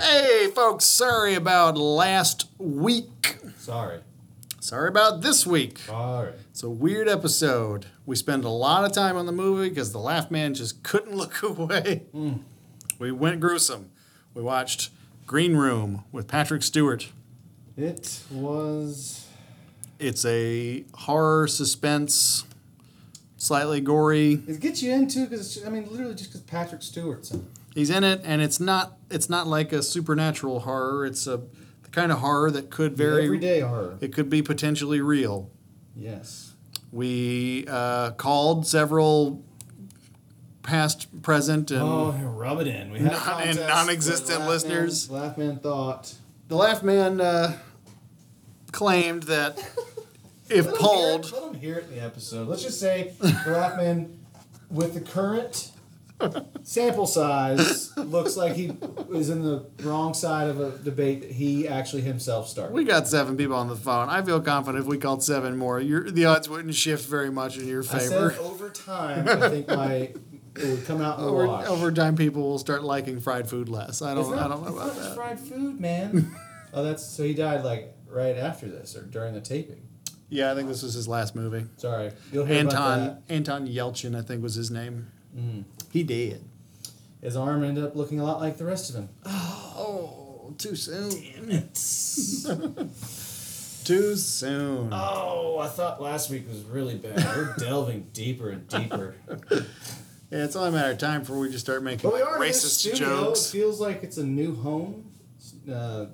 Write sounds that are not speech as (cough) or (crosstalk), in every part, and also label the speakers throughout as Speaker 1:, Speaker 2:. Speaker 1: Hey, folks, sorry about last week.
Speaker 2: Sorry.
Speaker 1: Sorry about this week.
Speaker 2: Sorry.
Speaker 1: It's a weird episode. We spend a lot of time on the movie because the Laugh Man just couldn't (laughs) look away. We went gruesome. We watched Green Room with Patrick Stewart.
Speaker 2: It was.
Speaker 1: It's a horror suspense, slightly gory.
Speaker 2: It gets you into because I mean, literally just because Patrick Stewart's in it.
Speaker 1: He's in it, and it's not it's not like a supernatural horror. It's a the kind of horror that could very
Speaker 2: everyday horror.
Speaker 1: it could be potentially real.
Speaker 2: Yes.
Speaker 1: We uh, called several past, present, and
Speaker 2: Oh, rub it in. We
Speaker 1: Um, Non- and
Speaker 2: contests where
Speaker 1: non-existent listeners.
Speaker 2: Man, Laugh Man thought.
Speaker 1: the Laugh Man uh, claimed
Speaker 2: (laughs)
Speaker 1: that if
Speaker 2: Let 'em
Speaker 1: polled,
Speaker 2: Hear it, let him hear it in the episode. Let's just say the Laugh Man, with the current sample size, looks like he is in the wrong side of a debate that he actually himself started.
Speaker 1: we got seven people on the phone. I feel confident if we called seven more, your, the odds wouldn't shift very much in your
Speaker 2: I
Speaker 1: favor.
Speaker 2: said over time, I think my it would come out in the
Speaker 1: Over,
Speaker 2: wash.
Speaker 1: over time, people will start liking fried food less. I
Speaker 2: It's
Speaker 1: don't,
Speaker 2: not-
Speaker 1: I don't know
Speaker 2: it's
Speaker 1: about
Speaker 2: not just
Speaker 1: that.
Speaker 2: fried
Speaker 1: (laughs)
Speaker 2: food, man. oh, that's so he died like right after this or during the taping.
Speaker 1: Yeah, I think this was his last movie.
Speaker 2: Sorry, you'll hear about Mm.
Speaker 1: Anton Anton Yelchin, I think, was his name. He did.
Speaker 2: that. His arm ended up looking a lot like the rest of him.
Speaker 1: Oh, too soon. (laughs) too soon.
Speaker 2: Oh, I thought last week was really
Speaker 1: (laughs)
Speaker 2: bad. We're delving deeper and deeper.
Speaker 1: Yeah, it's only a matter of time before we just start making
Speaker 2: But we are in this
Speaker 1: racist
Speaker 2: studio. It
Speaker 1: jokes.
Speaker 2: feels like it's a new home, uh,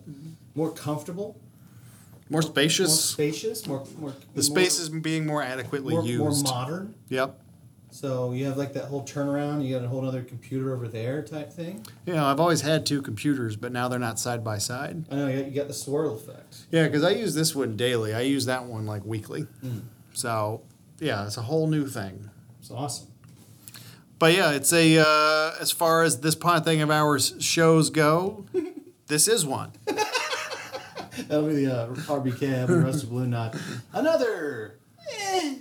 Speaker 2: more comfortable,
Speaker 1: More
Speaker 2: more
Speaker 1: spacious.
Speaker 2: spacious, more more.
Speaker 1: the space is being more adequately
Speaker 2: more, more
Speaker 1: used.
Speaker 2: modern.
Speaker 1: yep.
Speaker 2: So you have like that whole turnaround. You got a whole other computer over there type thing.
Speaker 1: You know, I've always had two computers, but now they're not side by side.
Speaker 2: I know you got, you got the swirl effect.
Speaker 1: Yeah, because I use this one daily. I use that one like weekly.
Speaker 2: Hmm.
Speaker 1: So, yeah, it's a whole new thing.
Speaker 2: It's awesome.
Speaker 1: But yeah, it's a uh, as far as this pond thing of ours shows
Speaker 2: (laughs)
Speaker 1: go, this is one.
Speaker 2: That'll be the uh, RBK and Rusty Balloon Knot. Another. eh,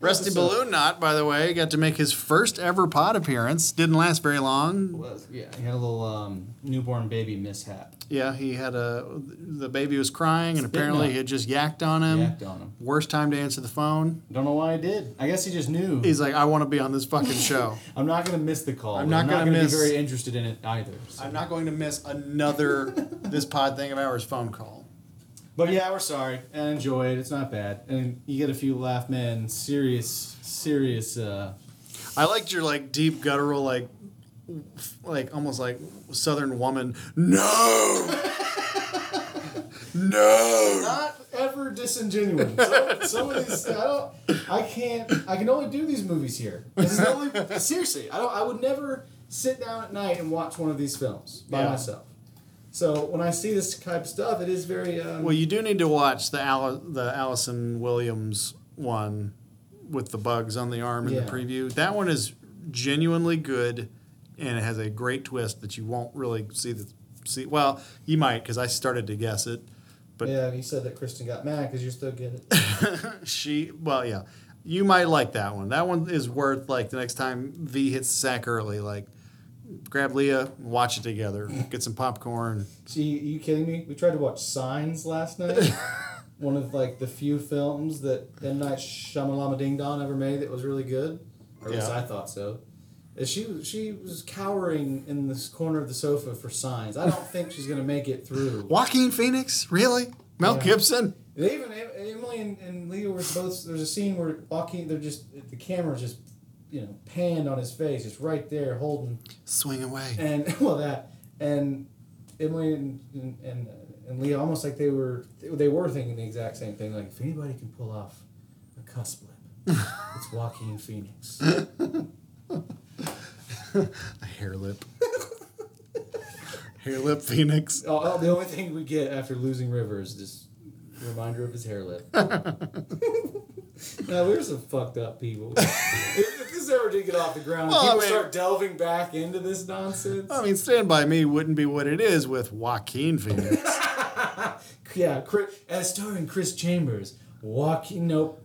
Speaker 1: Rusty
Speaker 2: Episode.
Speaker 1: Balloon Knot, by the way, got to make his first ever pod appearance. Didn't last very long.
Speaker 2: Well, yeah, he had a little um, newborn baby mishap.
Speaker 1: Yeah, he had a the baby was crying, and
Speaker 2: Spitting
Speaker 1: apparently
Speaker 2: up.
Speaker 1: he had just yacked on him.
Speaker 2: Yacked on him.
Speaker 1: Worst time to answer the phone.
Speaker 2: Don't know why he did. I guess he just knew.
Speaker 1: He's like, I want to be on this fucking show.
Speaker 2: I'm not gonna miss the call.
Speaker 1: I'm
Speaker 2: but
Speaker 1: not gonna
Speaker 2: gonna,
Speaker 1: miss-
Speaker 2: be very interested in it either. so.
Speaker 1: I'm not going to miss another this pod thing of ours phone call.
Speaker 2: But yeah, we're sorry and enjoy it. It's not bad, and you get a few laugh man serious serious. Uh,
Speaker 1: I liked your like deep guttural like like almost like southern woman. No. (laughs) no.
Speaker 2: not ever disingenuous. Some, some of these, I don't, I can't, I can only do these movies here. This is the only, seriously, I don't, I would never sit down at night and watch one of these films by
Speaker 1: Yeah.
Speaker 2: myself. So when I see this type of stuff, it is very. Um,
Speaker 1: Well, you do need to watch the Al- the Allison Williams one with the bugs on the arm in
Speaker 2: Yeah.
Speaker 1: the preview. That one is genuinely good, and it has a great twist that you won't really see the see. Well, you might because I started to guess it, but
Speaker 2: yeah, you said that Kristen got mad because you still get it.
Speaker 1: she. Well, yeah, you might like that one. That one is worth like the next time V hits sack early, like. Grab Leah, watch it together. Get some popcorn.
Speaker 2: Gee, you kidding me? We tried to watch Signs last night. One of like the few films that M Night Shyamalama Ding Dong ever made that was really good, or at least
Speaker 1: Yeah.
Speaker 2: I thought so. And She was- she was cowering in this corner of the sofa for signs. I don't think she's gonna make it through.
Speaker 1: Joaquin Phoenix, really? Mel
Speaker 2: Yeah.
Speaker 1: Gibson?
Speaker 2: They even Emily and, and Leo were both. There's a scene where Joaquin, they're just the camera just, you know, panned on his face, just right there holding
Speaker 1: Swing away.
Speaker 2: and (laughs) well that and Emily and and, and and Leah almost like they were they were thinking the exact same thing like if anybody can pull off a
Speaker 1: (laughs)
Speaker 2: cuss blip it's Joaquin Phoenix
Speaker 1: A hair lip. hair lip phoenix.
Speaker 2: oh, oh, the only thing we get after losing River is this reminder of his
Speaker 1: (laughs)
Speaker 2: hair lip now we're some fucked
Speaker 1: (laughs)
Speaker 2: up people if, if this ever did get off the ground
Speaker 1: Well, I
Speaker 2: people
Speaker 1: mean- Uh,
Speaker 2: start delving back into this nonsense
Speaker 1: I mean, Stand By Me wouldn't be what it is with Joaquin Phoenix.
Speaker 2: yeah Chris, as starring Chris Chambers
Speaker 1: (laughs)
Speaker 2: Joaquin nope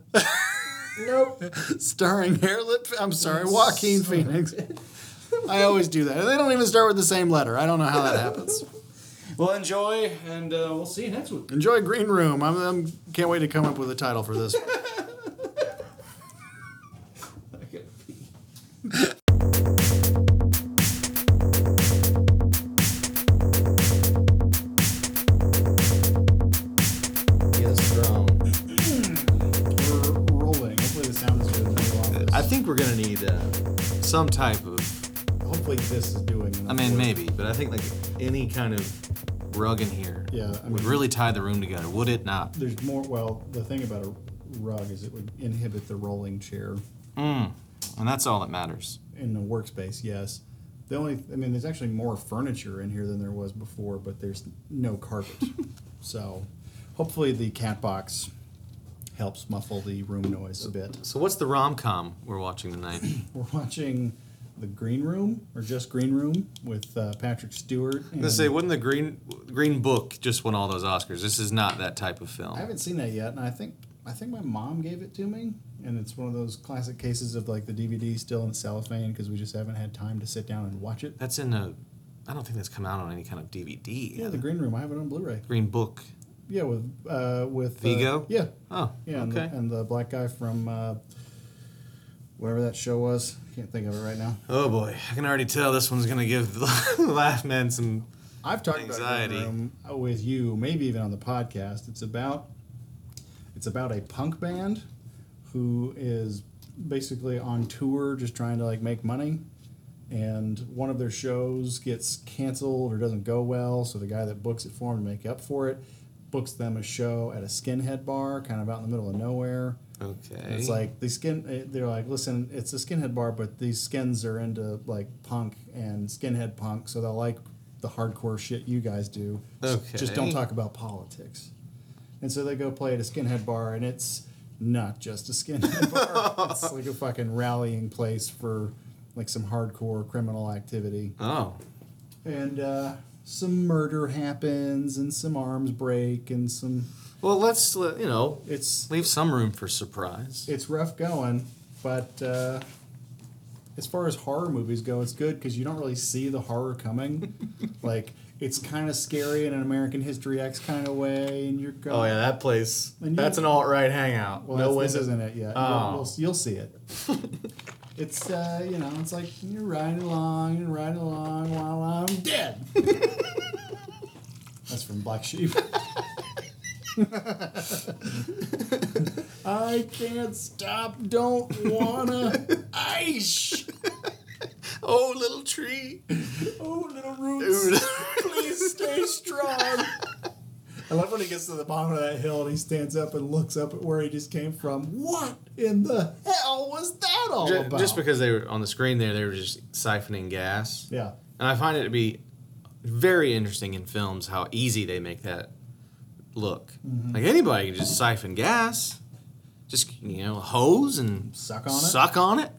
Speaker 2: nope
Speaker 1: Starring hair lip. I'm sorry, Joaquin Phoenix. I always do that. And they don't even start with the same letter. I don't know how that happens.
Speaker 2: (laughs) Well, enjoy, and uh, we'll see you next week. (laughs)
Speaker 1: Enjoy Green Room. I'm, I'm can't wait to come up with a title for this.
Speaker 2: Okay.
Speaker 3: Get us strong.
Speaker 1: We're rolling. Hopefully the sound is good.
Speaker 3: I think we're gonna need uh, some type of.
Speaker 1: Hopefully this is doing.
Speaker 3: I mean, maybe, but I think like any kind of rug in here
Speaker 1: Yeah, I
Speaker 3: would
Speaker 1: mean-
Speaker 3: really tie the room together, would it not?
Speaker 1: There's more. Well, the thing about a rug is it would inhibit the rolling chair
Speaker 3: And that's all that matters.
Speaker 1: in the workspace. Yes. The only. I mean, there's actually more furniture in here than there was before, but there's no carpet. so, hopefully the cat box helps muffle the room noise a bit.
Speaker 3: So what's the rom com we're watching tonight?
Speaker 1: We're watching the Green Room or just Green Room with uh, Patrick Stewart.
Speaker 3: I'm gonna say, wouldn't the Green Green Book just win all those Oscars? This is not that type of film.
Speaker 1: I haven't seen that yet, and I think I think my mom gave it to me, and it's one of those classic cases of like the DVD still in cellophane because we just haven't had time to sit down and watch it.
Speaker 3: That's in a. I don't think that's come out on any kind of DVD.
Speaker 1: Yeah, the Green Room. I have it on Blu-ray.
Speaker 3: Green Book.
Speaker 1: Yeah, with uh, with uh,
Speaker 3: Vigo?
Speaker 1: yeah,
Speaker 3: Oh,
Speaker 1: yeah, and,
Speaker 3: okay.
Speaker 1: the, and the black guy from uh, whatever that show was. Can't think of it right now.
Speaker 3: Oh boy, I can already tell this one's gonna give (laughs) the Laugh Man some.
Speaker 1: I've talked
Speaker 3: Anxiety.
Speaker 1: about Green Room with you, maybe even on the podcast. It's about it's about a punk band who is basically on tour just trying to like make money and one of their shows gets canceled or doesn't go well so the guy that books it for them to make up for it books them a show at a skinhead bar kind of out in the middle of nowhere
Speaker 3: Okay.
Speaker 1: it's like the skin. eh, They're like, listen, it's a skinhead bar, but these skins are into like punk and skinhead punk, so they'll like the hardcore shit you guys do. Just- Just don't
Speaker 3: Okay.
Speaker 1: talk about politics. And so they go play at a skinhead bar, and it's not just a skinhead (laughs) bar. It's like a fucking rallying place for like some hardcore criminal activity
Speaker 3: Oh.
Speaker 1: and. uh some murder happens and some arms break and some
Speaker 3: Well, let's let- you know
Speaker 1: it's
Speaker 3: leave some room for surprise.
Speaker 1: it's rough going, but uh, as far as horror movies go, it's good because you don't really see the horror
Speaker 3: (laughs)
Speaker 1: coming. like it's kind of scary in an American History X kind of way, and you're going,
Speaker 3: Oh yeah, that place.
Speaker 1: And you-
Speaker 3: that's an alt right hangout.
Speaker 1: well,
Speaker 3: no
Speaker 1: that's-
Speaker 3: window-
Speaker 1: this isn't it yet.
Speaker 3: Oh.
Speaker 1: You'll, you'll, you'll see (laughs) it. it's uh, you know, it's like you're riding along and riding along while I'm dead. (laughs) That's from Black Sheep. (laughs) I can't stop, don't (laughs) wanna. Aish!
Speaker 3: Oh little tree.
Speaker 1: Oh, little roots, (laughs) please stay strong. I love when he gets to the bottom of that hill and he stands up and looks up at where he just came from. What in the hell was that all
Speaker 3: Ju-
Speaker 1: about?
Speaker 3: Just because they were on the screen there, they were just siphoning gas.
Speaker 1: Yeah.
Speaker 3: And I find it to be very interesting in films how easy they make that look.
Speaker 1: Mm-hmm.
Speaker 3: Like anybody can just siphon gas, just you know, hose and
Speaker 1: Suck on it?
Speaker 3: Suck on it.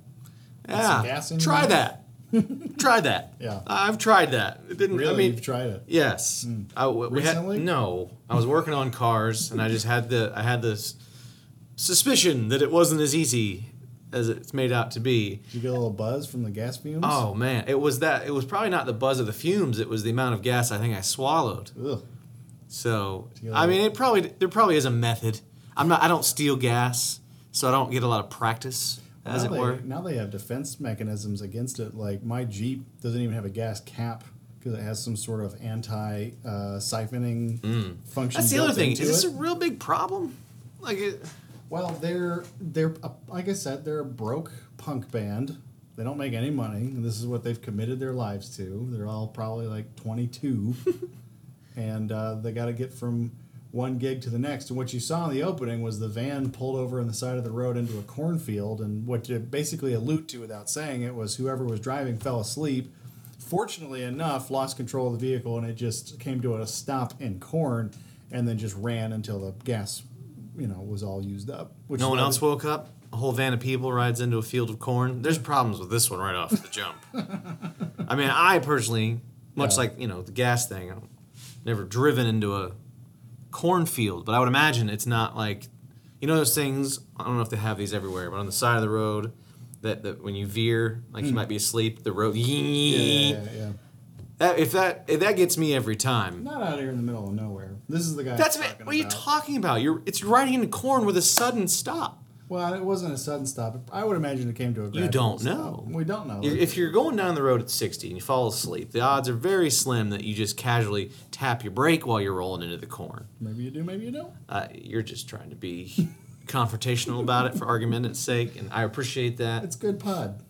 Speaker 3: Yeah.
Speaker 1: some gas in
Speaker 3: Try
Speaker 1: your
Speaker 3: that.
Speaker 1: (laughs)
Speaker 3: Try that.
Speaker 1: Yeah.
Speaker 3: I've tried that. It didn't.
Speaker 1: Really,
Speaker 3: I mean,
Speaker 1: you've tried it.
Speaker 3: Yes. I w- we had-
Speaker 1: Recently?
Speaker 3: no, I was working on cars, and I just had the I had this suspicion that it wasn't as easy as it's made out to be.
Speaker 1: Did you get a little buzz from the gas fumes?
Speaker 3: Oh man, it was that. It was probably not the buzz of the fumes. It was the amount of gas I think I swallowed.
Speaker 1: Ugh.
Speaker 3: So I mean, it probably there probably is a method. I'm not. I don't steal gas, so I don't get a lot of practice, as
Speaker 1: now
Speaker 3: it
Speaker 1: they,
Speaker 3: were.
Speaker 1: Now they have defense mechanisms against it. Like my Jeep doesn't even have a gas cap because it has some sort of anti uh, siphoning function.
Speaker 3: Mm. That's the other
Speaker 1: built
Speaker 3: thing. Is
Speaker 1: into
Speaker 3: this
Speaker 1: it.
Speaker 3: a real big problem? Like, it,
Speaker 1: Well, they're they're uh, like I said, they're a broke punk band. They don't make any money, and this is what they've committed their lives to. They're all probably like 22, and uh, they got to get from one gig to the next. And what you saw in the opening was the van pulled over on the side of the road into a cornfield, and what you basically allude to without saying it was whoever was driving fell asleep. Fortunately enough, lost control of the vehicle, and it just came to a stop in corn, and then just ran until the gas, you know, was all used up. Which
Speaker 3: no
Speaker 1: is
Speaker 3: one
Speaker 1: why
Speaker 3: else woke up. A whole van of people rides into a field of corn. There's problems with this one right off the
Speaker 1: (laughs)
Speaker 3: jump. I mean, I personally, much
Speaker 1: Yeah.
Speaker 3: like you know the gas thing, I've never driven into a cornfield, but I would imagine it's not like you know those things. I don't know if they have these everywhere, but on the side of the road, that, that when you veer, like you might be asleep, the road.
Speaker 1: Hmm. Yeah, yeah, yeah.
Speaker 3: That, if that if that gets me every time.
Speaker 1: Not out here in the middle of nowhere. This is the guy. I'm
Speaker 3: That's what
Speaker 1: talking
Speaker 3: are you
Speaker 1: about.
Speaker 3: talking about? You're it's riding into corn with a sudden stop.
Speaker 1: Well, it wasn't a sudden stop. I would imagine it came to a. gradual
Speaker 3: don't
Speaker 1: stop.
Speaker 3: know.
Speaker 1: We don't know.
Speaker 3: You- If you're going down the road at 60 and you fall asleep, the odds are very slim that you just casually tap your brake while you're rolling into the corn.
Speaker 1: maybe you do. Maybe you don't.
Speaker 3: Uh, you're just trying to be (laughs) confrontational about it for argument's sake, and I appreciate that.
Speaker 1: It's good pod.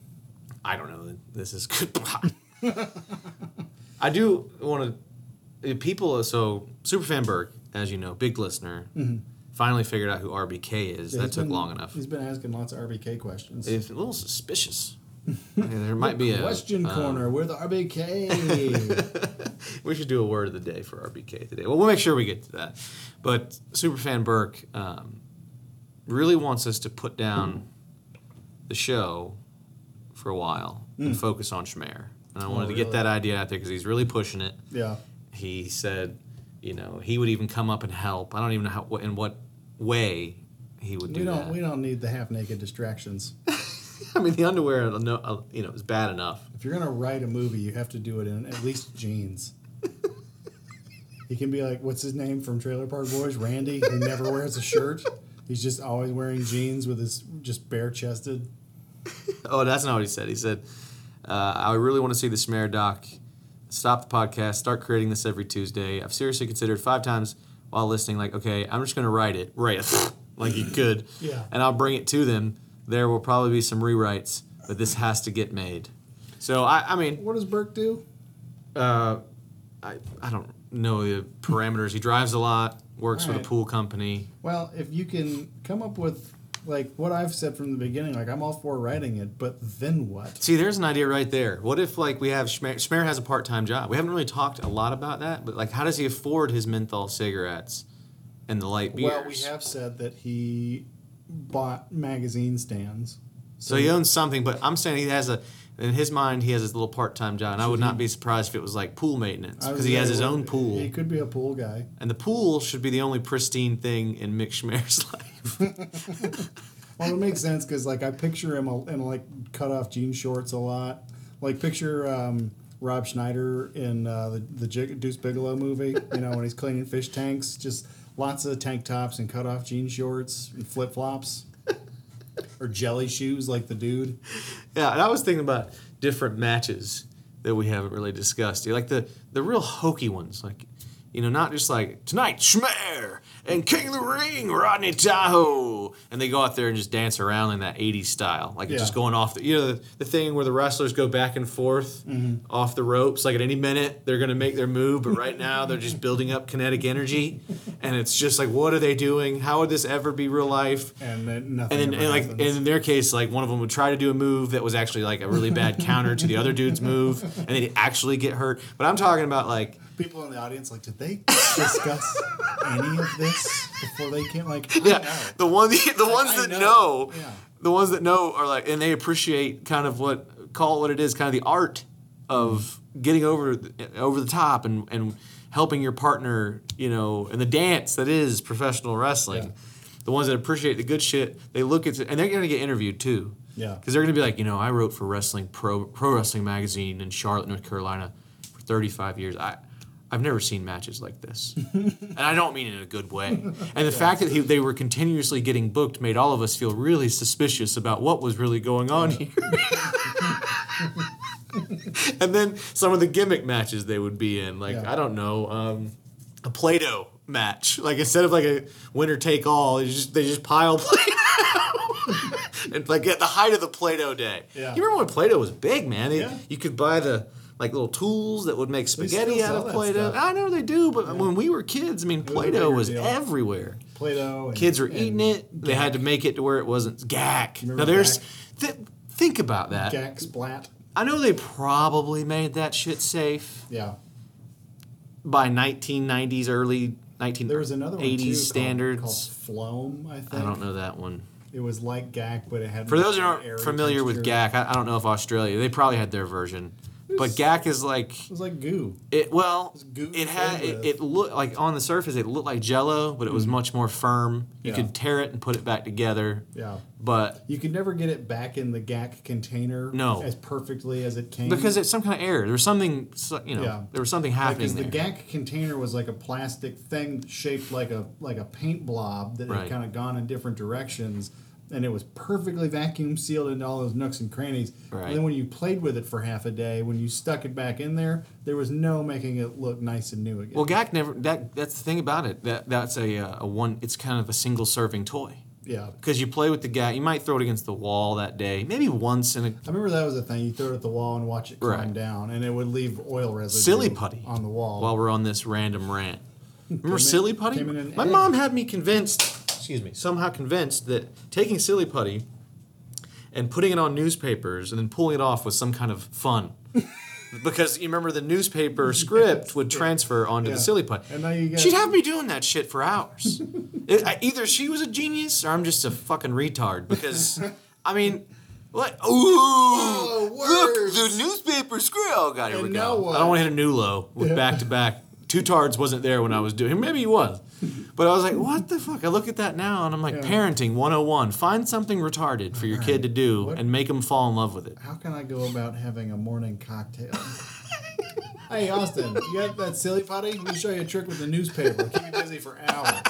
Speaker 3: I don't know. that This is (laughs) good. I do want to. People, so Superfan Burke, as you know, big listener, finally figured out who RBK is. that
Speaker 1: Mm-hmm. He's
Speaker 3: took
Speaker 1: been-
Speaker 3: long enough.
Speaker 1: He's been asking lots of RBK questions.
Speaker 3: It's a
Speaker 1: (laughs)
Speaker 3: little suspicious. Okay, there might be a
Speaker 1: Question
Speaker 3: um,
Speaker 1: corner with
Speaker 3: (laughs)
Speaker 1: RBK.
Speaker 3: we should do a word of the day for RBK today. Well, we'll make sure we get to that. But Superfan Burke um, really wants us to put down the show for a while and focus on Schmer. And I wanted to
Speaker 1: Hmm.
Speaker 3: get
Speaker 1: Oh, really?
Speaker 3: that idea out there because he's really pushing it.
Speaker 1: yeah.
Speaker 3: He said, you know, he would even come up and help. I don't even know how, in what way he would do
Speaker 1: We don't.
Speaker 3: that.
Speaker 1: We don't need the half naked distractions.
Speaker 3: (laughs) I mean, the underwear, no- you know, is bad enough.
Speaker 1: If you're gonna write a movie, you have to do it in at least
Speaker 3: (laughs)
Speaker 1: jeans. he can be like, what's his name from Trailer Park Boys? Randy, who never wears a shirt. He's just always wearing jeans with his just bare chested.
Speaker 3: Oh, that's not what he said. He said, uh, I really want to see the Smear doc. Stop the podcast. Start creating this every Tuesday. I've seriously considered five times while listening, like, okay, I'm just going to write it. Write it (laughs) like he could.
Speaker 1: Yeah.
Speaker 3: And I'll bring it to them. There will probably be some rewrites, but this has to get made. So, I, I mean,
Speaker 1: What does Burke do?
Speaker 3: uh, I, I don't know the parameters. he drives a lot, works with
Speaker 1: Alright.
Speaker 3: a pool company.
Speaker 1: Well, if you can come up with like what I've said from the beginning, like I'm all for writing it, but then what?
Speaker 3: See, there's an idea right there. What if like we have Schmer, Schmer has a part-time job? We haven't really talked a lot about that, but like, how does he afford his menthol cigarettes and the light beers?
Speaker 1: Well, we have said that he bought magazine stands.
Speaker 3: so he owns something, but I'm saying he has a. In his mind, he has his little part-time job, and I would not be surprised if it was like pool maintenance
Speaker 1: I was
Speaker 3: because he has his
Speaker 1: like,
Speaker 3: own pool,
Speaker 1: He could be a pool guy.
Speaker 3: and the pool should be the only pristine thing in Mick Schmer's (laughs) life.
Speaker 1: Well, it makes sense because like I picture him a- in like cut off jean shorts a lot. Like picture um, Rob Schneider in uh, the the Jig- Deuce Bigelow movie. You know when he's cleaning fish tanks, just lots of tank tops and cut off jean shorts and flip
Speaker 3: (laughs)
Speaker 1: flops. Or jelly shoes, like the dude.
Speaker 3: yeah, and I was thinking about different matches that we haven't really discussed, like the the real hokey ones, like you know, not just like tonight Schmer and King of the Ring Rodney Tahoe, and they go out there and just dance around in that '80s style, like it's
Speaker 1: Yeah.
Speaker 3: just going off the you know the, the thing where the wrestlers go back and forth off the ropes, like at any minute they're gonna make their move, but right now they're just building up kinetic energy, and it's just like what are they doing? How would this ever be real life?
Speaker 1: And then nothing.
Speaker 3: And then,
Speaker 1: ever
Speaker 3: and like, and
Speaker 1: happens.
Speaker 3: in their case, like one of them would try to do a move that was actually like a really bad counter to the other dude's move, and they'd actually get hurt. But I'm talking about like,
Speaker 1: people in the audience, like, did they discuss any of this before they came? Like, I
Speaker 3: (laughs)
Speaker 1: know.
Speaker 3: the one, the ones
Speaker 1: I
Speaker 3: that
Speaker 1: know.
Speaker 3: know,
Speaker 1: Yeah.
Speaker 3: the ones that know are like, and they appreciate kind of what call it what it is, kind of the art of getting over the- over the top and and helping your partner, you know, and the dance that is professional wrestling.
Speaker 1: Yeah.
Speaker 3: The ones that appreciate the good shit, they look at it, and they're gonna get interviewed too.
Speaker 1: Yeah.
Speaker 3: Because they're going to be like, you know, I wrote for wrestling pro pro wrestling magazine in Charlotte, North Carolina, for 35 years. I I've never seen matches
Speaker 1: (laughs)
Speaker 3: like this, and I don't mean it in a good way. And the fact that he, they were continuously getting booked made all of us feel really suspicious about what was really going on here. (laughs) and then some of the gimmick matches they would be in, like
Speaker 1: Yeah.
Speaker 3: I don't know, um, a Play-Doh match. Like instead of like a winner take all, they just they just pile (laughs) Play-Doh. and like at the height of the Play-Doh day.
Speaker 1: Yeah.
Speaker 3: You remember when Play-Doh was big, man? They-
Speaker 1: Yeah.
Speaker 3: You could buy the like little tools that would make spaghetti
Speaker 1: still
Speaker 3: out
Speaker 1: sell
Speaker 3: of
Speaker 1: that
Speaker 3: Play-Doh.
Speaker 1: stuff.
Speaker 3: I know they do, but when we were kids, I mean,
Speaker 1: was a
Speaker 3: Play-Doh
Speaker 1: bigger
Speaker 3: was
Speaker 1: deal.
Speaker 3: everywhere.
Speaker 1: Play-Doh. And,
Speaker 3: Kids were
Speaker 1: and
Speaker 3: eating it. They had to make it to where it wasn't gack.
Speaker 1: Remember
Speaker 3: Now there's,
Speaker 1: gack?
Speaker 3: th- think about that.
Speaker 1: Gack splat.
Speaker 3: I know they probably made that shit safe
Speaker 1: Yeah.
Speaker 3: by 1990s, early 1980s
Speaker 1: There was another one too, called-
Speaker 3: standards.
Speaker 1: called, Floam, I think.
Speaker 3: I don't know that one.
Speaker 1: It was like GAC, but it had
Speaker 3: For those who
Speaker 1: more
Speaker 3: aren't
Speaker 1: airy
Speaker 3: familiar with
Speaker 1: texture.
Speaker 3: GAC, I, I don't know if Australia, they probably had their version. But Gak is like
Speaker 1: was like goo.
Speaker 3: it. Well,
Speaker 1: It's goo
Speaker 3: it had
Speaker 1: filled
Speaker 3: it,
Speaker 1: with-
Speaker 3: it looked like on the surface it looked like Jello, but it was much more firm. You
Speaker 1: Mm-hmm. Yeah.
Speaker 3: could tear it and put it back together.
Speaker 1: Yeah.
Speaker 3: But
Speaker 1: You could never get it back in the GAC container
Speaker 3: No.
Speaker 1: as perfectly as it came.
Speaker 3: because it's some kind of error, there was something so- you know
Speaker 1: Yeah.
Speaker 3: there was something
Speaker 1: because
Speaker 3: happening
Speaker 1: the
Speaker 3: there.
Speaker 1: GAC container was like a plastic thing shaped like a like a paint blob that
Speaker 3: Right.
Speaker 1: had kind of gone in different directions, and it was perfectly vacuum sealed into all those nooks and crannies.
Speaker 3: Right.
Speaker 1: And then when you played with it for half a day, when you stuck it back in there, there was no making it look nice and new again.
Speaker 3: well, Gak never that that's the thing about it. That that's a, uh, a one. It's kind of a single serving toy.
Speaker 1: yeah.
Speaker 3: Because you play with the Gak, you might throw it against the wall that day, maybe once in a
Speaker 1: I remember that was a thing. You throw it at the wall and watch it climb
Speaker 3: Right.
Speaker 1: down, and it would leave oil residue
Speaker 3: Silly putty
Speaker 1: on the wall.
Speaker 3: While we're on this random rant, remember
Speaker 1: Came in-
Speaker 3: silly putty?
Speaker 1: came in an
Speaker 3: My
Speaker 1: egg.
Speaker 3: mom had me convinced, excuse me, somehow convinced that taking silly putty and putting it on newspapers and then pulling it off was some kind of
Speaker 1: (laughs)
Speaker 3: fun. because you remember the newspaper script would transfer onto
Speaker 1: Yeah.
Speaker 3: the silly putty.
Speaker 1: And now you get-
Speaker 3: She'd have me doing that shit for
Speaker 1: (laughs)
Speaker 3: hours. It- I- either she was a genius or I'm just a fucking retard.
Speaker 1: (laughs)
Speaker 3: Because I mean. What? Ooh!
Speaker 1: Oh,
Speaker 3: look,
Speaker 1: words.
Speaker 3: the newspaper script. Oh god, here
Speaker 1: And
Speaker 3: we
Speaker 1: now
Speaker 3: go.
Speaker 1: what?
Speaker 3: I don't want to hit a new low with back to back. Two tards wasn't there when I was doing. Maybe he was, but I was like, "What the fuck?" I look at that now and I'm like,
Speaker 1: Yeah.
Speaker 3: "Parenting 101: Find something retarded for your kid to do
Speaker 1: What-
Speaker 3: and make them fall in love with it."
Speaker 1: How can I go about having a morning cocktail? (laughs) hey, Austin, you got that silly putty? Let me show you a trick with the newspaper. Keep you busy for hours.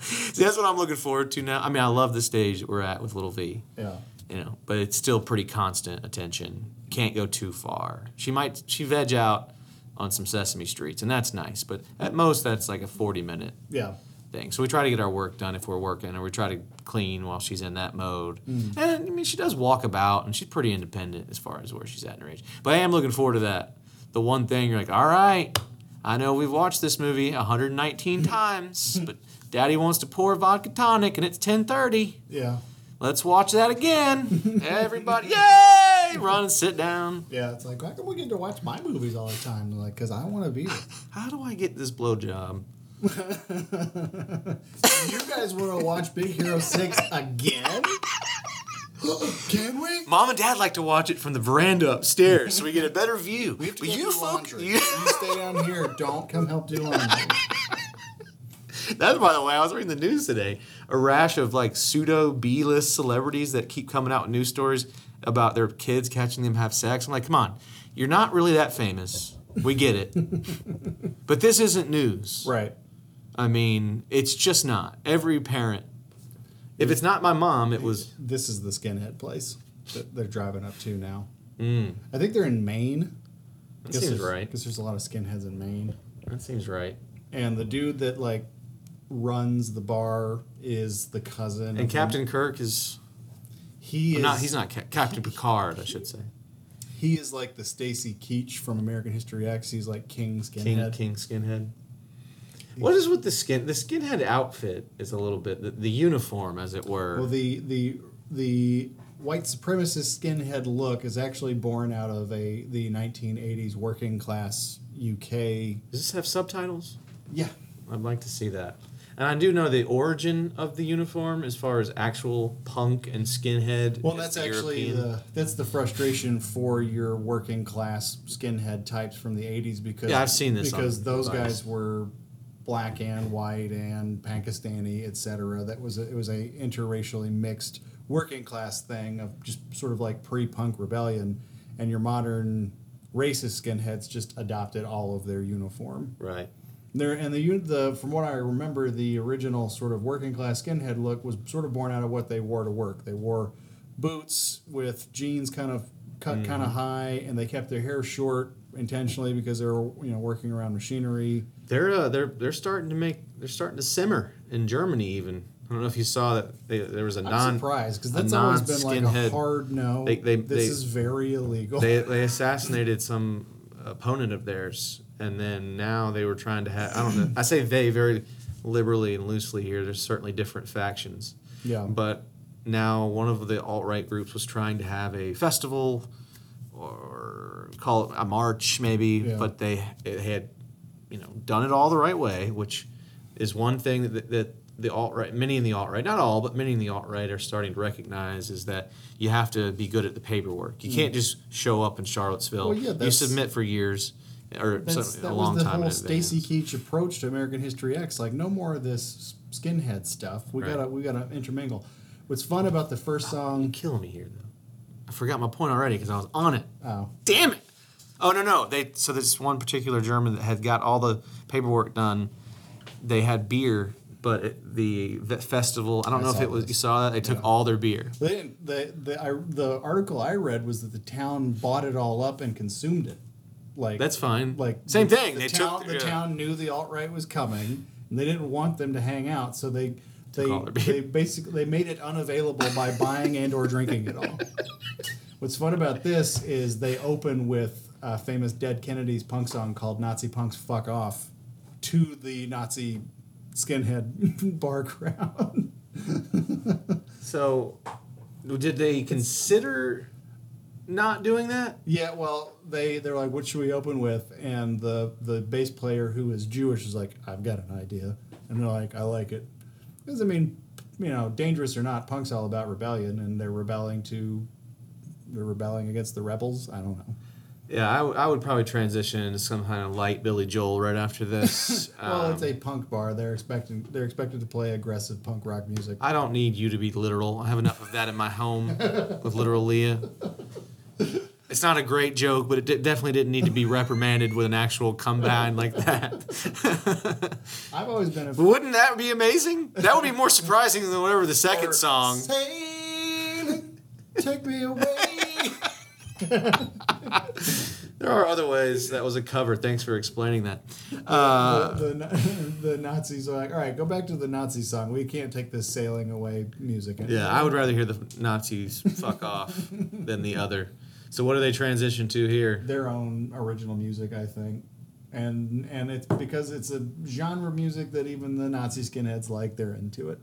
Speaker 3: See, that's what I'm looking forward to now. I mean, I love the stage that we're at with little V,
Speaker 1: Yeah.
Speaker 3: you know, but it's still pretty constant attention. Can't go too far. She might she veg out on some Sesame Streets, and that's nice. But at most, that's like a 40 minute
Speaker 1: Yeah.
Speaker 3: thing. So we try to get our work done if we're working, or we try to clean while she's in that mode. And I mean, she does walk about, and she's pretty independent as far as where she's at in her age. But I am looking forward to that. The one thing you're like, all right, I know we've watched this movie 119 (laughs) times, but Daddy wants to pour vodka tonic, and it's 10:30.
Speaker 1: Yeah.
Speaker 3: Let's watch that (laughs) again. Everybody, yay! Run and sit down.
Speaker 1: Yeah. It's like, why can we get to watch my movies all the time? They're Like, because I want to be there.
Speaker 3: How do I get this blowjob?
Speaker 1: You guys want to watch Big Hero 6 again? (gasps) can we?
Speaker 3: Mom and Dad like to watch it from the veranda upstairs, so we get a better view.
Speaker 1: We have to
Speaker 3: But
Speaker 1: go
Speaker 3: you
Speaker 1: do
Speaker 3: folk,
Speaker 1: laundry.
Speaker 3: you- (laughs)
Speaker 1: you stay down here. Don't come help do laundry.
Speaker 3: That's by the way, I was reading the news today. A rash of like pseudo B list celebrities that keep coming out in news stories about their kids catching them have sex. I'm like, come on, you're not really that famous. We get
Speaker 1: (laughs)
Speaker 3: it. but this isn't news.
Speaker 1: Right.
Speaker 3: I mean, it's just not. Every parent if it's not my mom, it was
Speaker 1: this is the skinhead place that they're driving up to now. I think they're in Maine.
Speaker 3: Mm. That seems right.
Speaker 1: Because there's a lot of skinheads in Maine.
Speaker 3: That seems right.
Speaker 1: And the dude that like runs the bar is the cousin. of
Speaker 3: And
Speaker 1: the-
Speaker 3: Captain Kirk is,
Speaker 1: Mm-hmm. he is
Speaker 3: not he's not
Speaker 1: (laughs)
Speaker 3: Cap- Captain Picard, I should say.
Speaker 1: He is like the Stacy Keach from American History X. He's like King
Speaker 3: King
Speaker 1: Skinhead.
Speaker 3: King Skinhead. What is with the skin? The skinhead outfit is a little bit the, the uniform, as it were.
Speaker 1: Well, the the the white supremacist skinhead look is actually born out of a the 1980s working class UK.
Speaker 3: Does this have subtitles?
Speaker 1: Yeah.
Speaker 3: I'd like to see that. And I do know the origin of the uniform as far as actual punk and skinhead.
Speaker 1: Well,
Speaker 3: is
Speaker 1: that's
Speaker 3: the
Speaker 1: actually uh,
Speaker 3: European-
Speaker 1: the, that's the frustration for your working class skinhead types from the '80s because
Speaker 3: Yeah, I've seen this on
Speaker 1: because those
Speaker 3: Vice.
Speaker 1: guys were black and white and Pakistani, etc. That was a, it was a interracially mixed working class thing of just sort of like pre-punk rebellion, and your modern racist skinheads just adopted all of their uniform.
Speaker 3: right.
Speaker 1: There and the un- the from what I remember, the original sort of working class skinhead look was sort of born out of what they wore to work. They wore boots with jeans kind of cut
Speaker 3: Mm-hmm.
Speaker 1: kind of high, and they kept their hair short intentionally because they were you know working around machinery.
Speaker 3: They're uh, they're they're starting to make they're starting to simmer in Germany. Even I don't know if you saw that they, there was a
Speaker 1: I'm
Speaker 3: non
Speaker 1: surprised because
Speaker 3: a
Speaker 1: that's always been like a
Speaker 3: non-skinhead-
Speaker 1: hard no.
Speaker 3: They- they-
Speaker 1: this
Speaker 3: they-
Speaker 1: is very illegal.
Speaker 3: they they assassinated some opponent of theirs, and then now they were trying to have. I don't know. I say they very liberally and loosely here. There's certainly different factions.
Speaker 1: Yeah.
Speaker 3: But now one of the alt right groups was trying to have a festival, or call it a march maybe,
Speaker 1: Yeah.
Speaker 3: but they it had, you know, done it all the right way, which is one thing that that the alt right, many in the alt right, not all, but many in the alt right are starting to recognize is that you have to be good at the paperwork. You can't just show up in Charlottesville.
Speaker 1: Mm. Well, yeah,
Speaker 3: you
Speaker 1: that's-
Speaker 3: submit for years or
Speaker 1: That's,
Speaker 3: some-
Speaker 1: that
Speaker 3: a long
Speaker 1: was the
Speaker 3: time
Speaker 1: whole
Speaker 3: in advance.
Speaker 1: Stacy Keach approach to American History X. Like, no more of this s- skinhead stuff. We
Speaker 3: Right.
Speaker 1: gotta, we gotta intermingle. What's fun about the first
Speaker 3: You
Speaker 1: song?
Speaker 3: killing me here though. I forgot my point already because I was on it.
Speaker 1: Oh,
Speaker 3: damn it oh no no they so this one particular german that had got all the paperwork done they had beer but at the the festival i don't
Speaker 1: I
Speaker 3: know if
Speaker 1: saw
Speaker 3: it was
Speaker 1: this.
Speaker 3: you saw that they took all their beer
Speaker 1: They didn't- the the I, the article I read was that the town bought it all up and consumed it. Like
Speaker 3: that's fine
Speaker 1: like
Speaker 3: same
Speaker 1: the-
Speaker 3: thing
Speaker 1: The
Speaker 3: they
Speaker 1: town,
Speaker 3: took uh,
Speaker 1: the
Speaker 3: yeah.
Speaker 1: town knew the alt right was coming, and they didn't want them to hang out, so they they
Speaker 3: all their beer.
Speaker 1: they basically they made it unavailable
Speaker 3: (laughs)
Speaker 1: by buying and or drinking it all. What's fun about this is they open with a famous Dead Kennedys punk song called "Nazi Punks Fuck Off" to the Nazi skinhead (laughs) bar crowd.
Speaker 3: so did they consider not doing that
Speaker 1: Yeah, well, they they're like, what should we open with? And the the bass player who is Jewish is like, I've got an idea, and they're like, I like it, because I mean, you know, dangerous or not, punk's all about rebellion, and they're rebelling to, they're rebelling against the rebels. I don't know.
Speaker 3: yeah I would- I would probably transition into some kind of light billy joel right after this
Speaker 1: (laughs) Well, it's
Speaker 3: Um,
Speaker 1: a punk bar. They're expecting they're expected to play aggressive punk rock music.
Speaker 3: I don't need you to be literal. I have enough of that in my home with literal Leah. It's not a great joke, but it di- definitely didn't need to be reprimanded with an actual combine like that. (laughs)
Speaker 1: I've always been a
Speaker 3: but wouldn't that be amazing? That would be more surprising than whatever the second
Speaker 1: Or
Speaker 3: song.
Speaker 1: Sailing, take me
Speaker 3: (laughs)
Speaker 1: away.
Speaker 3: There are other ways. That was a cover. Thanks for explaining that.
Speaker 1: the,
Speaker 3: Uh,
Speaker 1: the, Na- the (laughs) Nazis are like, all right, go back to the Nazi song. We can't take this sailing away music. anymore."
Speaker 3: yeah, I would rather hear the Nazis fuck off than the other. So what do they transition to here?
Speaker 1: Their own original music, I think. And and it's because it's a genre of music that even the Nazi skinheads like. They're into it.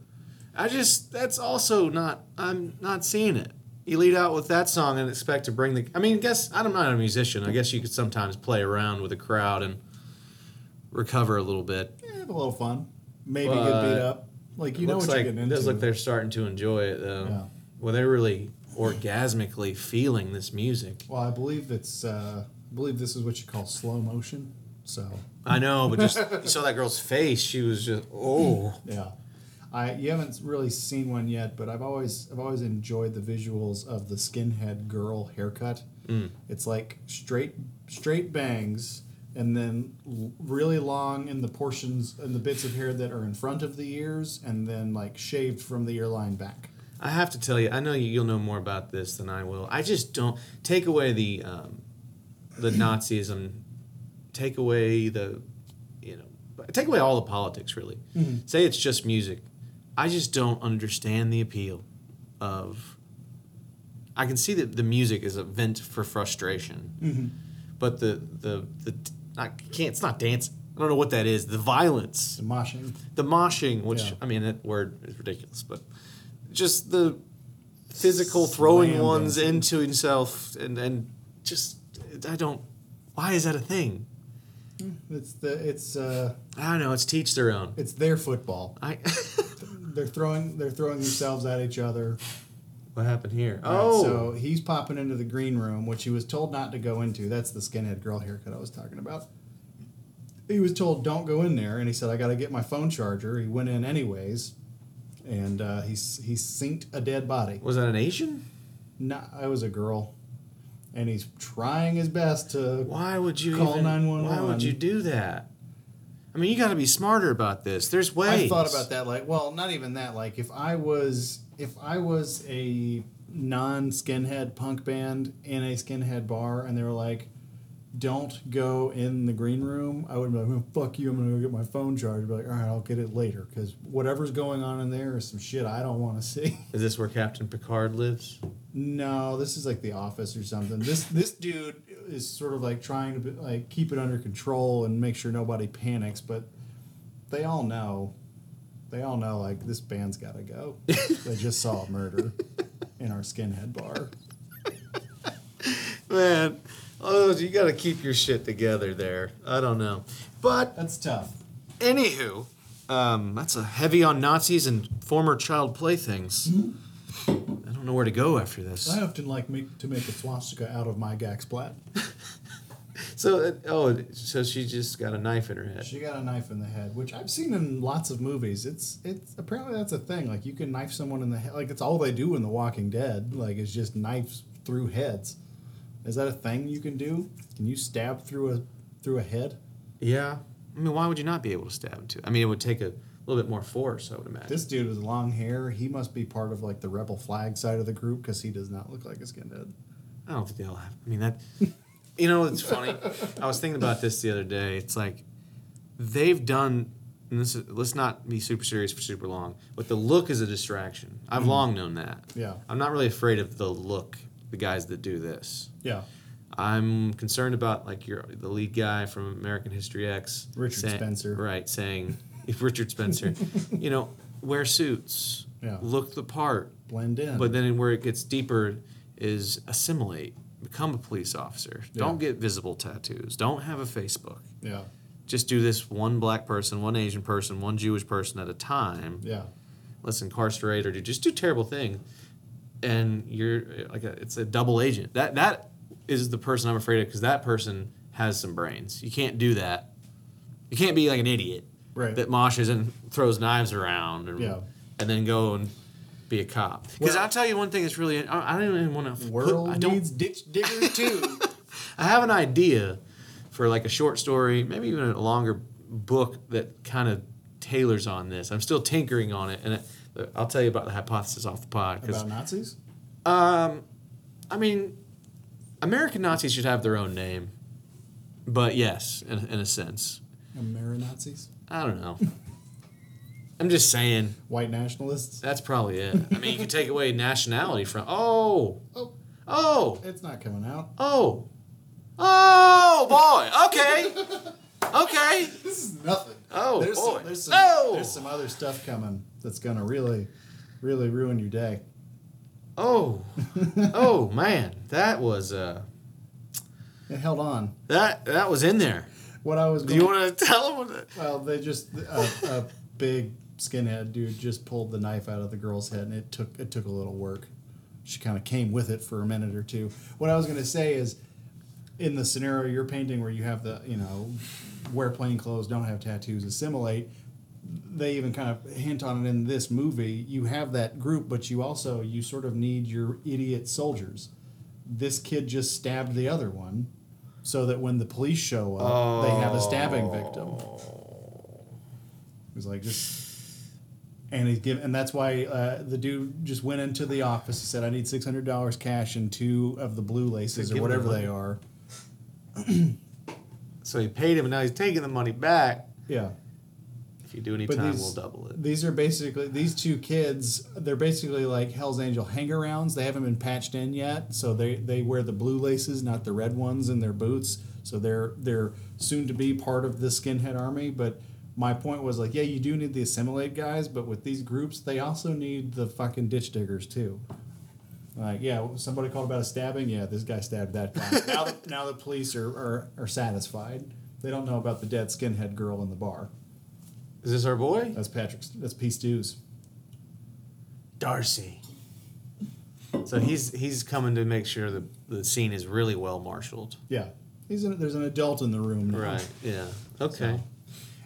Speaker 3: I just that's also not I'm not seeing it. You lead out with that song and expect to bring the. I mean, guess I'm not a musician. I guess you could sometimes play around with a crowd and recover a little bit.
Speaker 1: Yeah, Eh, have a little fun. Maybe
Speaker 3: But
Speaker 1: get beat up. Like you know
Speaker 3: looks
Speaker 1: what
Speaker 3: like
Speaker 1: you're getting
Speaker 3: it
Speaker 1: into.
Speaker 3: does look they're starting to enjoy it though.
Speaker 1: Yeah.
Speaker 3: Well, they're really orgasmically feeling this music.
Speaker 1: well, I believe it's. Uh, I believe this is what you call slow motion. So
Speaker 3: I know,
Speaker 1: (laughs)
Speaker 3: but just you saw that girl's face. She was just oh.
Speaker 1: yeah, I you haven't really seen one yet, but I've always I've always enjoyed the visuals of the skinhead girl haircut. It's like straight straight bangs and then l- really long in the portions and the bits of hair that are in front of the ears and then like shaved from the earline back.
Speaker 3: I have to tell you, I know you, you'll know more about this than I will. I just don't take away the um, the Nazism, take away the you know, take away all the politics. Really, say it's just music. I just don't understand the appeal of. I can see that the music is a vent for frustration, but the the the I can't. It's not dancing. I don't know what that is. The violence
Speaker 1: The moshing.
Speaker 3: the moshing, which
Speaker 1: Yeah.
Speaker 3: I mean that word is ridiculous, but just the physical throwing
Speaker 1: Slam
Speaker 3: ones
Speaker 1: dancing.
Speaker 3: into himself and and just I don't why is that a thing?
Speaker 1: It's the it's uh
Speaker 3: I don't know, it's teach their own.
Speaker 1: it's their football.
Speaker 3: I (laughs)
Speaker 1: They're throwing they're throwing themselves at each other.
Speaker 3: what happened here?
Speaker 1: Oh.
Speaker 3: Oh
Speaker 1: So he's popping into the green room, which he was told not to go into. That's the skinhead girl haircut I was talking about. He was told don't go in there, and he said, I got to get my phone charger. He went in anyways, and uh, he, s- he sinked a dead body.
Speaker 3: was that an Asian?
Speaker 1: Not, I was a girl. And he's trying his best to.
Speaker 3: Why would you
Speaker 1: Call
Speaker 3: even-
Speaker 1: 911.
Speaker 3: Why would you do that? I mean, you got to be smarter about this. There's ways.
Speaker 1: I thought about that. Like, well, not even that. Like, if I was, if I was a non-skinhead punk band in a skinhead bar, and they were like, "Don't go in the green room," I would be like, well, "Fuck you! I'm gonna go get my phone charged." I'd be like, "All right, I'll get it later," because whatever's going on in there is some shit I don't want to see.
Speaker 3: Is this where Captain Picard lives?
Speaker 1: No, this is like The Office or something. This this dude is sort of like trying to be, like keep it under control and make sure nobody panics, but they all know, they all know like this band's got to go. they just saw a murder in our skinhead bar.
Speaker 3: Man, oh, you got to keep your shit together there. I don't know, but
Speaker 1: That's tough.
Speaker 3: Anywho, Um, that's a heavy on Nazis and former child playthings. I don't know where to go after this.
Speaker 1: I often like make, to make a swastika out of my Gaxplat.
Speaker 3: So, uh, oh, so she just got a knife in her head.
Speaker 1: She got a knife in the head, which I've seen in lots of movies. It's it's apparently that's a thing. Like you can knife someone in the head. Like it's all they do in The Walking Dead. Like it's just knives through heads. Is that a thing you can do? Can you stab through a through a head?
Speaker 3: Yeah. I mean, why would you not be able to stab him? Too? I mean, it would take a little bit more force, I would imagine.
Speaker 1: This dude with long hair, he must be part of like the rebel flag side of the group because he does not look like a skinhead.
Speaker 3: I don't think they'll have. I mean that. You know, it's funny. I was thinking about this the other day. It's like they've done. And this is, let's not be super serious for super long. But the look is a distraction.
Speaker 1: Mm.
Speaker 3: I've long known that.
Speaker 1: Yeah.
Speaker 3: I'm not really afraid of the look. The guys that do this.
Speaker 1: Yeah,
Speaker 3: I'm concerned about like your the lead guy from American History X,
Speaker 1: Richard Spencer.
Speaker 3: right? Saying (laughs) if Richard Spencer, you know, wear suits,
Speaker 1: Yeah.
Speaker 3: look the part,
Speaker 1: blend in.
Speaker 3: but then where it gets deeper is assimilate, become a police officer. Don't get visible tattoos. Don't have a Facebook.
Speaker 1: yeah,
Speaker 3: Just do this one black person, one Asian person, one Jewish person at a time.
Speaker 1: yeah,
Speaker 3: Let's incarcerate or do just do terrible thing, and you're like a, it's a double agent. That that is the person I'm afraid of because that person has some brains. You can't do that. You can't be like an idiot
Speaker 1: Right.
Speaker 3: that moshes and throws knives around and
Speaker 1: Yeah.
Speaker 3: and then go and be a cop. Because I'll tell you one thing that's really I, I don't even want to.
Speaker 1: World
Speaker 3: I don't.
Speaker 1: needs ditch digger
Speaker 3: (laughs)
Speaker 1: too.
Speaker 3: I have an idea for like a short story, maybe even a longer book that kind of tailors on this. I'm still tinkering on it, and it, I'll tell you about the hypothesis off the pod. Because
Speaker 1: About Nazis?
Speaker 3: I mean, American Nazis should have their own name, but yes, in, in a sense,
Speaker 1: Amerinazis?
Speaker 3: I
Speaker 1: (laughs)
Speaker 3: don't know. I'm just saying.
Speaker 1: White nationalists?
Speaker 3: That's probably it. I mean, you can take away nationality from. Oh,
Speaker 1: Oh,
Speaker 3: oh,
Speaker 1: it's not coming out.
Speaker 3: oh, oh, boy. Okay, okay.
Speaker 1: This is nothing.
Speaker 3: Oh,
Speaker 1: there's
Speaker 3: boy.
Speaker 1: Some, there's, some,
Speaker 3: Oh!
Speaker 1: there's some other stuff coming that's gonna really, really ruin your day.
Speaker 3: Oh, oh man, that was uh,
Speaker 1: It held on.
Speaker 3: that that was in there.
Speaker 1: What I was.
Speaker 3: Do you want to tell them?
Speaker 1: Well, they just a, a big skinhead dude just pulled the knife out of the girl's head, and it took it took a little work. She kind of came with it for a minute or two. What I was going to say is, in the scenario you're painting, where you have the you know, wear plain clothes, don't have tattoos, assimilate. They even kind of hint on it in this movie. You have that group, but you also you sort of need your idiot soldiers. This kid just stabbed the other one, so that when the police show up, they have a stabbing victim.
Speaker 3: Oh.
Speaker 1: He's like just, and he's given, and that's why uh, the dude just went into the office. He said, "I need six hundred dollars cash and two of the blue laces
Speaker 3: They
Speaker 1: or
Speaker 3: give him
Speaker 1: whatever
Speaker 3: the
Speaker 1: they are."
Speaker 3: So he paid him, and now he's taking the money back.
Speaker 1: Yeah,
Speaker 3: If you do any
Speaker 1: but
Speaker 3: time,
Speaker 1: these
Speaker 3: we'll double it.
Speaker 1: these are basically these two kids. They're basically like Hell's Angel hangarounds. They haven't been patched in yet, so they they wear the blue laces, not the red ones, in their boots. So they're they're soon to be part of the skinhead army, but. My point was like, yeah, you do need the assimilate guys, but with these groups, they also need the fucking ditch diggers too. Like, yeah, somebody called about a stabbing. Yeah, this guy stabbed that guy.
Speaker 3: (laughs)
Speaker 1: now, now the police are, are, are satisfied. They don't know about the dead skinhead girl in the bar.
Speaker 3: Is this our boy?
Speaker 1: That's Patrick's. That's P. Stew's.
Speaker 3: Darcy. So he's he's coming to make sure the the scene is really well marshaled.
Speaker 1: Yeah, he's in, there's an adult in the room now,
Speaker 3: Right. Yeah. Okay.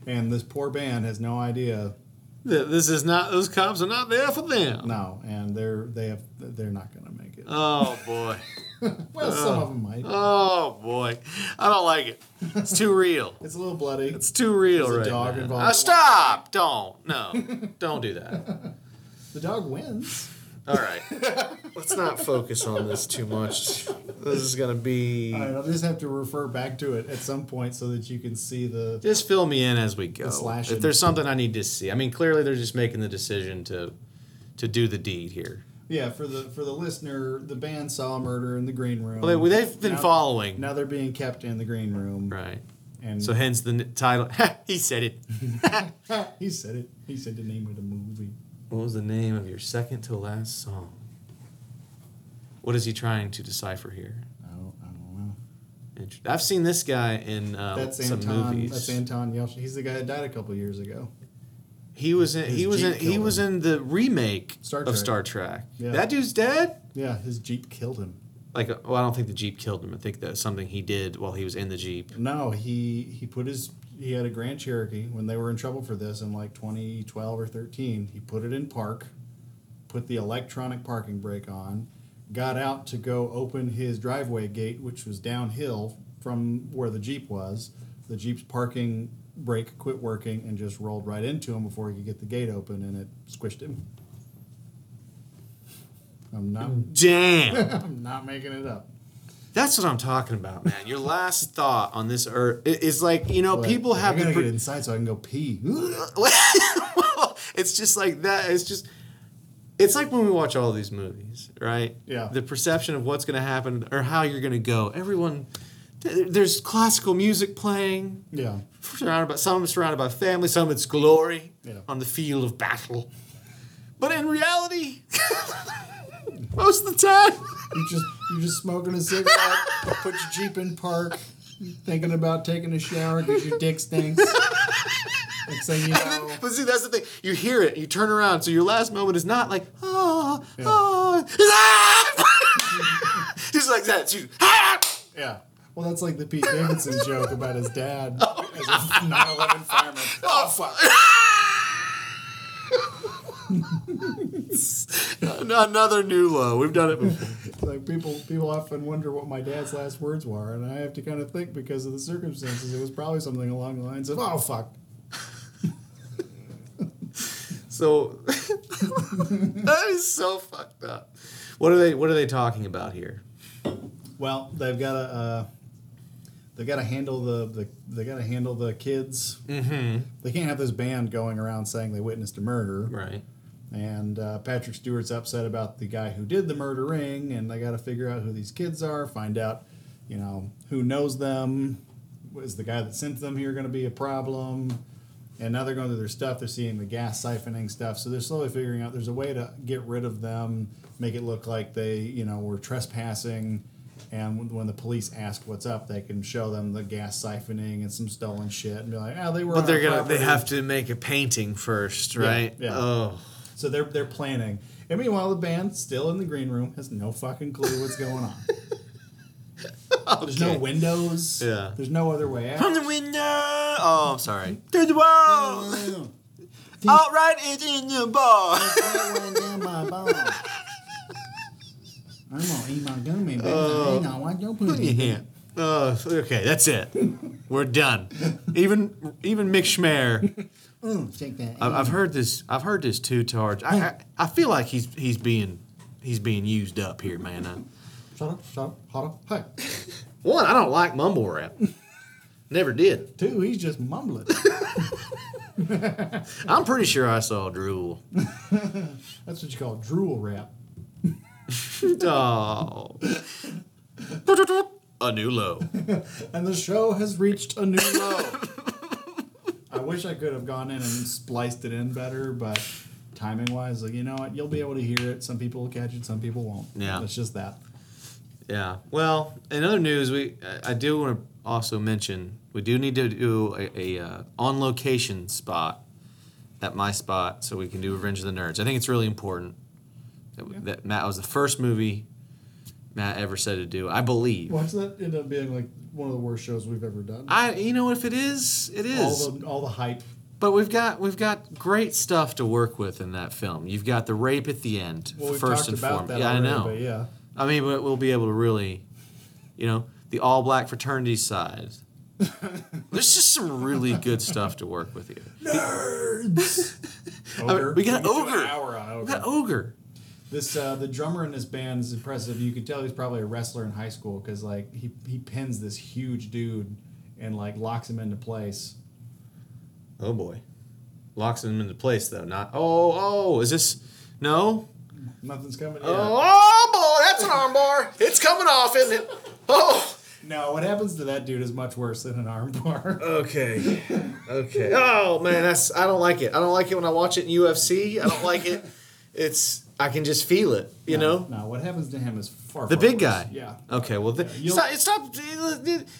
Speaker 1: and this poor band has no idea.
Speaker 3: Th- This is not. Those cops are not there for them.
Speaker 1: No, and they're they have they're not gonna make it.
Speaker 3: Oh boy.
Speaker 1: well, some
Speaker 3: uh,
Speaker 1: of them might.
Speaker 3: Oh boy. I don't like it. It's (laughs) too real.
Speaker 1: It's a little bloody.
Speaker 3: It's too real
Speaker 1: There's a
Speaker 3: right
Speaker 1: dog
Speaker 3: now.
Speaker 1: involved.
Speaker 3: Uh, stop! Don't. (laughs) No. Don't do that.
Speaker 1: the dog wins.
Speaker 3: All right. (laughs) Let's not focus on this too much. This is going to be.
Speaker 1: All right, I'll just have to refer back to it at some point so that you can see the.
Speaker 3: Just fill me in as we go.
Speaker 1: slashing.
Speaker 3: If there's something I need to see. I mean, clearly they're just making the decision to to do the deed here.
Speaker 1: Yeah, for the for the listener, the band saw a murder in the green room.
Speaker 3: Well, they, they've been
Speaker 1: Now-
Speaker 3: following.
Speaker 1: Now they're being kept in the green room.
Speaker 3: Right.
Speaker 1: And
Speaker 3: So hence the n- title. (laughs) he said it.
Speaker 1: (laughs) he said it. He said the name of the movie.
Speaker 3: What was the name of your second to last song? What is he trying to decipher here?
Speaker 1: I don't. I don't know.
Speaker 3: Inter- I've seen this guy in uh,
Speaker 1: That's
Speaker 3: some
Speaker 1: Anton.
Speaker 3: movies.
Speaker 1: That's Anton Yelchin. He's the guy that died a couple years ago.
Speaker 3: He was in.
Speaker 1: His
Speaker 3: He was
Speaker 1: Jeep
Speaker 3: in. He
Speaker 1: killed
Speaker 3: was
Speaker 1: him.
Speaker 3: in the remake
Speaker 1: Star
Speaker 3: of
Speaker 1: Trek.
Speaker 3: Star Trek.
Speaker 1: Yeah.
Speaker 3: That dude's dead.
Speaker 1: Yeah, his Jeep killed him.
Speaker 3: Like, uh, well, I don't think the jeep killed him. I think that's something he did while he was in the jeep.
Speaker 1: No, he he put his he had a Grand Cherokee when they were in trouble for this in like 2012 or 13. He put it in park, put the electronic parking brake on, got out to go open his driveway gate, which was downhill from where the Jeep was. The Jeep's parking brake quit working and just rolled right into him before he could get the gate open, and it squished him. I'm not
Speaker 3: Damn.
Speaker 1: (laughs) I'm not making it up.
Speaker 3: That's what I'm talking about, man. Your last thought on this earth i- is like, you know,
Speaker 1: But
Speaker 3: people have
Speaker 1: I gotta
Speaker 3: been.
Speaker 1: get
Speaker 3: Pre-
Speaker 1: inside so I can go
Speaker 3: (laughs)
Speaker 1: pee.
Speaker 3: well, (laughs) it's just like that. It's just. It's like when we watch all these movies, right?
Speaker 1: Yeah.
Speaker 3: The perception of what's going to happen or how you're going to go. Everyone, th- there's classical music playing.
Speaker 1: yeah.
Speaker 3: Surrounded by some, surrounded by family. Some, it's glory
Speaker 1: Yeah.
Speaker 3: on the field of battle. But in reality, (laughs) most of the time.
Speaker 1: You just you just smoking a cigarette, put your Jeep in park, thinking about taking a shower because your dick stinks. Next thing you know,
Speaker 3: (laughs) But see, that's the thing. You hear it, you turn around, so your last moment is not like, oh,
Speaker 1: Yeah.
Speaker 3: oh, ah! just like (laughs) that. You, ah!
Speaker 1: yeah. Well, that's like the Pete Davidson joke about his dad as a 9/11 fireman. Oh
Speaker 3: (laughs)
Speaker 1: fuck!
Speaker 3: Another new low. We've done it before.
Speaker 1: Like people people often wonder what my dad's last words were, and I have to kind of think because of the circumstances. It was probably something along the lines of "Oh fuck."
Speaker 3: So (laughs) that is so fucked up. What are they? What are they talking about here?
Speaker 1: Well, they've got to uh, they've got to handle the, the they got to handle the kids. Mm-hmm. They can't have this band going around saying they witnessed a murder.
Speaker 3: Right.
Speaker 1: And uh, Patrick Stewart's upset about the guy who did the murdering, and they got to figure out who these kids are, find out, you know, who knows them. Is the guy that sent them here going to be a problem? And now they're going through their stuff. They're seeing the gas siphoning stuff. So they're slowly figuring out there's a way to get rid of them, make it look like they, you know, were trespassing. And when- when the police ask what's up, they can show them the gas siphoning and some stolen shit and be like, oh, they were.
Speaker 3: But
Speaker 1: on
Speaker 3: they're
Speaker 1: our
Speaker 3: gonna. They
Speaker 1: property."
Speaker 3: have to make a painting first, right?
Speaker 1: yeah.
Speaker 3: Oh.
Speaker 1: So they're they're planning. And meanwhile, the band still in the green room has no fucking clue what's going on. There's no
Speaker 3: (laughs) Okay.
Speaker 1: windows.
Speaker 3: Yeah.
Speaker 1: There's no other way out.
Speaker 3: From (laughs) the window. Oh, I'm sorry. Through the wall. All right, it's in the (laughs) bar.
Speaker 1: That went down my ball. I'm gonna eat my gummy, but
Speaker 3: Uh,
Speaker 1: I ain't gonna wipe your
Speaker 3: Put your
Speaker 1: pussy.
Speaker 3: hand. Oh, okay, that's it. We're done. Even even Mick Schmer.
Speaker 1: Mm, shake that.
Speaker 3: I've, I've heard this. I've heard this too, Targe. I, I I feel like he's he's being he's being used up here, man. I,
Speaker 1: Shut up, shut up, hold up. Hey.
Speaker 3: one, I don't like mumble rap. Never did.
Speaker 1: Two, he's just mumbling.
Speaker 3: I'm pretty sure I saw drool. (laughs)
Speaker 1: That's what you call drool rap.
Speaker 3: Oh. A new low.
Speaker 1: And the show has reached a new low. I wish I could have gone in and spliced it in better, but timing wise, like you know what, you'll be able to hear it. Some people will catch it, some people won't.
Speaker 3: Yeah.
Speaker 1: It's just that.
Speaker 3: Yeah. Well, in other news, we I I do want to also mention we do need to do a, a uh, on location spot at my spot so we can do Revenge of the Nerds. I think it's really important that, that Matt was the first movie Matt ever said to do. I believe.
Speaker 1: Why does that end up being like one of the worst shows we've ever done?
Speaker 3: I you know if it is it is.
Speaker 1: all the all the hype.
Speaker 3: but we've got we've got great stuff to work with in that film. You've got the rape at the end
Speaker 1: Well, we've
Speaker 3: first
Speaker 1: talked
Speaker 3: and
Speaker 1: about
Speaker 3: foremost.
Speaker 1: that.
Speaker 3: yeah,
Speaker 1: already,
Speaker 3: I know.
Speaker 1: But
Speaker 3: (laughs)
Speaker 1: yeah.
Speaker 3: I mean, but we'll be able to really, you know, the all black fraternity side. There's just some really good stuff to work with here.
Speaker 1: Nerds. Ogre.
Speaker 3: we got
Speaker 1: could do
Speaker 3: Ogre.
Speaker 1: An hour on
Speaker 3: We
Speaker 1: ogre.
Speaker 3: got Ogre.
Speaker 1: This uh, the drummer in this band is impressive. You could tell he's probably a wrestler in high school because like he he pins this huge dude and like locks him into place.
Speaker 3: Oh boy, locks him into place though. Not oh oh. Is this no?
Speaker 1: Nothing's coming. yet.
Speaker 3: Oh boy, that's an arm bar. It's coming off, isn't it? Oh.
Speaker 1: No, what happens to that dude is much worse than an (laughs) armbar.
Speaker 3: Okay. Okay. Oh man, that's I don't like it. I don't like it when I watch it in UFC. I don't like it. It's I can just feel it. You know.
Speaker 1: No, what happens to him is far.
Speaker 3: The
Speaker 1: far
Speaker 3: big
Speaker 1: worse.
Speaker 3: guy.
Speaker 1: Yeah.
Speaker 3: Okay. Well, the,
Speaker 1: you'll-
Speaker 3: stop, stop.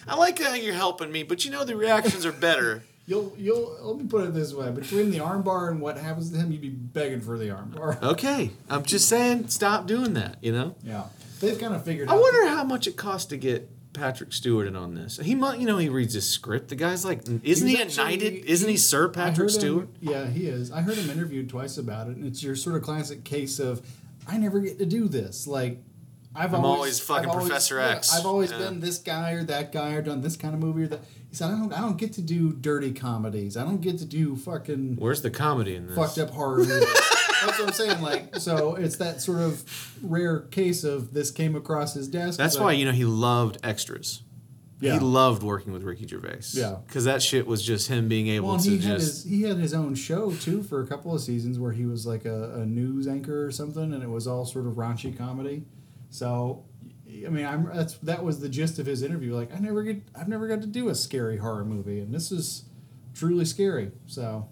Speaker 3: I like how you're helping me, but you know the reactions are better
Speaker 1: You'll you'll let me put it this way: between the armbar and what happens to him, you'd be begging for the
Speaker 3: (laughs)
Speaker 1: armbar.
Speaker 3: (laughs) Okay, I'm just saying, stop doing that. You know.
Speaker 1: Yeah, they've kind of figured.
Speaker 3: I
Speaker 1: out
Speaker 3: wonder how much it costs to get Patrick Stewart in on this. He might, you know, he reads his script. The guy's like, isn't
Speaker 1: He's
Speaker 3: he a
Speaker 1: actually-
Speaker 3: knighted? Isn't he
Speaker 1: I
Speaker 3: Sir
Speaker 1: heard
Speaker 3: Patrick
Speaker 1: him-
Speaker 3: Stewart?
Speaker 1: yeah, he is. I heard him interviewed twice about it, and it's your sort of classic case of I never get to do this. Like I've
Speaker 3: I'm
Speaker 1: always
Speaker 3: always fucking
Speaker 1: I've always-
Speaker 3: Professor
Speaker 1: yeah,
Speaker 3: X.
Speaker 1: I've always
Speaker 3: Yeah.
Speaker 1: been this guy or that guy or done this kind of movie or that. He said I don't I don't get to do dirty comedies. I don't get to do fucking
Speaker 3: Where's the comedy in this?
Speaker 1: fucked up horror movies.
Speaker 3: (laughs)
Speaker 1: That's what I'm saying. Like so, it's that sort of rare case of this came across his desk.
Speaker 3: That's
Speaker 1: but-
Speaker 3: why you know he loved extras.
Speaker 1: Yeah.
Speaker 3: He loved working with Ricky Gervais.
Speaker 1: Yeah.
Speaker 3: Because that shit was just him being able
Speaker 1: Well,
Speaker 3: to
Speaker 1: he
Speaker 3: just.
Speaker 1: had his he had his own show too for a couple of seasons where he was like a, a news anchor or something, and it was all sort of raunchy comedy. So, I mean, I'm that's that was the gist of his interview. Like, I never get I've never got to do a scary horror movie, and this is truly scary. So,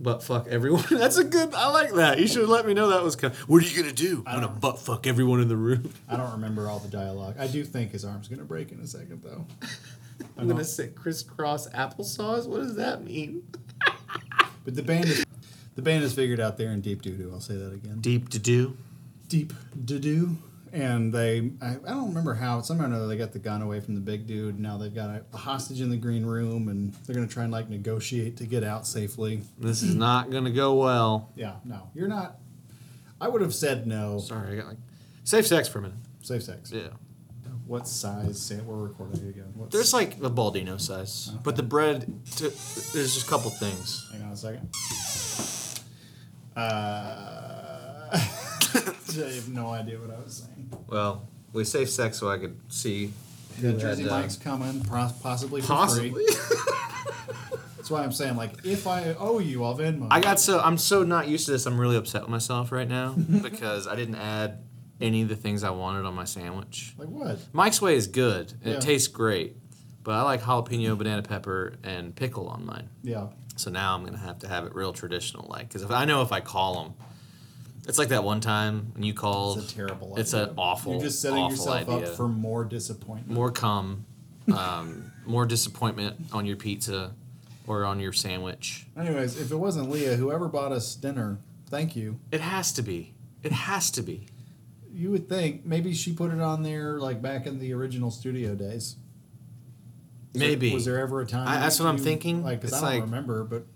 Speaker 3: butt fuck everyone. (laughs) That's a good. I like that. You should let me know that was coming. What are you gonna do? I'm gonna butt fuck everyone in
Speaker 1: (laughs)
Speaker 3: the room.
Speaker 1: I don't remember all the dialogue. I do think his arm's gonna break in a second though.
Speaker 3: I'm gonna sit crisscross applesauce. What does that mean?
Speaker 1: But the band is the band is figured out there in deep doo doo. I'll say that again.
Speaker 3: Deep to do.
Speaker 1: deep to do. And they, I, I don't remember how, somehow or another, they got the gun away from the big dude. and Now they've got a, a hostage in the green room and they're going to try and like negotiate to get out safely.
Speaker 3: This is not gonna go well.
Speaker 1: Yeah, no, you're not. I would have said no.
Speaker 3: Sorry, I got like safe sex for a minute.
Speaker 1: Safe sex.
Speaker 3: Yeah.
Speaker 1: What size? Sam, we're recording it again. What
Speaker 3: There's like a Baldino size, but the bread. To, there's just a couple things.
Speaker 1: Hang on a second. Uh, (laughs) I have no idea what I was saying.
Speaker 3: Well, we safe sex so I could see.
Speaker 1: Yeah,
Speaker 3: who had,
Speaker 1: Jersey
Speaker 3: uh,
Speaker 1: Mike's coming, pos- possibly for free.
Speaker 3: Possibly. (laughs)
Speaker 1: That's why I'm saying, like, if I owe you, I'll Venmo.
Speaker 3: I got so I'm so not used to this. I'm really upset with myself
Speaker 1: (laughs)
Speaker 3: right now because I didn't add any of the things I wanted on my sandwich.
Speaker 1: Like what?
Speaker 3: Mike's way is good and
Speaker 1: Yeah.
Speaker 3: it tastes great, but I like jalapeno, banana pepper, and pickle on mine.
Speaker 1: Yeah.
Speaker 3: So now I'm gonna have to have it real traditional, like because if I know if I call them, it's like that one time when you called.
Speaker 1: It's a terrible
Speaker 3: It's
Speaker 1: idea.
Speaker 3: an awful.
Speaker 1: You're just setting
Speaker 3: awful
Speaker 1: yourself
Speaker 3: idea.
Speaker 1: up for more disappointment.
Speaker 3: more cum, um, more disappointment on your pizza or on your sandwich.
Speaker 1: Anyways, if it wasn't Leah, whoever bought us dinner, thank you.
Speaker 3: It has to be. It has to be.
Speaker 1: You would think maybe she put it on there like back in the original studio days. Was there-
Speaker 3: Maybe.
Speaker 1: was there ever a time?
Speaker 3: I- that's
Speaker 1: that
Speaker 3: what I'm
Speaker 1: you-
Speaker 3: thinking.
Speaker 1: Like, 'cause
Speaker 3: It's
Speaker 1: I don't
Speaker 3: like-
Speaker 1: remember, but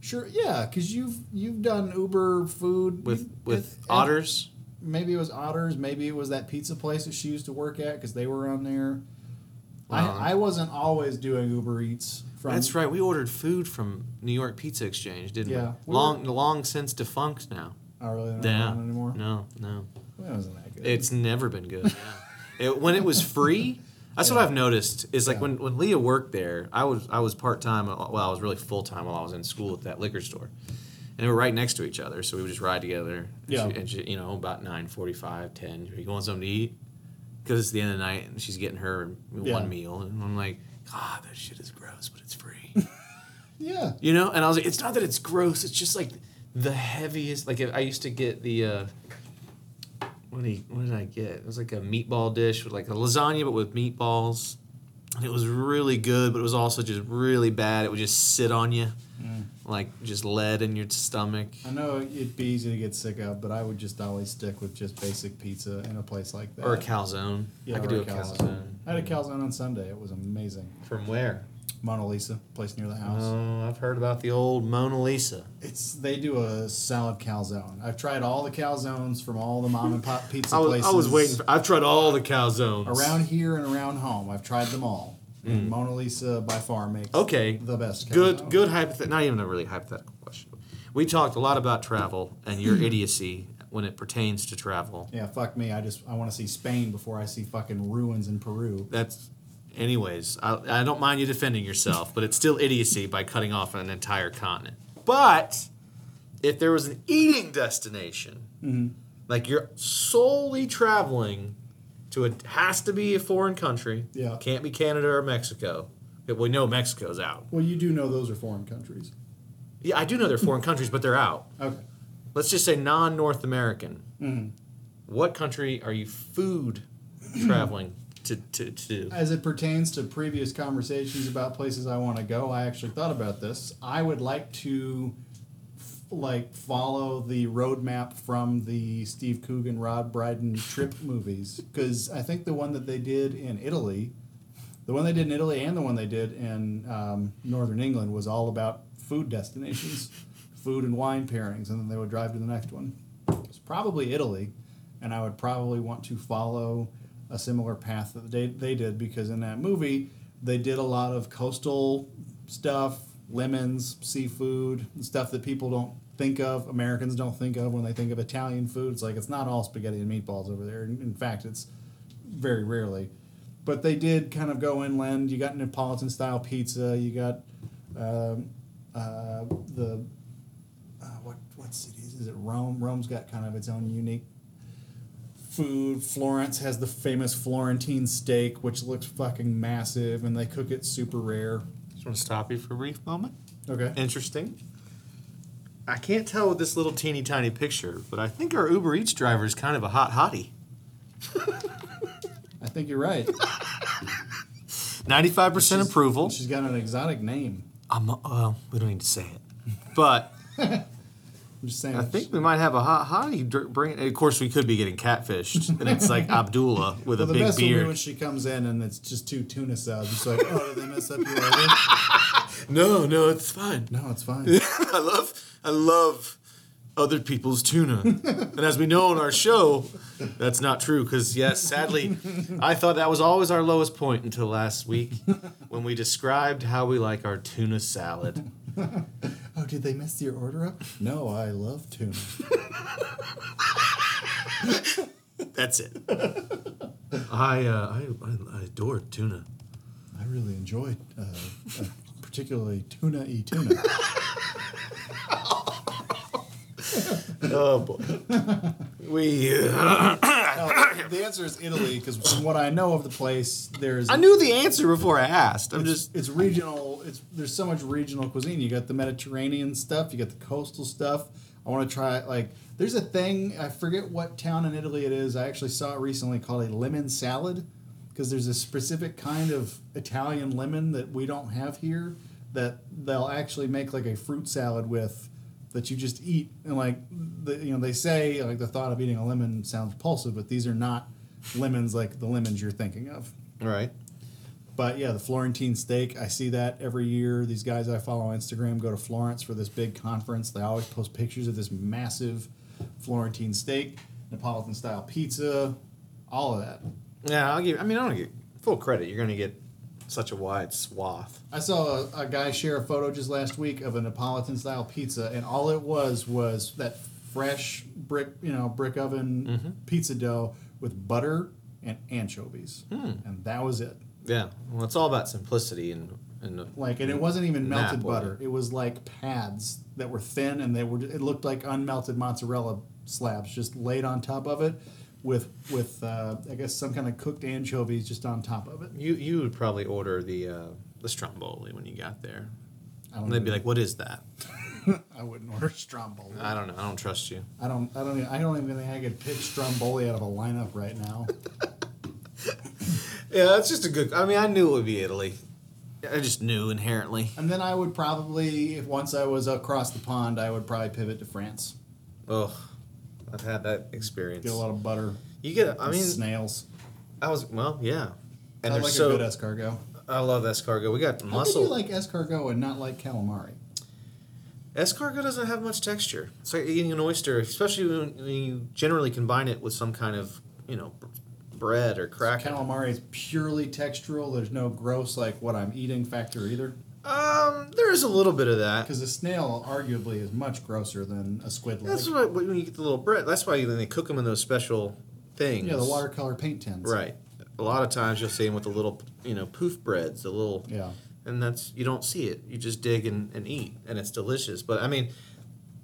Speaker 1: sure, yeah, because you've you've done Uber food
Speaker 3: with
Speaker 1: you-
Speaker 3: with
Speaker 1: it-
Speaker 3: otters?
Speaker 1: Maybe it was Otters. Maybe it was that pizza place that she used to work at because they were on there.
Speaker 3: Wow.
Speaker 1: I, I wasn't always doing Uber Eats. From,
Speaker 3: Uh-huh. That's right. We ordered food from New York Pizza Exchange, didn't
Speaker 1: Yeah.
Speaker 3: we? Long long since defunct now.
Speaker 1: I really don't
Speaker 3: Yeah.
Speaker 1: know anymore.
Speaker 3: No, no.
Speaker 1: It wasn't that good.
Speaker 3: It's never been good. Yeah. It, when it was free, that's what I've noticed. Is like
Speaker 1: Yeah.
Speaker 3: when, when Leah worked there, I was I was part time. Well, I was really full time while I was in school at that liquor store, and we were right next to each other, so we would just ride together. And
Speaker 1: Yeah.
Speaker 3: she- and she- you know, about 9:45, 10, you want something to eat? Because it's the end of the night, and she's getting her
Speaker 1: Yeah.
Speaker 3: one meal, and I'm like, God, that shit is gross, but it's free.
Speaker 1: Yeah.
Speaker 3: You know, and I was like, it's not that it's gross. It's just like the heaviest. Like I used to get the. Uh, what did, he, what did I get? It was like a meatball dish with like a lasagna, but with meatballs, and it was really good. But it was also just really bad. It would just sit on you,
Speaker 1: Mm.
Speaker 3: like just lead in your stomach.
Speaker 1: I know it'd be easy to get sick of, but I would just always stick with just basic pizza in a place like that.
Speaker 3: Or a calzone. I could
Speaker 1: or
Speaker 3: do a calzone.
Speaker 1: I had a calzone on Sunday. It was amazing.
Speaker 3: From where?
Speaker 1: Mona Lisa, place near the house.
Speaker 3: Oh, I've heard about the old Mona Lisa.
Speaker 1: It's they do a salad calzone. I've tried all the calzones from all the mom and
Speaker 3: (laughs)
Speaker 1: pop pizza
Speaker 3: I was,
Speaker 1: places.
Speaker 3: I was waiting. For, I've tried all the calzones
Speaker 1: around here and around home. I've tried them all. And Mona Lisa by far makes
Speaker 3: Mm. Okay.
Speaker 1: the best.
Speaker 3: Good,
Speaker 1: calzone.
Speaker 3: good hypothetical. Not even a really hypothetical question. We talked a lot about travel and your idiocy when it pertains to travel.
Speaker 1: Yeah, fuck me. I just I want to see Spain before I see fucking ruins in Peru.
Speaker 3: That's, anyways, I, I don't mind you defending yourself, but it's still idiocy by cutting off an entire continent. But if there was an eating destination, like you're solely traveling to a has to be a foreign country.
Speaker 1: Yeah.
Speaker 3: Can't be Canada or Mexico. We know Mexico's out.
Speaker 1: Well, you do know those are foreign countries.
Speaker 3: Yeah, I do know they're foreign countries, but they're out.
Speaker 1: Okay.
Speaker 3: let's just say non Mm-hmm. (clears throat) North American, what country are you food traveling to, to, to do.
Speaker 1: As it pertains to previous conversations about places I want to go, I actually thought about this. I would like to f- like follow the roadmap from the Steve Coogan, Rod Brydon trip movies because I think the one that they did in Italy, the one they did in Italy and the one they did in um, Northern England was all about food destinations, food and wine pairings, and then they would drive to the next one. It's probably Italy, and I would probably want to follow a similar path that they, they did because in that movie they did a lot of coastal stuff, lemons, seafood, and stuff that people don't think of, Americans don't think of when they think of Italian food. It's like it's not all spaghetti and meatballs over there. In in fact, it's very rarely. But they did kind of go inland. You got Neapolitan style pizza. You got um, uh, the uh, what what city is, is it? Rome. Rome's got kind of its own unique food. Florence has the famous Florentine steak, which looks fucking massive, and they cook it super rare.
Speaker 3: Just want to stop you for a brief moment.
Speaker 1: Okay.
Speaker 3: Interesting. I can't tell with this little teeny tiny picture, but I think our Uber Eats driver is kind of a hot hottie.
Speaker 1: I think you're right.
Speaker 3: 95% approval.
Speaker 1: She's got an exotic name.
Speaker 3: I'm, uh, we don't need to say (laughs) it. But
Speaker 1: I'm just saying.
Speaker 3: I think we might have a hot hottie dr- bring. Of course, we could be getting catfished, and it's (laughs) like Abdullah with
Speaker 1: well, the
Speaker 3: a big
Speaker 1: best will be
Speaker 3: beard.
Speaker 1: when she comes in and it's just two tuna subs. It's like, oh, did they mess up your order?
Speaker 3: No, no, it's fine.
Speaker 1: No, it's fine.
Speaker 3: (laughs) I love, I love other people's tuna, and as we know on our show, that's not true. Because yes, sadly, I thought that was always our lowest point until last week when we described how we like our tuna salad.
Speaker 1: (laughs) Oh, did they mess your order up? No, I love tuna.
Speaker 3: That's it. I, uh, I, I, I adore tuna.
Speaker 1: I really enjoy, uh, uh, particularly tuna e tuna.
Speaker 3: Oh boy, we. Uh,
Speaker 1: the answer is Italy, because from what I know of the place, there's
Speaker 3: I knew the answer before I asked. I'm just
Speaker 1: it's regional. It's there's so much regional cuisine. You got the Mediterranean stuff. You got the coastal stuff. I want to try like there's a thing I forget what town in Italy it is. I actually saw it recently called a lemon salad because there's a specific kind of Italian lemon that we don't have here that they'll actually make like a fruit salad with that you just eat and like the, you know they say like the thought of eating a lemon sounds repulsive but these are not lemons like the lemons you're thinking of
Speaker 3: right.
Speaker 1: but yeah, the Florentine steak, I see that every year. These guys I follow on Instagram go to Florence for this big conference. They always post pictures of this massive Florentine steak, Neapolitan style pizza, all of that.
Speaker 3: Yeah, I'll give. I mean, I don't get full credit. You're going to get such a wide swath.
Speaker 1: I saw a, a guy share a photo just last week of a Neapolitan style pizza, and all it was was that fresh brick, you know, brick oven pizza dough with butter and anchovies, and that was it.
Speaker 3: Yeah. Well, it's all about simplicity and and
Speaker 1: Like,
Speaker 3: Mm.
Speaker 1: and it wasn't even melted
Speaker 3: Napoli.
Speaker 1: butter. It was like pads that were thin, and they were. It looked like unmelted mozzarella slabs just laid on top of it, with with uh, I guess some kind of cooked anchovies just on top of it.
Speaker 3: you you would probably order the uh, the stromboli when you got there.
Speaker 1: I don't.
Speaker 3: And they'd be like, "What is that?"
Speaker 1: I wouldn't (laughs) order stromboli.
Speaker 3: I don't know. I don't trust you.
Speaker 1: I don't. I don't. Even, I don't even think I could pick stromboli out of a lineup right now.
Speaker 3: (laughs) Yeah, that's just a good. I mean, I knew it would be Italy. I just knew inherently.
Speaker 1: and then I would probably, if once I was across the pond, I would probably pivot to France.
Speaker 3: Oh, I've had that experience.
Speaker 1: Get a lot of butter.
Speaker 3: You get. I
Speaker 1: and
Speaker 3: mean,
Speaker 1: snails.
Speaker 3: I was well, yeah. And
Speaker 1: I
Speaker 3: they're
Speaker 1: like
Speaker 3: so.
Speaker 1: a good escargot.
Speaker 3: I love escargot. We got
Speaker 1: How could
Speaker 3: muscle.
Speaker 1: you like escargot and not like calamari?
Speaker 3: Escargot doesn't have much texture. It's like eating an oyster, especially when, when you generally combine it with some kind of, you know, b- bread or cracker.
Speaker 1: calamari is purely textural. There's no gross like what I'm eating factor either.
Speaker 3: Um, there is a little bit of that.
Speaker 1: Because a snail arguably is much grosser than a squid leg.
Speaker 3: That's why when you get the little bread. That's why then they cook them in those special things.
Speaker 1: yeah, the watercolor paint tins.
Speaker 3: Right. A lot of times you'll see them with the little, you know, poof breads, the little.
Speaker 1: Yeah.
Speaker 3: And that's you don't see it. You just dig and, and eat, and it's delicious. But I mean,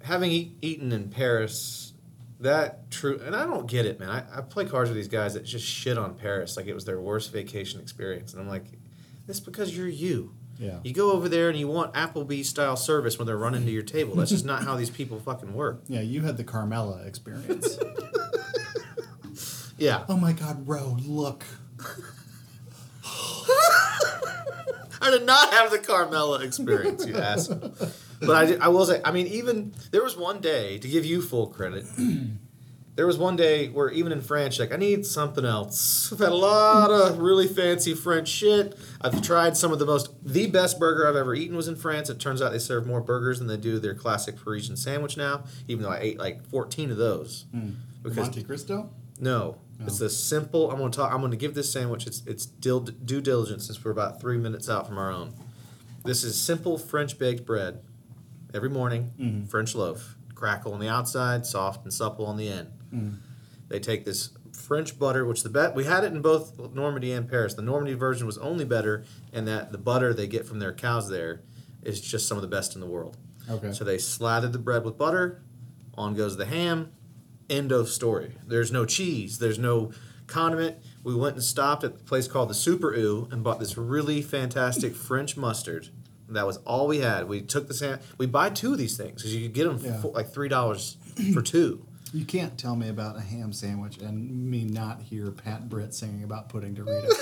Speaker 3: having eat, eaten in Paris, that true. And I don't get it, man. I, I play cards with these guys that just shit on Paris like it was their worst vacation experience, and I'm like, it's because you're you.
Speaker 1: Yeah.
Speaker 3: You go over there and you want Applebee style service when they're running to your table. That's just not how these people fucking work.
Speaker 1: Yeah, you had the Carmela
Speaker 3: (laughs)
Speaker 1: experience.
Speaker 3: Yeah.
Speaker 1: oh my God, Ro, look.
Speaker 3: (laughs) I did not have the Carmella experience, you asshole. But I, did- I will say, I mean, even there was one day to give you full credit. (clears throat) There was one day where even in French, like I need something else. I've had a lot of really fancy French shit. I've tried some of the most, the best burger I've ever eaten was in France. It turns out they serve more burgers than they do their classic Parisian sandwich now. Even though I ate like fourteen of those. Because
Speaker 1: Monte Cristo?
Speaker 3: no, it's a simple. I'm gonna talk. I'm gonna give this sandwich. It's it's dil, due diligence since we're about three minutes out from our own. This is simple French baked bread. Every morning, French loaf, crackle on the outside, soft and supple on the end. They take this French butter, which the bet we had it in both Normandy and Paris. The Normandy version was only better, and that the butter they get from their cows there is just some of the best in the world.
Speaker 1: Okay.
Speaker 3: So they slathered the bread with butter. On goes the ham. End of story. There's no cheese. There's no condiment. We went and stopped at a place called the Super Oo and bought this really fantastic French mustard. That was all we had. We took the sam. We buy two of these things because you could get them
Speaker 1: Yeah.
Speaker 3: for like three dollars for two.
Speaker 1: You can't tell me about a ham sandwich and me not hear Pat Britt singing about putting
Speaker 3: (laughs)
Speaker 1: Doritos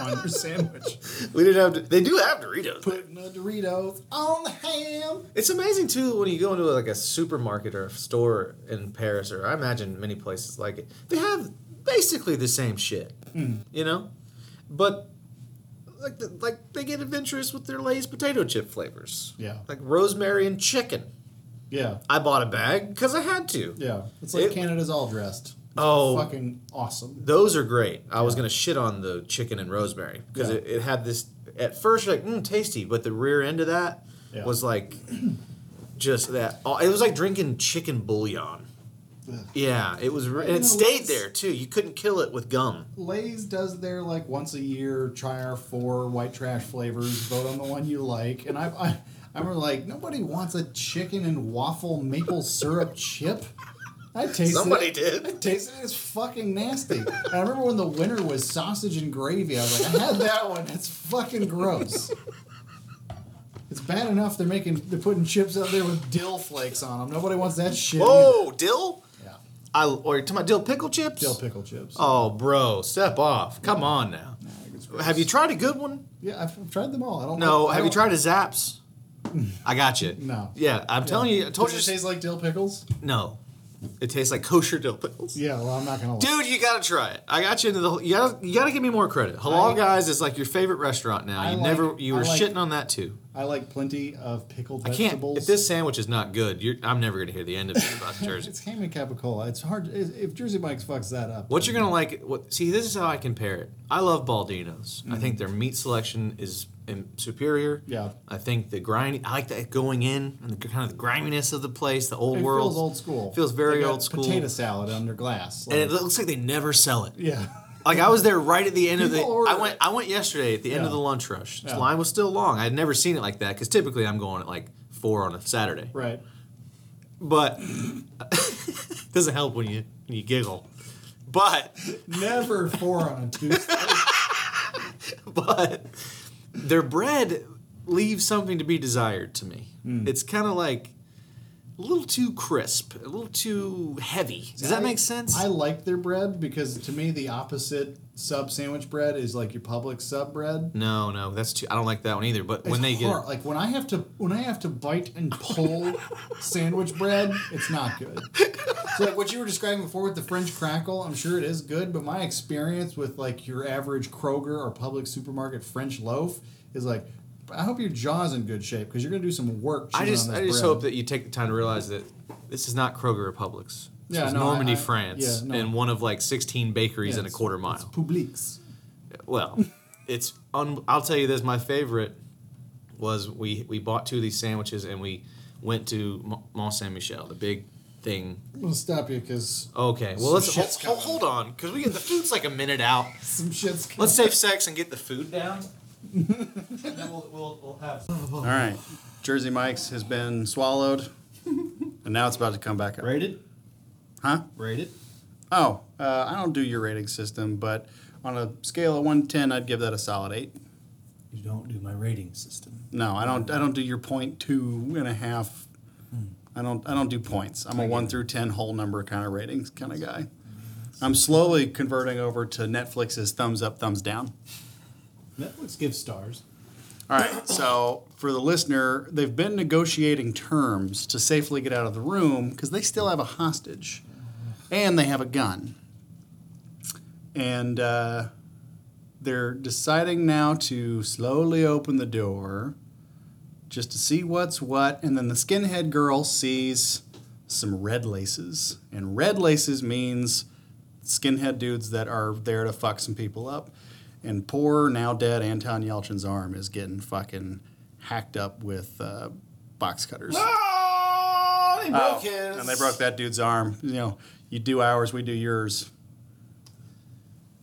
Speaker 1: on your sandwich.
Speaker 3: We didn't have. they do have Doritos.
Speaker 1: Putting the Doritos on the ham.
Speaker 3: It's amazing too when you go into like a supermarket or a store in Paris or I imagine many places like it. They have basically the same shit,
Speaker 1: Hmm.
Speaker 3: you know, but like the, like they get adventurous with their Lay's potato chip flavors.
Speaker 1: Yeah.
Speaker 3: like rosemary and chicken.
Speaker 1: Yeah.
Speaker 3: I bought a bag because I had to.
Speaker 1: Yeah. It's like
Speaker 3: It-
Speaker 1: Canada's all dressed.
Speaker 3: Oh,
Speaker 1: Fucking awesome.
Speaker 3: those are great. I was gonna shit on the chicken and rosemary because
Speaker 1: Yeah.
Speaker 3: it, it had this. At first, you're like, mm, tasty, but the rear end of that
Speaker 1: Yeah.
Speaker 3: was like, (clears throat) just that. oh, It was like drinking chicken bouillon.
Speaker 1: Ugh.
Speaker 3: Yeah, it was. re- And
Speaker 1: You
Speaker 3: it
Speaker 1: know,
Speaker 3: stayed
Speaker 1: let's-
Speaker 3: there too. You couldn't kill it with gum.
Speaker 1: Lay's does their like once a year try our four white trash flavors, vote on the one you like. And I, I, I remember like nobody wants a chicken and waffle maple syrup chip. I tasted
Speaker 3: Somebody
Speaker 1: it.
Speaker 3: did.
Speaker 1: I (laughs) tasted it. It's fucking nasty. And I remember when the winner was sausage and gravy. I was like, I had that one. It's fucking gross. It's bad enough they're making they're putting chips out there with dill flakes on them. Nobody wants that shit.
Speaker 3: Whoa, dill.
Speaker 1: either. Yeah.
Speaker 3: I or you talking about dill pickle chips?
Speaker 1: Dill pickle chips.
Speaker 3: Oh, bro, step off. Come on now. Have you tried a good one?
Speaker 1: Yeah, I've tried them all. I don't.
Speaker 3: No.
Speaker 1: I
Speaker 3: Have you
Speaker 1: don't-
Speaker 3: tried
Speaker 1: (laughs)
Speaker 3: a Zaps? I got you.
Speaker 1: No.
Speaker 3: Yeah, I'm telling you. I told
Speaker 1: Does
Speaker 3: you.
Speaker 1: it taste like dill pickles?
Speaker 3: No. It tastes like kosher dill pickles.
Speaker 1: Yeah, well, I'm not gonna. Lie.
Speaker 3: Dude, you gotta try it. I got you into the. whole- You gotta, you gotta give me more credit. Halal
Speaker 1: I-
Speaker 3: Guys is like your favorite restaurant now.
Speaker 1: I
Speaker 3: you
Speaker 1: like-
Speaker 3: never. You
Speaker 1: I
Speaker 3: were
Speaker 1: like-
Speaker 3: shitting on that too.
Speaker 1: I like plenty of pickled
Speaker 3: I can't.
Speaker 1: vegetables.
Speaker 3: If this sandwich is not good, you're, I'm never gonna hear the end of it about
Speaker 1: (laughs)
Speaker 3: Jersey.
Speaker 1: it's ham and capicola. It's hard if if Jersey Mike's fucks that up.
Speaker 3: What you're gonna like? What? See, this is how I compare it. I love Baldino's. I think their meat selection is um, superior.
Speaker 1: Mhm. Yeah.
Speaker 3: I think the grind. I like that going in and the kind of the griminess of the place, the old
Speaker 1: It
Speaker 3: world.
Speaker 1: feels old school.
Speaker 3: Feels very
Speaker 1: They got
Speaker 3: old school.
Speaker 1: Potato salad under glass.
Speaker 3: and it
Speaker 1: like-
Speaker 3: looks like they never sell it.
Speaker 1: yeah, (laughs)
Speaker 3: Like I was there right at the end of the.
Speaker 1: People order
Speaker 3: I went.
Speaker 1: it.
Speaker 3: I went yesterday at the end
Speaker 1: Yeah.
Speaker 3: of the lunch rush. The
Speaker 1: Yeah.
Speaker 3: line was still long. I had never seen it like that because typically I'm going at like four on a Saturday.
Speaker 1: right.
Speaker 3: But (laughs) doesn't help when you when you giggle. But (laughs)
Speaker 1: Never four on a Tuesday.
Speaker 3: but their bread leaves something to be desired to me.
Speaker 1: Hmm.
Speaker 3: It's kind of like a little too crisp, a little too heavy. Does that
Speaker 1: I-
Speaker 3: make sense?
Speaker 1: I like their bread because to me the opposite sub sandwich bread is like your public sub bread.
Speaker 3: no, no, that's too. I don't like that one either. But when
Speaker 1: It's
Speaker 3: they
Speaker 1: hard. like when I have to when I have to bite and pull sandwich bread, it's not good. So like what you were describing before with the French crackle, I'm sure it is good, but my experience with like your average Kroger or public supermarket French loaf is like, I hope your jaw's in good shape because you're gonna do some work.
Speaker 3: get, I
Speaker 1: chewing
Speaker 3: just,
Speaker 1: on
Speaker 3: I
Speaker 1: this
Speaker 3: just
Speaker 1: bread.
Speaker 3: hope that you take the time to realize that this is not Kroger or Publix. This
Speaker 1: Yeah,
Speaker 3: is
Speaker 1: no, I-
Speaker 3: Normandy,
Speaker 1: I-
Speaker 3: France,
Speaker 1: yeah, no.
Speaker 3: and one of like 16 bakeries
Speaker 1: Yeah,
Speaker 3: in a
Speaker 1: it's-
Speaker 3: quarter
Speaker 1: It's
Speaker 3: mile.
Speaker 1: Publix. (laughs)
Speaker 3: Well, it's un- I'll tell you this. My favorite was we we bought two of these sandwiches and we went to Mo- Mont Saint Michel, the big thing.
Speaker 1: I'm gonna stop you because
Speaker 3: Okay, well
Speaker 1: Some
Speaker 3: let's
Speaker 1: shit's
Speaker 3: hold, hold on because we get the food's like a minute out.
Speaker 1: some shit's.
Speaker 3: Let's save sex and get the
Speaker 1: (laughs)
Speaker 3: food down. and then we'll, we'll, we'll have.
Speaker 1: All right, Jersey Mike's has been swallowed, and now it's about to come back up.
Speaker 2: Rated?
Speaker 1: Huh?
Speaker 2: Rated?
Speaker 1: Oh, uh, I don't do your rating system, but on a scale of one to ten, I'd give that a solid eight.
Speaker 2: You don't do my rating system.
Speaker 1: No, I don't. I don't do your point two and a half.
Speaker 2: Hmm.
Speaker 1: I don't. I don't do points. I'm a one through ten whole number kind of ratings kind of guy. I'm slowly converting over to Netflix's thumbs up, thumbs down.
Speaker 2: Netflix gives stars.
Speaker 1: All right. So for the listener, they've been negotiating terms to safely get out of the room because they still have a hostage, and they have a gun, and uh, they're deciding now to slowly open the door, just to see what's what. And then the skinhead girl sees some red laces, and red laces means skinhead dudes that are there to fuck some people up. And poor, now dead Anton Yelchin's arm is getting fucking hacked up with uh, box cutters.
Speaker 2: Oh, they broke his.
Speaker 1: And they broke that dude's arm. You know, you do ours, we do yours.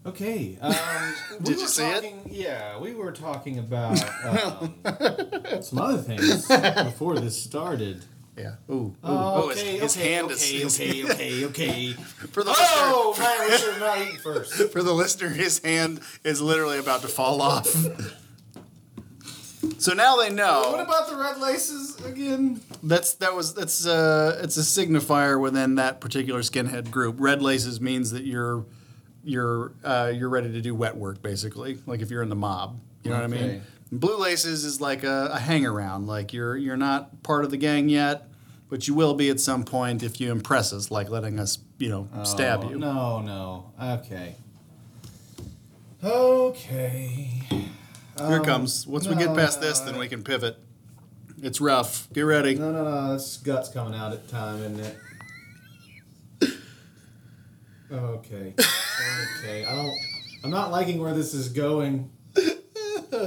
Speaker 2: Okay. Um, we
Speaker 1: Did you
Speaker 2: were
Speaker 1: see it?
Speaker 2: talking, Yeah, we were talking about (laughs) um, some other things before this started.
Speaker 1: Yeah. Ooh.
Speaker 2: Oh,
Speaker 3: Oh, his-
Speaker 2: okay,
Speaker 3: his
Speaker 2: okay,
Speaker 3: hand
Speaker 2: okay,
Speaker 3: is- his-
Speaker 2: okay, okay, okay.
Speaker 1: For the
Speaker 2: Oh, man, we should have not eaten first.
Speaker 1: For the listener, his hand is literally about to fall off. (laughs) so now they know.
Speaker 2: (laughs) What about the red laces again?
Speaker 1: That's that was that's uh it's a signifier within that particular skinhead group. Red laces means that you're you're uh, you're ready to do wet work basically. Like if you're in the mob, you know what I mean.
Speaker 2: Okay.
Speaker 1: Blue laces is like a, a hang around. Like you're you're not part of the gang yet, but you will be at some point if you impress us, like letting us you know stab
Speaker 2: Oh,
Speaker 1: you.
Speaker 2: No, no. Okay. Okay.
Speaker 1: Here comes. Once we
Speaker 2: no,
Speaker 1: get past
Speaker 2: no,
Speaker 1: this, then we can pivot. It's rough. Get ready.
Speaker 2: No, no, no. That's guts coming out at time, isn't it? Okay. Okay. I don't. I'm not liking where this is going. I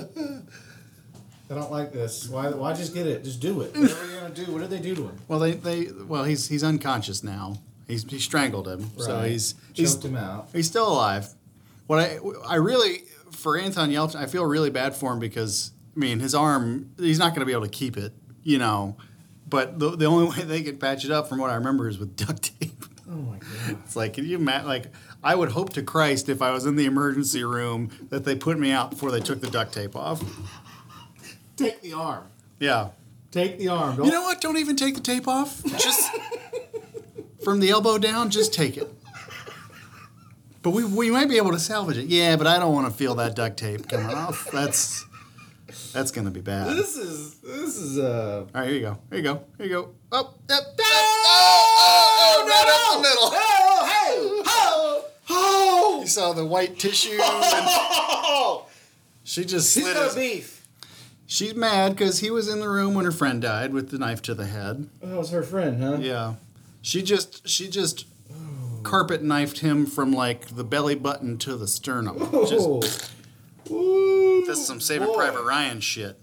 Speaker 2: don't like this. Why? Why just get it? Just do it. Whatever you're gonna do. What did they do to him?
Speaker 1: Well, they, they well he's he's unconscious now. He's he strangled him, so
Speaker 2: Right.
Speaker 1: he's he's
Speaker 2: Choked him out.
Speaker 1: He's still alive. What I I really for Anton Yelchin, I feel really bad for him because I mean his arm, he's not going to be able to keep it, you know. But the, the only (laughs) way they could patch it up, from what I remember, is with duct tape. (laughs)
Speaker 2: Oh my god.
Speaker 1: It's like can you imagine? Like I would hope to Christ if I was in the emergency room that they put me out before they took the duct tape off.
Speaker 2: Take the arm.
Speaker 1: Yeah.
Speaker 2: Take the arm.
Speaker 1: (laughs)
Speaker 2: Don't
Speaker 1: You know what? Don't even take the tape off. Just from the elbow down, just take it. But we, we might be able to salvage it. Yeah, but I don't want to feel that duct tape coming off. That's that's gonna be bad. All
Speaker 2: This is this is uh
Speaker 1: right, here you go. Here you go. Here you go. Up, up, up. Oh, oh, oh, right up the middle.
Speaker 2: Oh hey oh
Speaker 1: (laughs)
Speaker 2: oh
Speaker 1: You saw the white tissue. And she just
Speaker 2: She's
Speaker 1: slid.
Speaker 2: got
Speaker 1: His,
Speaker 2: beef.
Speaker 1: she's mad because he was in the room when her friend died with the knife to the head.
Speaker 2: Oh, That was her friend, huh?
Speaker 1: Yeah. She just she just carpet knifed him from like the belly button to the sternum. Just
Speaker 2: Oh. Ooh,
Speaker 1: that's some saving
Speaker 2: boy.
Speaker 1: private Ryan shit.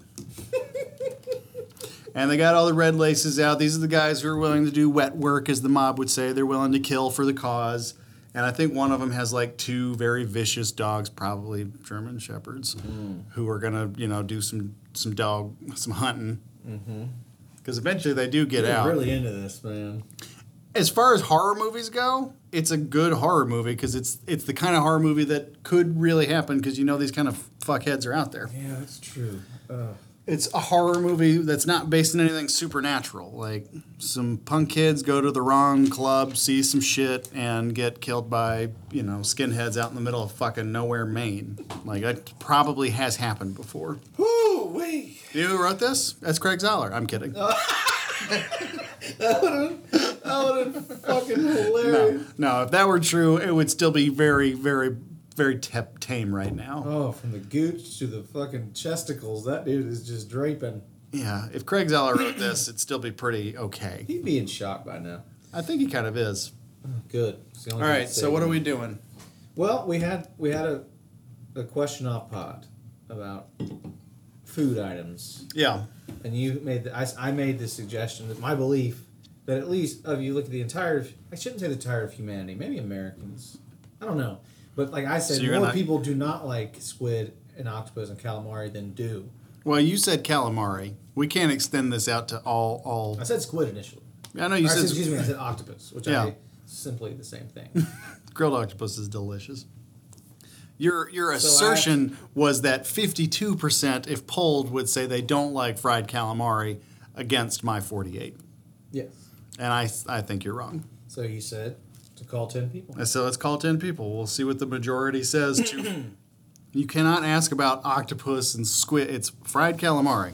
Speaker 1: and they got all the red laces out. These are the guys who are willing to do wet work as the mob would say. They're willing to kill for the cause. And I think one of them has like two very vicious dogs, probably German shepherds, who are gonna, you know, do some some dog some hunting. Because eventually they do get
Speaker 2: They're
Speaker 1: out.
Speaker 2: really into this, man.
Speaker 1: as far as horror movies go, it's a good horror movie because it's it's the kind of horror movie that could really happen because you know these kind of fuckheads are out there.
Speaker 2: Yeah, that's true. Uh,
Speaker 1: It's a horror movie that's not based on anything supernatural. Like some punk kids go to the wrong club, see some shit, and get killed by you know skinheads out in the middle of fucking nowhere, Maine. Like that probably has happened before.
Speaker 2: Woo wee!
Speaker 1: You know who wrote this? That's Craig Zoller. I'm kidding.
Speaker 2: That would have fucking hilarious. (laughs)
Speaker 1: No, no, if that were true, it would still be very, very, very tep- tame right now.
Speaker 2: Oh, from the gooch to the fucking chesticles, that dude is just draping.
Speaker 1: Yeah, if Craig Zeller wrote this, it'd still be pretty okay.
Speaker 2: He'd be in shock by now.
Speaker 1: I think he kind of is.
Speaker 2: Good. It's the only
Speaker 1: All
Speaker 2: thing
Speaker 1: right,
Speaker 2: to
Speaker 1: so
Speaker 2: say.
Speaker 1: what are we doing?
Speaker 2: Well, we had we had a a question off pod about food items,
Speaker 1: Yeah,
Speaker 2: and you made the, I, s- I made the suggestion that my belief that at least of you look at the entire I shouldn't say the entire of humanity, maybe Americans, I don't know, but like I said,
Speaker 1: So you're
Speaker 2: more
Speaker 1: gonna-
Speaker 2: people do not like squid and octopus and calamari than do.
Speaker 1: well, you said calamari. We can't extend this out to all. All
Speaker 2: I said squid initially.
Speaker 1: I know you
Speaker 2: Or I said,
Speaker 1: said
Speaker 2: excuse me, I said octopus, which
Speaker 1: Yeah.
Speaker 2: I simply the same thing.
Speaker 1: grilled octopus is delicious. Your your
Speaker 2: So I-
Speaker 1: assertion was that fifty two percent, if polled, would say they don't like fried calamari, against my forty eight,
Speaker 2: yes.
Speaker 1: and I I think you're wrong.
Speaker 2: So you said to call ten people.
Speaker 1: And so let's call ten people. We'll see what the majority says to (clears throat)
Speaker 4: You cannot ask about octopus and squid. It's fried calamari.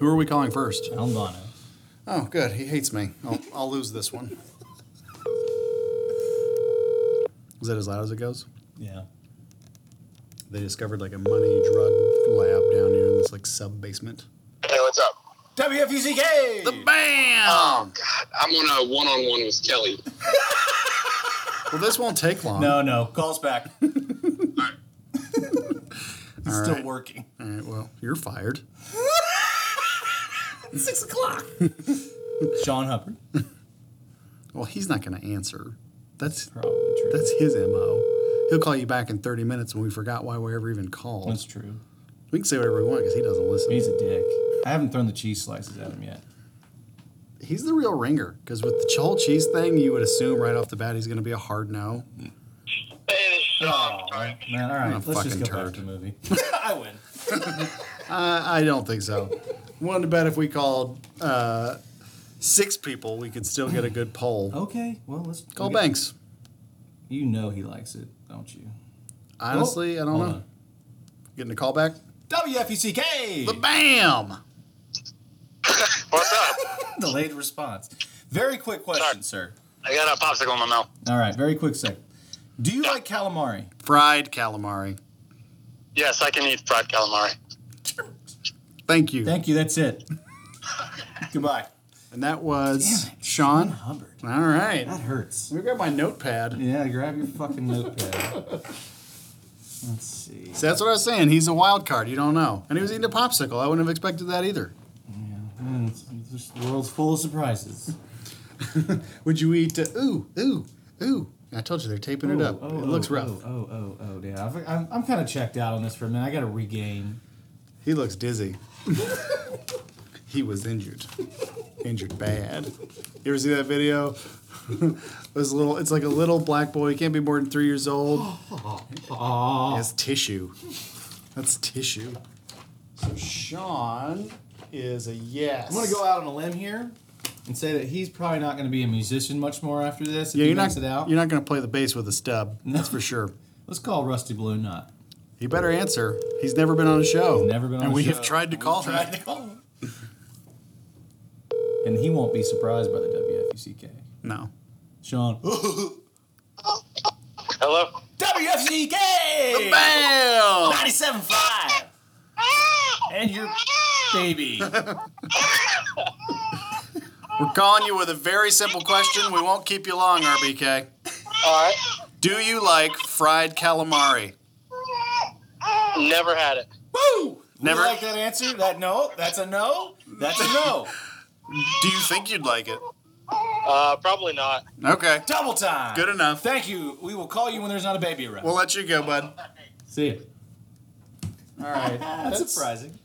Speaker 4: Who are we calling first?
Speaker 3: I'm gonna.
Speaker 4: Oh, good. He hates me. I'll, I'll lose this one. Is that as loud as it goes?
Speaker 3: Yeah.
Speaker 4: They discovered like a money drug lab down here in this like sub basement.
Speaker 5: Hey, what's up?
Speaker 2: E
Speaker 3: WFUZK!
Speaker 4: Bam!
Speaker 5: God, I'm on a one-on-one with Kelly.
Speaker 4: Well, this won't take long.
Speaker 3: No, no. Calls (laughs) back.
Speaker 4: All
Speaker 3: Still
Speaker 4: right.
Speaker 3: working.
Speaker 4: All right. Well, you're fired.
Speaker 3: (laughs) Six o'clock. Sean Hubbard.
Speaker 4: Well, he's not going to answer. That's
Speaker 3: Probably true.
Speaker 4: that's his mo. He'll call you back in 30 minutes when we forgot why we ever even called.
Speaker 3: That's true.
Speaker 4: we can say whatever we want because he doesn't listen.
Speaker 3: He's a dick. I haven't thrown the cheese slices at him yet.
Speaker 4: he's the real ringer because with the whole cheese thing, you would assume right off the bat he's going to be a hard no.
Speaker 5: Hey, this is Sean. Sorry.
Speaker 3: Man, all
Speaker 4: I'm
Speaker 3: right.
Speaker 4: a
Speaker 3: Let's just
Speaker 4: fucking
Speaker 3: go back
Speaker 4: turd.
Speaker 3: to
Speaker 2: (laughs)
Speaker 3: the movie. I win.
Speaker 4: I, I don't think so. Wanted to bet if we called uh, six people, we could still get a good poll.
Speaker 3: Okay. Well, let's
Speaker 4: Call
Speaker 3: we got-
Speaker 4: Banks.
Speaker 3: You know he likes it, don't you?
Speaker 4: Honestly, I don't know. Getting a call back?
Speaker 3: WFUCK.
Speaker 4: The bam!
Speaker 5: What's up?
Speaker 3: (laughs) Delayed response. Very quick question, sir.
Speaker 5: I got a popsicle in my mouth.
Speaker 3: All right. Very quick sec. Do you like calamari?
Speaker 4: Fried calamari.
Speaker 5: Yes, I can eat fried calamari.
Speaker 4: Thank you.
Speaker 3: Thank you. That's (laughs) it. Goodbye.
Speaker 4: and that was
Speaker 3: Damn it.
Speaker 4: Sean.
Speaker 3: Hubbard.
Speaker 4: All right.
Speaker 3: That hurts.
Speaker 4: We got my notepad.
Speaker 3: Yeah, grab your fucking notepad. Let's see.
Speaker 4: See, that's what I was saying. He's a wild card. You don't know. And he was eating a popsicle. I wouldn't have expected that either.
Speaker 3: Yeah, man, it's- it's just- the world's full of surprises.
Speaker 4: Would you eat? Uh, ooh, ooh, ooh. I told you they're taping it up. it looks rough.
Speaker 3: Oh, oh, oh, oh, yeah. I've, I'm, I'm kind of checked out on this for a minute. I got to regain.
Speaker 4: He looks dizzy. (laughs) he was injured. Injured bad. You ever see that video? (laughs) This little, it's like a little black boy. He can't be more than three years (gasps) old. He has tissue. That's tissue. So Sean is a yes.
Speaker 3: I'm going to go out on a limb here and say that he's probably not going to be a musician much more after this. If
Speaker 4: Yeah,
Speaker 3: he
Speaker 4: you're not.
Speaker 3: makes it out.
Speaker 4: You're not going to play the bass with a stub. That's for sure.
Speaker 3: Let's call Rusty Blue Knot.
Speaker 4: He better answer. He's never been on a show.
Speaker 3: He's never been on
Speaker 4: and
Speaker 3: a
Speaker 4: we
Speaker 3: show.
Speaker 4: have tried to call him.
Speaker 3: And he won't be surprised by the WFUCK.
Speaker 4: No.
Speaker 3: Sean.
Speaker 5: Hello?
Speaker 3: WFCK!
Speaker 4: Bam!
Speaker 3: 97.5! And your baby.
Speaker 4: (laughs) We're calling you with a very simple question. We won't keep you long, RBK.
Speaker 5: All
Speaker 4: Do you like fried calamari?
Speaker 5: right. Never had it.
Speaker 3: Woo! Never
Speaker 4: Never-
Speaker 3: like that answer. That no. That's a no. That's a
Speaker 2: (laughs)
Speaker 3: no.
Speaker 4: Do you think you'd like it?
Speaker 5: Uh, probably not.
Speaker 4: Okay.
Speaker 3: Double time.
Speaker 4: Good enough.
Speaker 3: Thank you. We will call you when there's not a baby around.
Speaker 4: We'll let you go, bud.
Speaker 3: See you. All right. that's, surprising.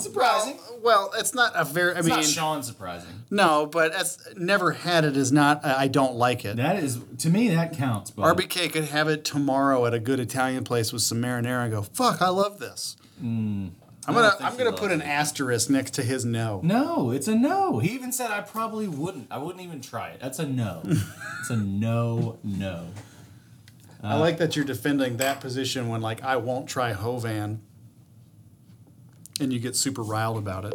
Speaker 3: Surprising.
Speaker 4: Well, it's not a very. I
Speaker 3: It's
Speaker 4: mean,
Speaker 3: not Sean surprising.
Speaker 4: no, but that's never had it is not. I I don't like it.
Speaker 3: That is to me that counts. But
Speaker 4: RBK could have it tomorrow at a good Italian place with some marinara and go, "Fuck, I love this." I'm
Speaker 3: Hmm. I don't
Speaker 4: gonna
Speaker 3: think
Speaker 4: I'm
Speaker 3: he
Speaker 4: gonna
Speaker 3: loves
Speaker 4: put an
Speaker 3: it.
Speaker 4: asterisk next to his no.
Speaker 3: no, it's a no. He even said I probably wouldn't. I wouldn't even try it. That's a
Speaker 4: (laughs)
Speaker 3: no. it's a no no.
Speaker 4: I like that you're defending that position when like I won't try Hovan, and you get super riled about it.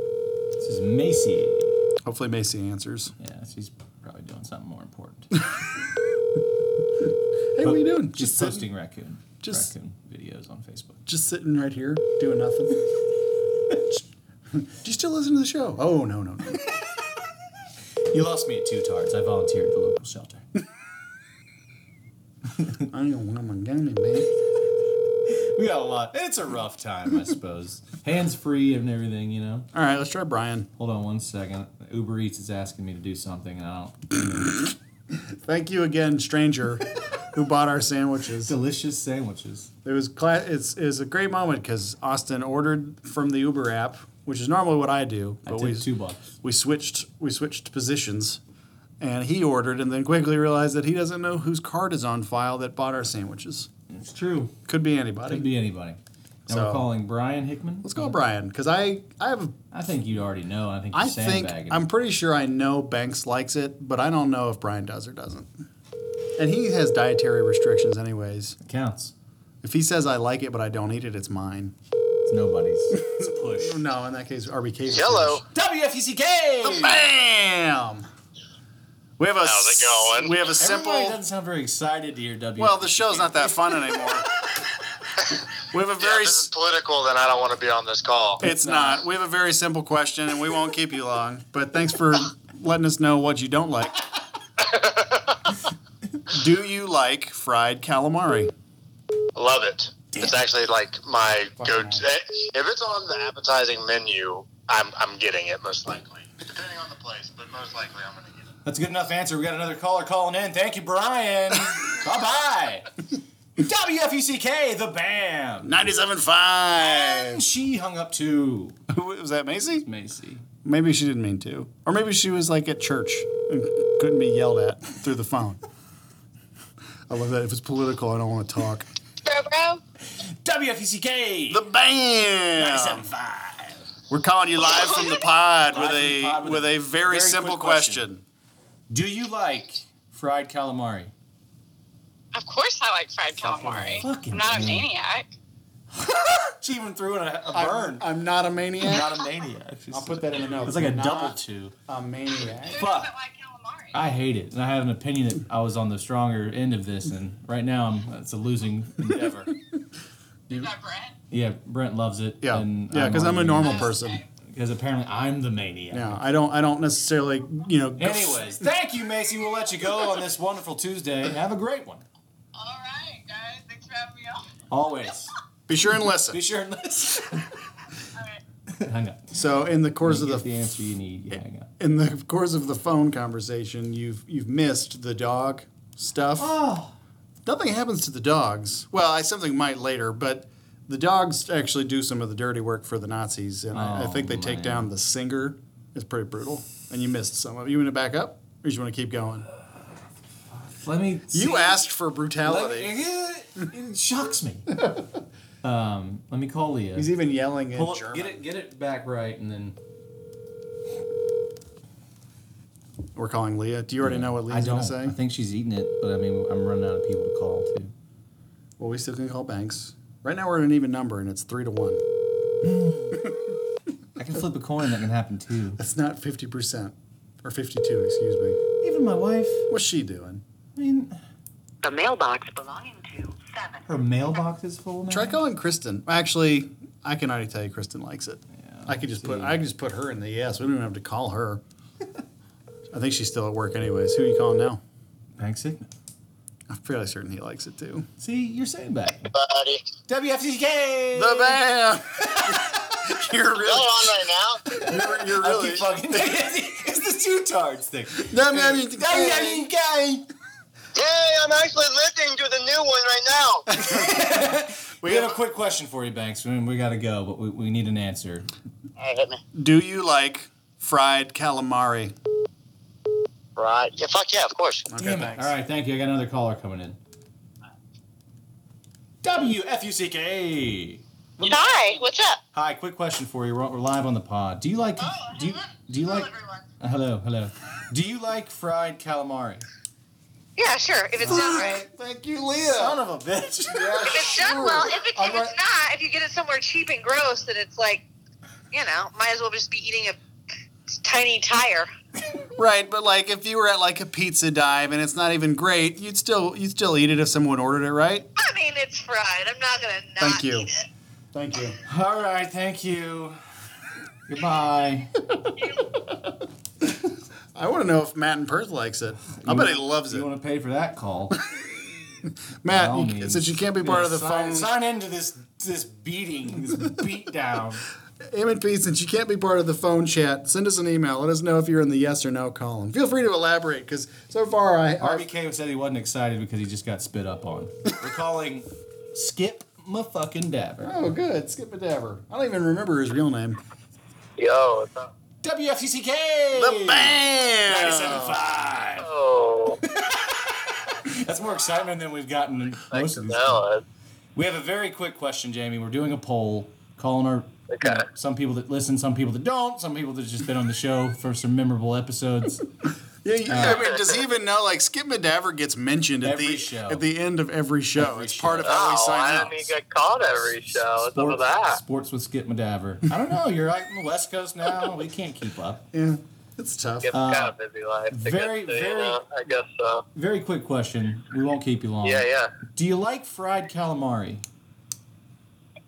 Speaker 3: This is Macy.
Speaker 4: Hopefully Macy answers.
Speaker 3: Yeah, she's probably doing something more
Speaker 4: (laughs)
Speaker 3: important.
Speaker 4: Hey, what are you doing?
Speaker 3: Just
Speaker 4: sitting,
Speaker 3: posting raccoon
Speaker 4: just-
Speaker 3: raccoon videos on Facebook.
Speaker 4: just sitting right here doing nothing. (laughs) Do you still listen to the show? Oh no no no.
Speaker 3: You lost me at two tards. I volunteered at the local
Speaker 4: (laughs)
Speaker 3: shelter.
Speaker 4: I don't want my gummy man.
Speaker 3: we got a lot. It's a rough time, I
Speaker 4: (laughs)
Speaker 3: suppose. Hands free and everything, you know.
Speaker 4: All right, let's try Brian.
Speaker 3: Hold on one second. Uber Eats is asking me to do something, and I don't.
Speaker 4: Thank you again, stranger, who bought our sandwiches.
Speaker 3: Delicious sandwiches.
Speaker 4: It was cla- it's is a great moment because Austin ordered from the Uber app, which is normally what I do,
Speaker 3: I
Speaker 4: but
Speaker 3: took
Speaker 4: we
Speaker 3: two bucks.
Speaker 4: we switched we switched positions, and he ordered and then quickly realized that he doesn't know whose card is on file that bought our sandwiches.
Speaker 3: It's true.
Speaker 4: Could be anybody.
Speaker 3: Could be anybody. Now
Speaker 4: So-
Speaker 3: we're calling Brian Hickman.
Speaker 4: Let's go, Brian, because I I have a-
Speaker 3: I think you already know. I think you're
Speaker 4: I think
Speaker 3: sandbagging.
Speaker 4: I'm pretty sure I know Banks likes it, but I don't know if Brian does or doesn't. And he has dietary restrictions, anyways.
Speaker 3: counts.
Speaker 4: If he says I like it but I don't eat it, it's mine.
Speaker 1: It's
Speaker 4: (laughs)
Speaker 1: nobody's.
Speaker 3: It's a push.
Speaker 4: No, in that case, RBK. was
Speaker 5: Yellow.
Speaker 4: finished. Bam. We have a.
Speaker 5: How's it going?
Speaker 4: We have a
Speaker 1: Everybody
Speaker 4: simple.
Speaker 1: doesn't sound very excited to hear W.
Speaker 4: Well, the show's not that fun anymore. we have a
Speaker 5: (laughs) Yeah,
Speaker 4: very.
Speaker 5: if this
Speaker 4: s-
Speaker 5: is political, then I don't want to be on this call.
Speaker 4: It's not. We have a very simple question, and we won't keep you long. But thanks for letting us know what you don't
Speaker 5: (laughs)
Speaker 4: like. Do you like fried calamari?
Speaker 5: Love it. It's actually like my go. to If it's on the appetizing menu, I'm I'm getting it most likely. Depending on the place, but most likely I'm gonna get it.
Speaker 2: That's a good enough answer. We got another caller calling in. Thank you,
Speaker 4: (laughs)
Speaker 2: Brian. bye bye. WFUCK, E the BAM.
Speaker 4: 97.5.
Speaker 2: She hung up too.
Speaker 4: Was that Macy?
Speaker 2: Macy.
Speaker 4: Maybe she didn't mean to. Or maybe she was like at church and couldn't be yelled at through the phone. I love that. If it's political, I don't want to talk.
Speaker 6: Bro, bro.
Speaker 2: E WFUCK.
Speaker 4: The bam! We're calling you live from the pod with
Speaker 2: from the pod
Speaker 4: a
Speaker 2: with
Speaker 4: with
Speaker 2: a
Speaker 4: a very
Speaker 2: very
Speaker 4: simple
Speaker 2: quick question.
Speaker 4: question.
Speaker 2: Do you like fried calamari?
Speaker 6: Of course I like fried calamari.
Speaker 1: fucking
Speaker 6: I'm not a
Speaker 1: thing.
Speaker 6: maniac.
Speaker 2: She even threw in a, a burn.
Speaker 4: I'm not a maniac.
Speaker 2: not a maniac. She's
Speaker 1: I'll put that in the notes.
Speaker 2: it's like a
Speaker 1: Not
Speaker 2: double two.
Speaker 4: A maniac.
Speaker 6: Who
Speaker 2: Fuck.
Speaker 6: doesn't like calamari?
Speaker 2: I hate it, and I have an opinion that I was on the stronger end of this, and right now I'm, it's a losing endeavor.
Speaker 6: Is that Brent?
Speaker 2: yeah, Brent loves it.
Speaker 4: Yeah,
Speaker 2: and
Speaker 4: yeah, because I'm a normal person.
Speaker 6: Okay.
Speaker 2: Because apparently I'm the maniac.
Speaker 4: Yeah, I don't. I don't necessarily. You know. go-
Speaker 2: Anyways, thank you, Macy. We'll let you go on this wonderful Tuesday. Have a great one.
Speaker 6: All right, guys. Thanks for having me on.
Speaker 2: Always.
Speaker 4: Be sure and listen.
Speaker 2: Be sure and listen.
Speaker 6: All right.
Speaker 2: hang up.
Speaker 4: So in the course
Speaker 2: You
Speaker 4: of the
Speaker 2: get the answer you need. You hang up.
Speaker 4: in the course of the phone conversation, you've you've missed the dog stuff.
Speaker 2: Oh.
Speaker 4: Nothing happens to the dogs. Well, I, something might later, but the dogs actually do some of the dirty work for the Nazis, and
Speaker 2: Oh,
Speaker 4: I, I think they take down the singer. It's pretty brutal, and you missed some of. it. You want to back up, or you want to keep going?
Speaker 2: Let me.
Speaker 4: You
Speaker 2: see-
Speaker 4: asked for
Speaker 2: Let
Speaker 4: brutality.
Speaker 2: me- It shocks me. (laughs) Um, let me call Leah.
Speaker 4: He's even yelling in
Speaker 2: Pull up,
Speaker 4: German.
Speaker 2: get it, get it back right, and then
Speaker 4: We're calling Leah. Do you already know what
Speaker 2: I
Speaker 4: Leah's going
Speaker 2: don't.
Speaker 4: to say?
Speaker 2: I think she's eating it, but I mean, I'm running out of people to call too.
Speaker 4: well, we still can call Banks. Right now, we're at an even number, and it's three to one.
Speaker 2: I can flip a coin. That can happen too.
Speaker 4: That's not fifty percent, or fifty-two. Excuse me.
Speaker 2: Even my wife.
Speaker 4: What's she doing?
Speaker 2: I mean,
Speaker 7: The mailbox belonging to seven.
Speaker 2: her mailbox is full. Now.
Speaker 4: Try calling Kristen. Actually, I can already tell you Kristen likes it. I could just put I could just put her in the yes. We don't even have to call her. I think she's still at work anyways. Who are you calling now?
Speaker 2: Bank Signet.
Speaker 4: I'm fairly certain he likes it too.
Speaker 2: See, you're saying back.
Speaker 5: Buddy,
Speaker 2: WFCK.
Speaker 4: The bam. you're
Speaker 5: Is that
Speaker 4: really,
Speaker 5: on right now?
Speaker 4: you're, you're really.
Speaker 2: it's the two tards thing.
Speaker 4: No, no, no, no.
Speaker 5: Yay! I'm actually listening to the new one right
Speaker 2: (laughs)
Speaker 5: now.
Speaker 2: We have a quick question for you, Banks. We, we got to go, but we, we need an answer.
Speaker 5: All right, hit me.
Speaker 4: Do you like fried calamari?
Speaker 5: Right? Yeah. Fuck yeah. Of course.
Speaker 4: Okay,
Speaker 2: Damn it.
Speaker 4: thanks.
Speaker 2: All right, thank you. I got another caller coming in. WFUCK.
Speaker 6: Hi, what's up?
Speaker 2: Hi, quick question for you. We're, we're live on the pod. Do you like
Speaker 6: Oh,
Speaker 2: do you,
Speaker 6: hello.
Speaker 2: do you
Speaker 6: Hello,
Speaker 2: like
Speaker 6: everyone.
Speaker 2: uh, hello hello? Do you like fried calamari?
Speaker 6: Yeah, sure. If it's done right.
Speaker 4: Thank you, Leah. Son of a bitch.
Speaker 6: If it's done well, if, it, if it's not, if you get it somewhere cheap and gross, then it's like, you know, might as well just be eating a tiny tire.
Speaker 4: Right, but like if you were at like a pizza dive and it's not even great, you'd still you'd still eat it if someone ordered it, right?
Speaker 6: I mean, it's fried. I'm not gonna not
Speaker 4: Thank you.
Speaker 6: eat it.
Speaker 4: Thank you.
Speaker 2: All right, thank you. Goodbye.
Speaker 4: I want to know if Matt in Perth likes it. I bet he loves
Speaker 2: you
Speaker 4: it.
Speaker 2: want to pay for that call? by
Speaker 4: Matt,
Speaker 2: all
Speaker 4: you,
Speaker 2: means.
Speaker 4: since you can't be (laughs) part of the
Speaker 2: sign,
Speaker 4: phone,
Speaker 2: Sign into this this beating, this beat
Speaker 4: (laughs)
Speaker 2: down.
Speaker 4: M&P, since you can't be part of the phone chat, send us an email. Let us know if you're in the yes or no column. Feel free to elaborate because so far I, I
Speaker 2: RBK said he wasn't excited because he just got spit up on. We're calling Skip my fucking dabber.
Speaker 4: oh good skip a dabber. I don't even remember his real name.
Speaker 5: Yo, what's up?
Speaker 2: WFUCK.
Speaker 4: The bam.
Speaker 2: Five. (laughs)
Speaker 5: Oh,
Speaker 2: That's more excitement than we've gotten in most of these.
Speaker 5: no.
Speaker 2: We have a very quick question, Jamie. We're doing a poll, calling our
Speaker 5: Okay.
Speaker 2: Mm. some people that listen, some people that don't, some people that just been on the show for some memorable episodes.
Speaker 4: Yeah, you, I mean, does
Speaker 5: (laughs)
Speaker 4: he even know? Like, Skip Medaver gets mentioned at
Speaker 2: Every
Speaker 4: the
Speaker 2: show.
Speaker 4: at the end of every show. it's part of how we
Speaker 5: Oh,
Speaker 4: sign
Speaker 5: I
Speaker 4: up.
Speaker 5: didn't even get called every show. What's up with that?
Speaker 2: Sports with Skip Madaver. I don't know. You're out on the West Coast now. We can't keep up.
Speaker 4: Yeah, it's tough.
Speaker 5: It's kind of busy life. I
Speaker 2: Uh, very,
Speaker 5: guess, so,
Speaker 2: very-
Speaker 5: You know, I guess so.
Speaker 2: Very quick question. We won't keep you long.
Speaker 5: Yeah, yeah,
Speaker 2: Do you like fried calamari?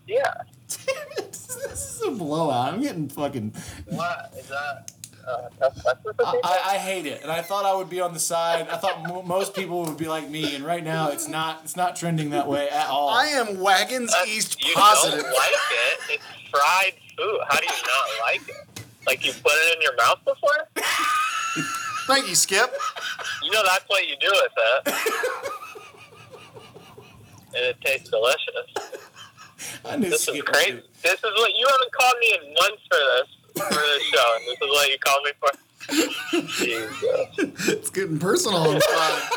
Speaker 5: yeah.
Speaker 2: (laughs) this is a blowout. I'm getting fucking.
Speaker 5: What is that? Uh, tough question for
Speaker 2: I,
Speaker 5: people?
Speaker 2: I, I hate it, and I thought I would be on the side. I thought mo- most people would be like me, and right now it's not. It's not trending that way at all.
Speaker 4: I am Wagons
Speaker 5: Uh,
Speaker 4: East
Speaker 5: you
Speaker 4: positive.
Speaker 5: don't like it. It's fried food. How do you not like it? Like you put it in your mouth before?
Speaker 4: Thank you, Skip.
Speaker 5: You know that's what you do with it.
Speaker 2: (laughs)
Speaker 5: and it tastes delicious.
Speaker 2: I knew
Speaker 5: This is
Speaker 2: Skip
Speaker 5: crazy.
Speaker 2: would
Speaker 5: This is what you haven't called me in months for this for this show, and this is what you called me for. Jesus.
Speaker 4: It's getting personal. on the pod. Uh,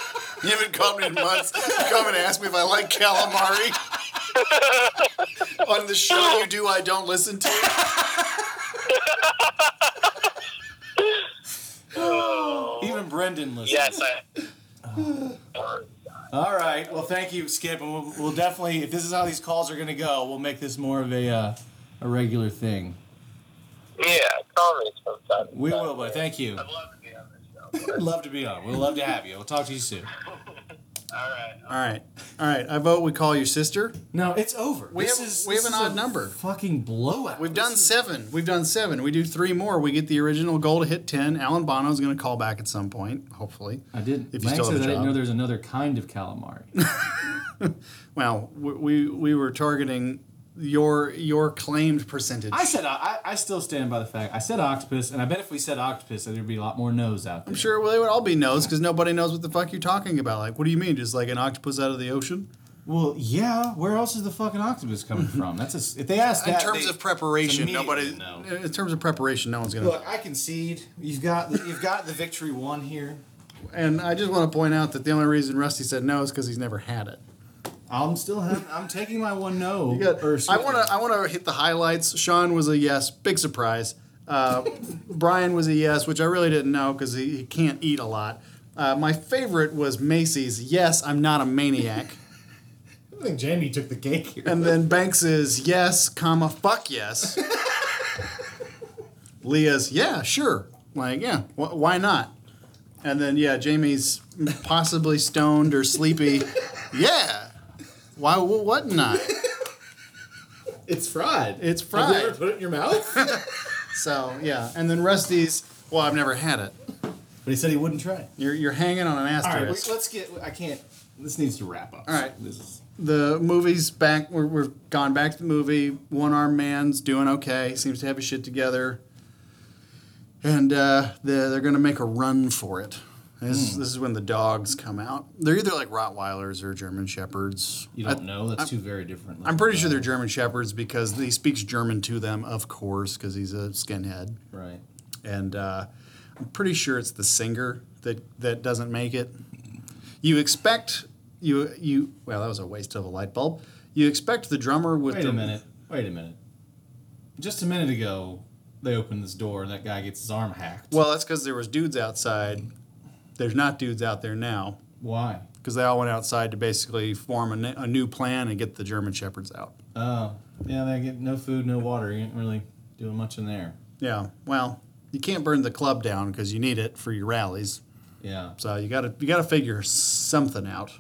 Speaker 4: you haven't called me in months. You come and ask me if I like calamari. On the show you do, I don't listen to.
Speaker 2: do. Even Brendan listens.
Speaker 5: Yes, I.
Speaker 2: All right. Well, thank you, Skip, and we'll, we'll definitely. If this is how these calls are going to go, we'll make this more of a uh, a regular thing.
Speaker 5: Yeah, call me sometime.
Speaker 2: We will, but thank you.
Speaker 5: I'd love to be on this show.
Speaker 2: We'd love to be on. We'd love to have you. We'll talk to you soon.
Speaker 5: All right.
Speaker 4: All right, all right. I vote we call your sister.
Speaker 2: No, it's over.
Speaker 4: We
Speaker 2: This
Speaker 4: have-
Speaker 2: is-
Speaker 4: we have
Speaker 2: this
Speaker 4: an
Speaker 2: is
Speaker 4: odd
Speaker 2: a
Speaker 4: number.
Speaker 2: Fucking blowout.
Speaker 4: We've done seven. We've done seven. We do three more. We get the original goal to hit ten. Alan Bono's going to call back at some point, hopefully.
Speaker 2: I didn't. If
Speaker 4: If you still have a
Speaker 2: says I
Speaker 4: job.
Speaker 2: didn't know there's another kind of calamari.
Speaker 4: Well, we we, we were targeting your your claimed percentage.
Speaker 2: I said I, I still stand by the fact I said octopus, and I bet if we said octopus, there'd be a lot more no's out there.
Speaker 4: I'm sure well, they would all be no's because nobody knows what the fuck you're talking about. Like, what do you mean? Just like an octopus out of the ocean?
Speaker 2: Well, yeah. Where else is the fucking octopus coming from? That's a, s- if they ask
Speaker 4: In
Speaker 2: that.
Speaker 4: terms
Speaker 2: they-
Speaker 4: of preparation,
Speaker 2: it's
Speaker 4: nobody.
Speaker 2: immediately no.
Speaker 4: In terms of preparation, no one's gonna.
Speaker 2: Look, I concede. You've got the, you've got the victory won here.
Speaker 4: And I just want to point out that the only reason Rusty said no is because he's never had it.
Speaker 2: I'm still having, I'm taking my one no.
Speaker 4: You got-
Speaker 2: or
Speaker 4: I
Speaker 2: excuse
Speaker 4: want to. I want to hit the highlights. Sean was a yes, big surprise. Uh, (laughs) Brian was a yes, which I really didn't know because he, he can't eat a lot. Uh, my favorite was Macy's. Yes, I'm not a maniac.
Speaker 1: I think Jamie took the cake here.
Speaker 4: and then Banks is yes, comma
Speaker 2: (laughs)
Speaker 4: fuck yes. Leah's yeah, sure, like yeah, wh- why not? And then yeah, Jamie's possibly stoned
Speaker 2: (laughs)
Speaker 4: or sleepy. yeah, why? wh- What not?
Speaker 1: It's fried.
Speaker 4: It's
Speaker 1: Have you
Speaker 4: fried.
Speaker 1: ever put it in your mouth?
Speaker 4: So yeah, and then Rusty's. Well, I've never had it.
Speaker 2: But he said he wouldn't try.
Speaker 4: You're you're hanging on an
Speaker 2: All right,
Speaker 4: asterisk.
Speaker 2: we, let's get. I can't. This needs to wrap up.
Speaker 4: All right.
Speaker 2: This is,
Speaker 4: the movie's back. We're, we're gone back to the movie. One armed man's doing okay. Seems to have his shit together. And uh, they're, they're going to make a run for it. This,
Speaker 2: Hmm.
Speaker 4: this is when the dogs come out. They're either like Rottweilers or German Shepherds.
Speaker 2: you don't know. That's two very different.
Speaker 4: I'm pretty sure they're German Shepherds because he speaks German to them, of course, because he's a skinhead.
Speaker 2: Right.
Speaker 4: and uh, I'm pretty sure it's the singer that that doesn't make it. You expect you you well that was a waste of a light bulb. You expect the drummer with
Speaker 2: Wait
Speaker 4: the
Speaker 2: a minute. Wait a minute. Just a minute ago, they opened this door and that guy gets his arm hacked.
Speaker 4: well that's because there was dudes outside. There's not dudes out there now
Speaker 2: Why?
Speaker 4: because they all went outside to basically form a, ne- a new plan and get the German shepherds out.
Speaker 2: Oh, yeah, they get no food, no water. You ain't really doing much in there.
Speaker 4: Yeah, well you can't burn the club down because you need it for your rallies.
Speaker 2: Yeah.
Speaker 4: So you gotta you gotta figure something out.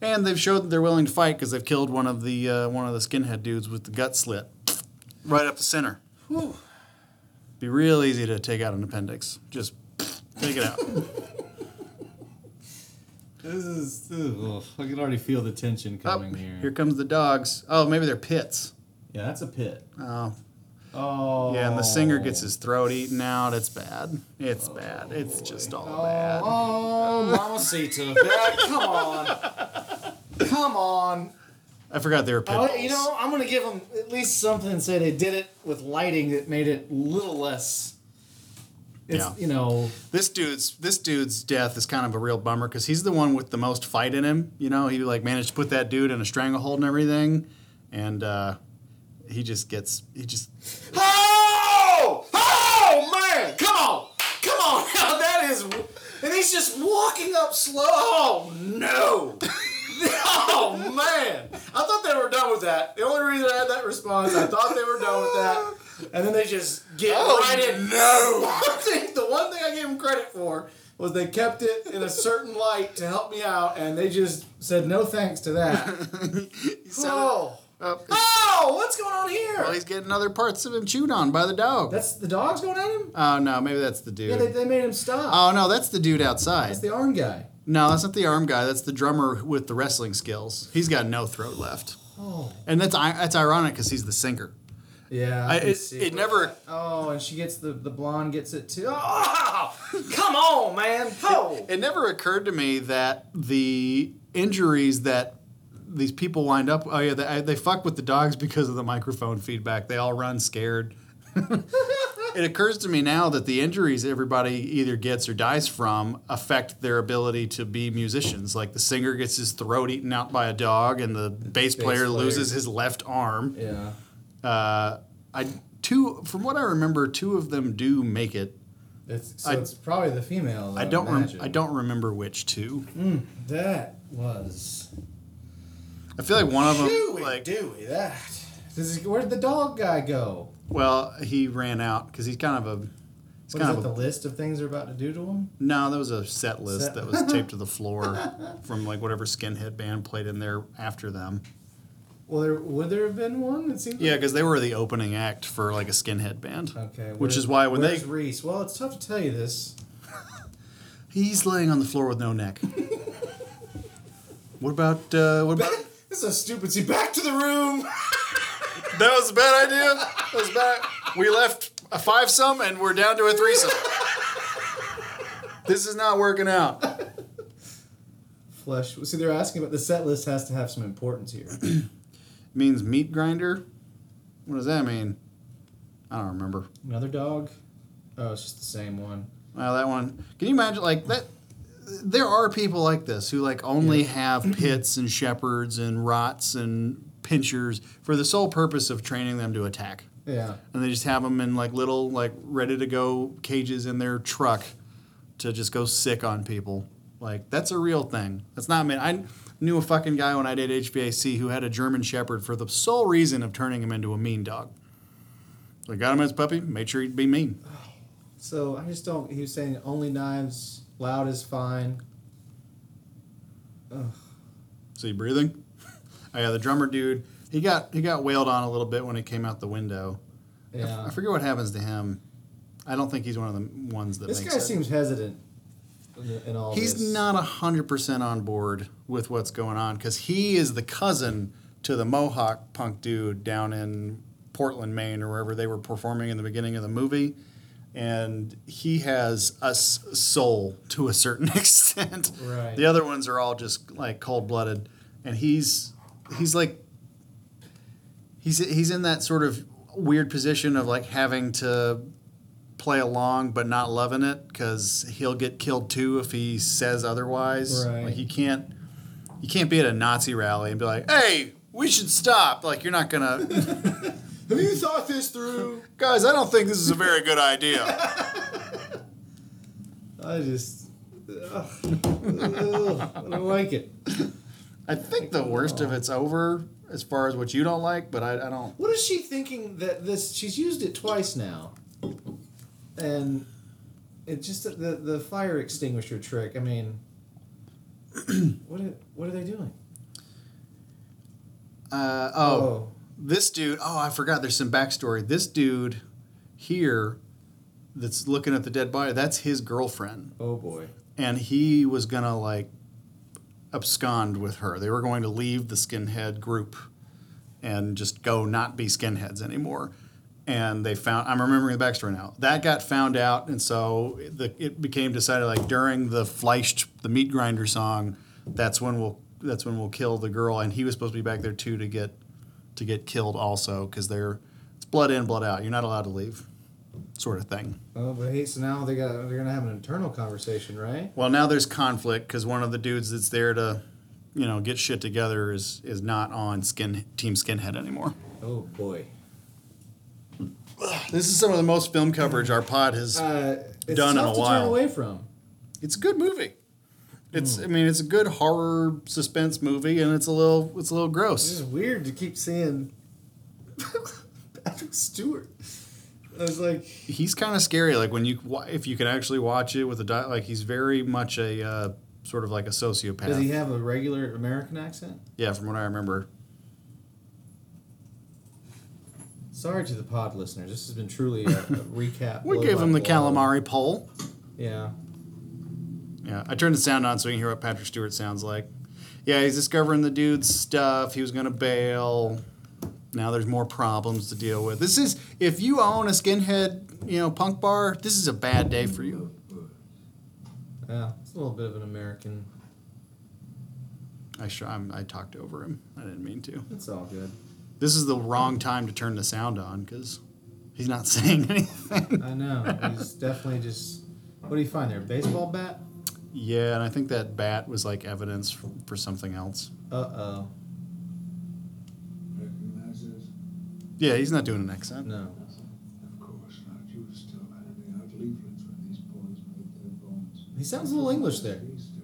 Speaker 4: And they've showed that they're willing to fight because they've killed one of the uh, one of the skinhead dudes with the gut slit, right up the center. Be real easy to take out an appendix. Just take
Speaker 2: (laughs)
Speaker 4: it out.
Speaker 2: This is. ugh, I can already feel the tension
Speaker 4: Up,
Speaker 2: coming here.
Speaker 4: here comes the dogs. Oh, maybe they're pits.
Speaker 2: Yeah, that's a pit.
Speaker 4: Oh,
Speaker 2: Oh.
Speaker 4: yeah. And the singer gets his throat eaten out. It's bad. It's bad. It's just all bad.
Speaker 2: Oh, Mamacita. Dad, come on. Come on.
Speaker 4: I forgot they were pit
Speaker 2: Oh, you
Speaker 4: bulls.
Speaker 2: know, I'm going to give them at least something and say they did it with lighting that made it a little less. It's,
Speaker 4: Yeah.
Speaker 2: you know.
Speaker 4: This dude's this dude's death is kind of a real bummer because he's the one with the most fight in him. You know, he like managed to put that dude in a stranglehold and everything, and uh, he just gets he just
Speaker 2: (laughs) Oh! Oh, man! Come on! Come on! Now that is. He's just walking up slow. Oh no! (laughs) oh man! I thought they were done with that. The only reason I had that response, I thought they were done with that, and then they just get right in. Oh, No. (laughs) One thing, the one thing I gave them credit for was they kept it in a certain light to help me out, and they just said no thanks to (laughs) that. oh.
Speaker 1: Up.
Speaker 2: Oh, what's going on here?
Speaker 1: Well, he's getting other parts of him chewed on by the dog.
Speaker 2: That's the dogs going at him.
Speaker 1: oh no, maybe that's the dude.
Speaker 2: Yeah, they, they made him stop.
Speaker 1: oh no, that's the dude outside.
Speaker 2: That's the arm guy.
Speaker 1: no, that's not the arm guy. That's the drummer with the wrestling skills. He's got no throat left.
Speaker 2: Oh.
Speaker 1: And that's i- that's ironic because he's the singer.
Speaker 2: Yeah.
Speaker 1: I,
Speaker 2: can
Speaker 1: it,
Speaker 2: see.
Speaker 1: it never.
Speaker 2: Oh, and she gets the the blonde gets it
Speaker 1: (laughs)
Speaker 2: too. Oh, come on, man. Oh.
Speaker 1: It never occurred to me that the injuries that these people wind up. Oh yeah, they, they fuck with the dogs because of the microphone feedback. They all run scared. (laughs) it occurs to me now that the injuries everybody either gets or dies from affect their ability to be musicians. Like the singer gets his throat eaten out by a dog, and the bass, player,
Speaker 2: player.
Speaker 1: loses his left arm.
Speaker 2: Yeah.
Speaker 1: Uh, I two from what I remember, two of them do make it.
Speaker 2: It's, so
Speaker 1: I-
Speaker 2: it's probably the female.
Speaker 1: I
Speaker 2: would
Speaker 1: don't. Rem-
Speaker 2: Oh, imagine.
Speaker 1: I don't remember which two.
Speaker 2: That was.
Speaker 1: I feel like one of them,
Speaker 2: Chewy
Speaker 1: like,
Speaker 2: Dewey, that. Does he, where did the dog guy go?
Speaker 1: well, he ran out because he's kind of a. He's
Speaker 2: What is
Speaker 1: kind
Speaker 2: that?
Speaker 1: of
Speaker 2: The
Speaker 1: a,
Speaker 2: list of things they're about to do to him.
Speaker 1: no, that was a set list
Speaker 2: Set-
Speaker 1: that was taped
Speaker 2: (laughs)
Speaker 1: to the floor from like whatever skinhead band played in there after them.
Speaker 2: Well, there would there have been one? It seems.
Speaker 1: Yeah, because they were the opening act for like a skinhead band.
Speaker 2: Okay.
Speaker 1: which
Speaker 2: where-
Speaker 1: is why when they
Speaker 2: where's Reese? Well, it's tough to tell you this. (laughs)
Speaker 1: he's laying on the floor with no neck. what about uh, what
Speaker 2: (laughs)
Speaker 1: about?
Speaker 2: This is a stupid. See, back to the room.
Speaker 1: That was a bad idea. That was bad. We left a five sum and we're down to a threesome. this is not working out.
Speaker 2: Flesh. See, they're asking about the set list has to have some
Speaker 1: (clears throat)
Speaker 2: importance here.
Speaker 1: Means meat grinder. What does that mean? I don't remember.
Speaker 2: Another dog. Oh, it's just the same one.
Speaker 1: Well, that one. Can you imagine? Like that. There are people like this who like only have pits and shepherds and rots and pinchers for the sole purpose of training them to attack.
Speaker 2: Yeah.
Speaker 1: and they just have them in like little like ready to go cages in their truck to just go sick on people. Like that's a real thing. That's not me. I knew a fucking guy when I did HVAC who had a German Shepherd for the sole reason of turning him into a mean dog. So I got him as a puppy, made sure he'd be mean.
Speaker 2: So I just don't. He was saying only knives. Loud is fine.
Speaker 1: So you breathing? (laughs) oh yeah, the drummer dude. He got he got wailed on a little bit when he came out the window.
Speaker 2: Yeah.
Speaker 1: I forget what happens to him. I don't think he's one of the ones that
Speaker 2: This
Speaker 1: makes
Speaker 2: guy
Speaker 1: it.
Speaker 2: seems hesitant. In, in all
Speaker 1: He's
Speaker 2: this.
Speaker 1: not hundred percent on board with what's going on because he is the cousin to the Mohawk punk dude down in Portland, Maine, or wherever they were performing in the beginning of the movie, and he has a s- soul to a certain (laughs) extent.
Speaker 2: Right.
Speaker 1: The other ones are all just like cold blooded, and he's he's like he's he's in that sort of weird position of like having to play along but not loving it because he'll get killed too if he says otherwise.
Speaker 2: Right.
Speaker 1: Like you can't you can't be at a Nazi rally and be like, "Hey, we should stop." Like you're not gonna,
Speaker 2: (laughs) Have you thought this through?
Speaker 1: guys. I don't think this is a very good
Speaker 2: (laughs)
Speaker 1: idea.
Speaker 2: I just. Ugh. Ugh. I don't like it.
Speaker 1: I think the worst of it's over as far as what you don't like, but I, I don't.
Speaker 2: What is she thinking that this? She's used it twice now, and it just the the fire extinguisher trick.
Speaker 1: (clears throat)
Speaker 2: I mean, what are, what are they doing?
Speaker 1: Uh, oh, this dude. Oh, I forgot. There's some backstory. This dude here, that's looking at the dead body. That's his girlfriend.
Speaker 2: oh, oh boy.
Speaker 1: and he was gonna like abscond with her. They were going to leave the skinhead group and just go not be skinheads anymore. And they found I'm remembering the backstory now. That got found out, and so it- the, it became decided like during the Fleisch the meat grinder song, that's when we'll that's when we'll kill the girl. And he was supposed to be back there too to get to get killed also because they're it's blood in blood out. You're not allowed to leave, sort of thing.
Speaker 2: Oh, but hey, so now they got they're gonna have an internal conversation, right?
Speaker 1: Well, now there's conflict because one of the dudes that's there to, you know, get shit together is is not on skin team skinhead anymore.
Speaker 2: Oh boy.
Speaker 1: This is some of the most film coverage our pod has.
Speaker 2: Uh, it's
Speaker 1: Done in
Speaker 2: tough
Speaker 1: a
Speaker 2: to
Speaker 1: while.
Speaker 2: turn away from.
Speaker 1: It's a good movie. It's I mean it's a good horror suspense movie and it's a little it's a little
Speaker 2: This
Speaker 1: gross.
Speaker 2: is weird to keep seeing (laughs) Patrick Stewart. I was like,
Speaker 1: He's kind of scary. Like when you wa- if you can actually watch it with a di- like he's very much a uh, sort of like a sociopath.
Speaker 2: does he have a regular American accent?
Speaker 1: yeah, from what I remember.
Speaker 2: Sorry to the pod listeners. This has
Speaker 1: (laughs)
Speaker 2: been truly a, a recap.
Speaker 1: We
Speaker 2: blow
Speaker 1: gave
Speaker 2: by
Speaker 1: him the
Speaker 2: blow.
Speaker 1: calamari pole.
Speaker 2: Yeah.
Speaker 1: Yeah, I turned the sound on so you can hear what Patrick Stewart sounds like. Yeah, he's discovering the dude's stuff. He was gonna bail. Now there's more problems to deal with. This is if you own a skinhead, you know, punk bar. This is a bad day for you.
Speaker 2: Yeah. It's a little bit of an American.
Speaker 1: I sure I'm, I talked over him. I didn't mean to.
Speaker 2: It's all good.
Speaker 1: This is the wrong time to turn the sound on because he's not (laughs) saying anything.
Speaker 2: I know.
Speaker 1: (laughs)
Speaker 2: He's definitely just. What do you find there? Baseball bat?
Speaker 1: yeah, and I think that bat was like evidence for, for something else.
Speaker 2: Uh oh.
Speaker 4: Recognizes?
Speaker 1: Yeah, he's not doing an accent.
Speaker 2: No.
Speaker 4: Of course not. You were still handing out leaflets when these boys made their bones.
Speaker 2: He sounds a little English there.
Speaker 4: Easter.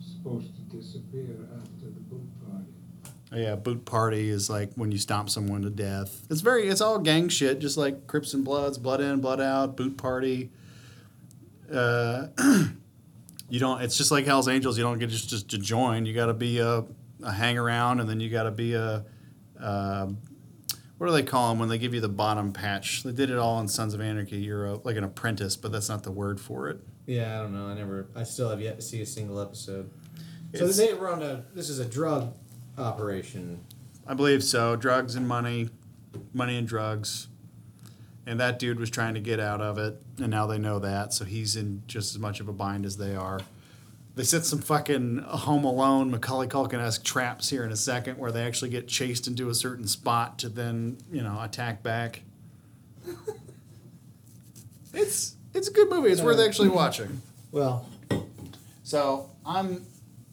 Speaker 4: Supposed to disappear after the boot party.
Speaker 1: Yeah, boot party is like when you stomp someone to death. It's very, it's all gang shit, just like Crips and Bloods, Blood In, Blood Out, boot party. Uh, (clears throat) you don't. It's just like Hell's Angels. You don't get just just to join. You got to be a, a hang around, and then you got to be a. Uh, what do they call them when they give you the bottom patch? They did it all in Sons of Anarchy. You're a, like an apprentice, but that's not the word for it.
Speaker 2: Yeah, I don't know. I never. I still have yet to see a single episode.
Speaker 1: It's-
Speaker 2: so they run a. This is a drug operation.
Speaker 1: I believe so. Drugs and money, money and drugs. And that dude was trying to get out of it, and now they know that, so he's in just as much of a bind as they are. They set some fucking Home Alone, Macaulay Culkin esque traps here in a second, where they actually get chased into a certain spot to then, you know, attack back. (laughs) it's it's a good movie. It's worth actually watching.
Speaker 2: Well,
Speaker 1: So I'm,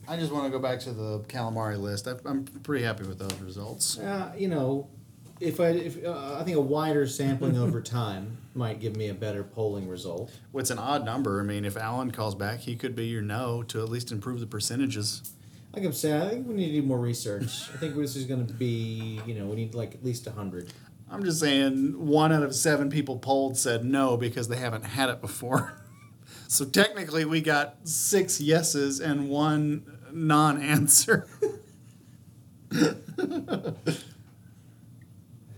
Speaker 1: I just want to go back to the calamari list. I, I'm pretty happy with those results.
Speaker 2: uh, you know, if I if uh, I think a wider sampling (laughs) over time might give me a better polling result.
Speaker 1: Well, it's an odd number. I mean, if Alan calls back, he could be your no to at least improve the percentages.
Speaker 2: Like I'm saying, I think we need to do more research. I think this is going to be, you know, we need like at least hundred.
Speaker 1: I'm just saying, one out of seven people polled said no because they haven't had it before. (laughs) so technically, we got six yeses and one non answer.
Speaker 2: Who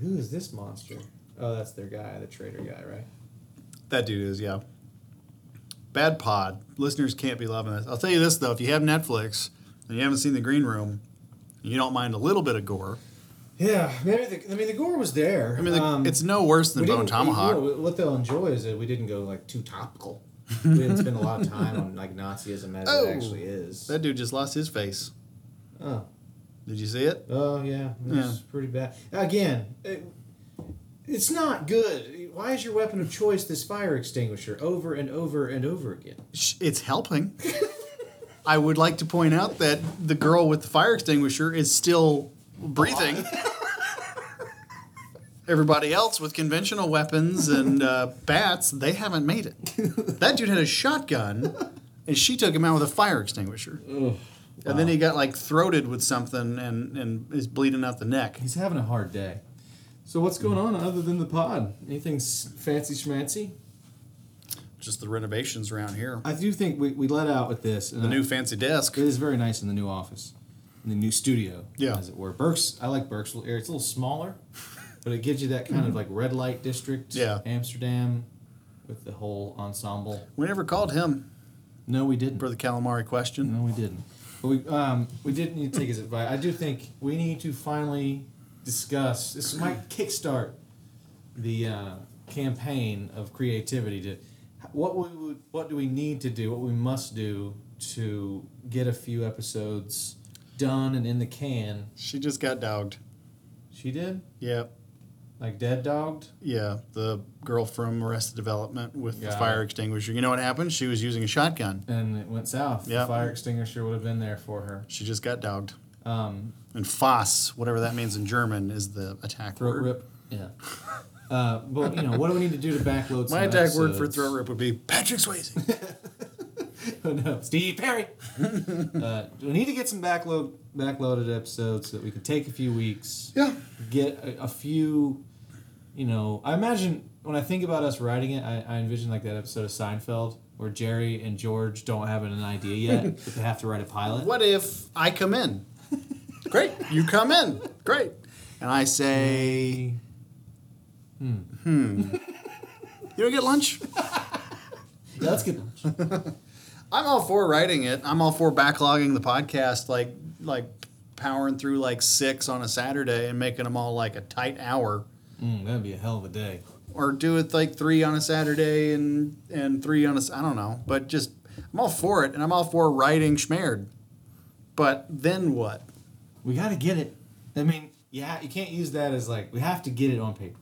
Speaker 2: is this monster? Oh, that's their guy, the traitor guy, right?
Speaker 1: (laughs) that dude is, yeah. Bad pod. Listeners can't be loving this. I'll tell you this, though if you have Netflix and you haven't seen The Green Room, and you don't mind a little bit of gore.
Speaker 2: Yeah, maybe. The, I mean, the gore was there.
Speaker 1: I mean, the,
Speaker 2: Um,
Speaker 1: it's no worse than
Speaker 2: we
Speaker 1: Bone
Speaker 2: didn't-
Speaker 1: Tomahawk.
Speaker 2: you know, what they'll enjoy is that we didn't go like too topical. we didn't spend a lot of time on like Nazism as
Speaker 1: Oh.
Speaker 2: it actually is.
Speaker 1: that dude just lost his face.
Speaker 2: oh,
Speaker 1: Did you see it?
Speaker 2: oh yeah, that's pretty bad. Again, it, it's not good. Why is your weapon of choice this fire extinguisher over and over and over again?
Speaker 1: Sh- It's helping. I would like to point out that the girl with the fire extinguisher is still breathing. Everybody else with conventional weapons and uh, bats, they haven't made it. That dude had a shotgun, and she took him out with a fire extinguisher. And then he got like throated with something and, and is bleeding out the neck.
Speaker 2: He's having a hard day. So what's going on other than the pod? Anything s- fancy schmancy?
Speaker 1: Just the renovations around here.
Speaker 2: I do think we, we let out with this. and
Speaker 1: The
Speaker 2: I-
Speaker 1: new fancy desk.
Speaker 2: It is very nice in the new office, in the new studio,
Speaker 1: Yeah.
Speaker 2: as it were. Burke's, I like Burke's little area. It's a little smaller, but it gives you that kind of like red light district,
Speaker 1: Mm-hmm. Yeah.
Speaker 2: Amsterdam, with the whole ensemble.
Speaker 1: We never called him
Speaker 2: No, we didn't.
Speaker 1: for the calamari question.
Speaker 2: No, we didn't. But we um, we did need to take his advice. I do think we need to finally discuss. This might kickstart the uh, campaign of creativity to what we would, what do we need to do, what we must do to get a few episodes done and in the can.
Speaker 1: She just got dogged.
Speaker 2: She did
Speaker 1: Yep.
Speaker 2: like dead dogged.
Speaker 1: Yeah, the girl from Arrested Development with the
Speaker 2: Got
Speaker 1: fire
Speaker 2: it.
Speaker 1: extinguisher. You know what happened? She was using a shotgun.
Speaker 2: And it went south.
Speaker 1: Yeah.
Speaker 2: The fire extinguisher would have been there for her.
Speaker 1: She just got dogged.
Speaker 2: Um,
Speaker 1: And Foss, whatever that means in German, is the attack
Speaker 2: throat
Speaker 1: word.
Speaker 2: rip. Yeah. Uh, but you know, what do we need to do to backload?
Speaker 1: My
Speaker 2: some
Speaker 1: attack word for
Speaker 2: episodes? (laughs)
Speaker 1: throat rip would be Patrick Swayze.
Speaker 2: oh (laughs) no, Steve Perry. (laughs) uh, we need to get some backload backloaded episodes so that we can take a few weeks.
Speaker 1: Yeah.
Speaker 2: Get a, a few. You know, I imagine when I think about us writing it, I, I envision like that episode of Seinfeld where Jerry and George don't have an idea yet,
Speaker 1: (laughs)
Speaker 2: but they have to write a pilot.
Speaker 1: What if I come in? Great, you come in. Great. And I say, hmm. You don't get lunch?
Speaker 2: Yeah, that's good.
Speaker 1: I'm all for writing it. I'm all for backlogging the podcast, like like powering through like six on a Saturday and making them all like a tight hour,
Speaker 2: Mm, that'd be a hell of a day.
Speaker 1: or do it like three on a Saturday and and three on a S- I don't know, but just I'm all for it, and I'm all for writing schmeared. But then what?
Speaker 2: We got to get it. I mean, yeah, you can't use that as like we have to get it on paper.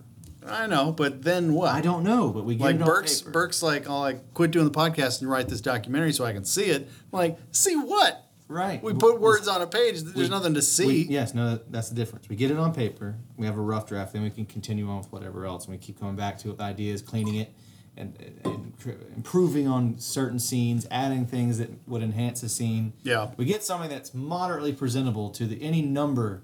Speaker 1: I know, but then what?
Speaker 2: I don't know, but we get
Speaker 1: like
Speaker 2: it on
Speaker 1: Burke's
Speaker 2: paper.
Speaker 1: Burke's like I'll like quit doing the podcast and write this documentary so I can see it. I'm like, see what?
Speaker 2: right?
Speaker 1: We put words on a page. There's
Speaker 2: we-
Speaker 1: nothing to see.
Speaker 2: We, yes, no, that's the difference. We get it on paper. We have a rough draft, then we can continue on with whatever else, and we keep coming back to it, ideas, cleaning it, and, and improving on certain scenes, adding things that would enhance a scene.
Speaker 1: Yeah.
Speaker 2: we get something that's moderately presentable to the any number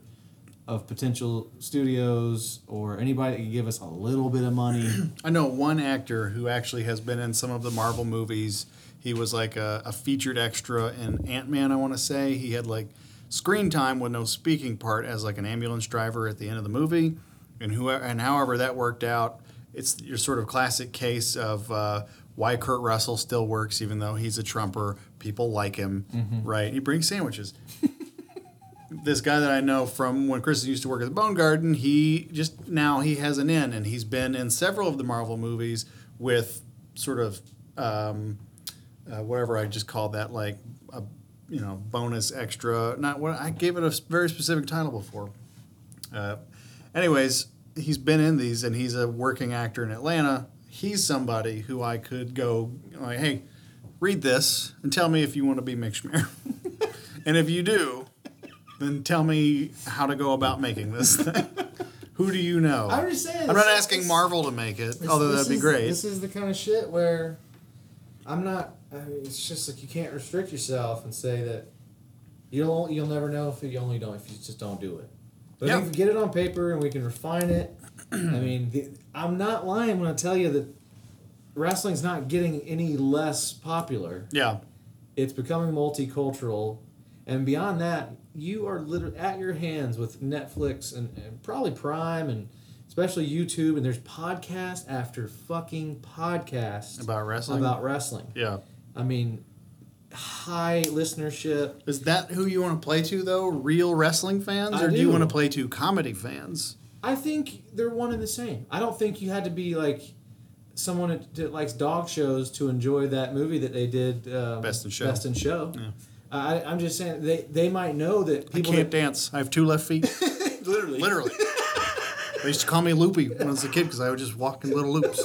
Speaker 2: of potential studios or anybody that can give us a little bit
Speaker 1: (clears throat)
Speaker 2: of money.
Speaker 1: I know one actor who actually has been in some of the Marvel movies. He was like a, a featured extra in Ant Man, I want to say. He had like screen time with no speaking part as like an ambulance driver at the end of the movie. And who and however that worked out, it's your sort of classic case of uh, why Kurt Russell still works even though he's a Trumper. People like him, right? He brings sandwiches this guy that I know from when Chris used to work at the Bone Garden, he just now he has an in, and he's been in several of the Marvel movies with sort of um, uh, whatever I just called that, like a you know bonus extra. Not what I gave it a very specific title before. Uh, anyways, he's been in these, and he's a working actor in Atlanta. He's somebody who I could go like, hey, read this and tell me if you want to be McShmere. (laughs) and if you do, then tell me how to go about making
Speaker 2: (laughs)
Speaker 1: this thing. Who do you know?
Speaker 2: I'm just saying,
Speaker 1: I'm not
Speaker 2: this-
Speaker 1: asking
Speaker 2: this-
Speaker 1: Marvel to make it,
Speaker 2: This-
Speaker 1: although
Speaker 2: this
Speaker 1: that'd be
Speaker 2: is-
Speaker 1: great.
Speaker 2: This is the kind of shit where I'm not. I mean, it's just like you can't restrict yourself and say that you'll you'll never know if you only don't if you just don't do it. But
Speaker 1: Yeah.
Speaker 2: if you get it on paper and we can refine it,
Speaker 1: (clears throat)
Speaker 2: I mean, the, I'm not lying when I tell you that wrestling's not getting any less popular.
Speaker 1: yeah.
Speaker 2: It's becoming multicultural, and beyond that, you are literally at your hands with Netflix and, and probably Prime and especially YouTube. And there's podcast after fucking podcast
Speaker 1: About wrestling?
Speaker 2: About wrestling.
Speaker 1: Yeah.
Speaker 2: I mean, high listenership.
Speaker 1: Is that who you want to play to, though? Real wrestling fans?
Speaker 2: I
Speaker 1: or do you
Speaker 2: do.
Speaker 1: want to play to comedy fans?
Speaker 2: I think they're one and the same. I don't think you had to be like someone that, that likes dog shows to enjoy that movie that they did. Um,
Speaker 1: Best in Show.
Speaker 2: Best in Show. I, I'm just saying they, they might know that people
Speaker 1: I can't
Speaker 2: that-
Speaker 1: dance. I have two left feet.
Speaker 2: literally
Speaker 1: Literally. they used to call me Loopy when I was a kid because I would just walk in little
Speaker 2: (laughs)
Speaker 1: loops.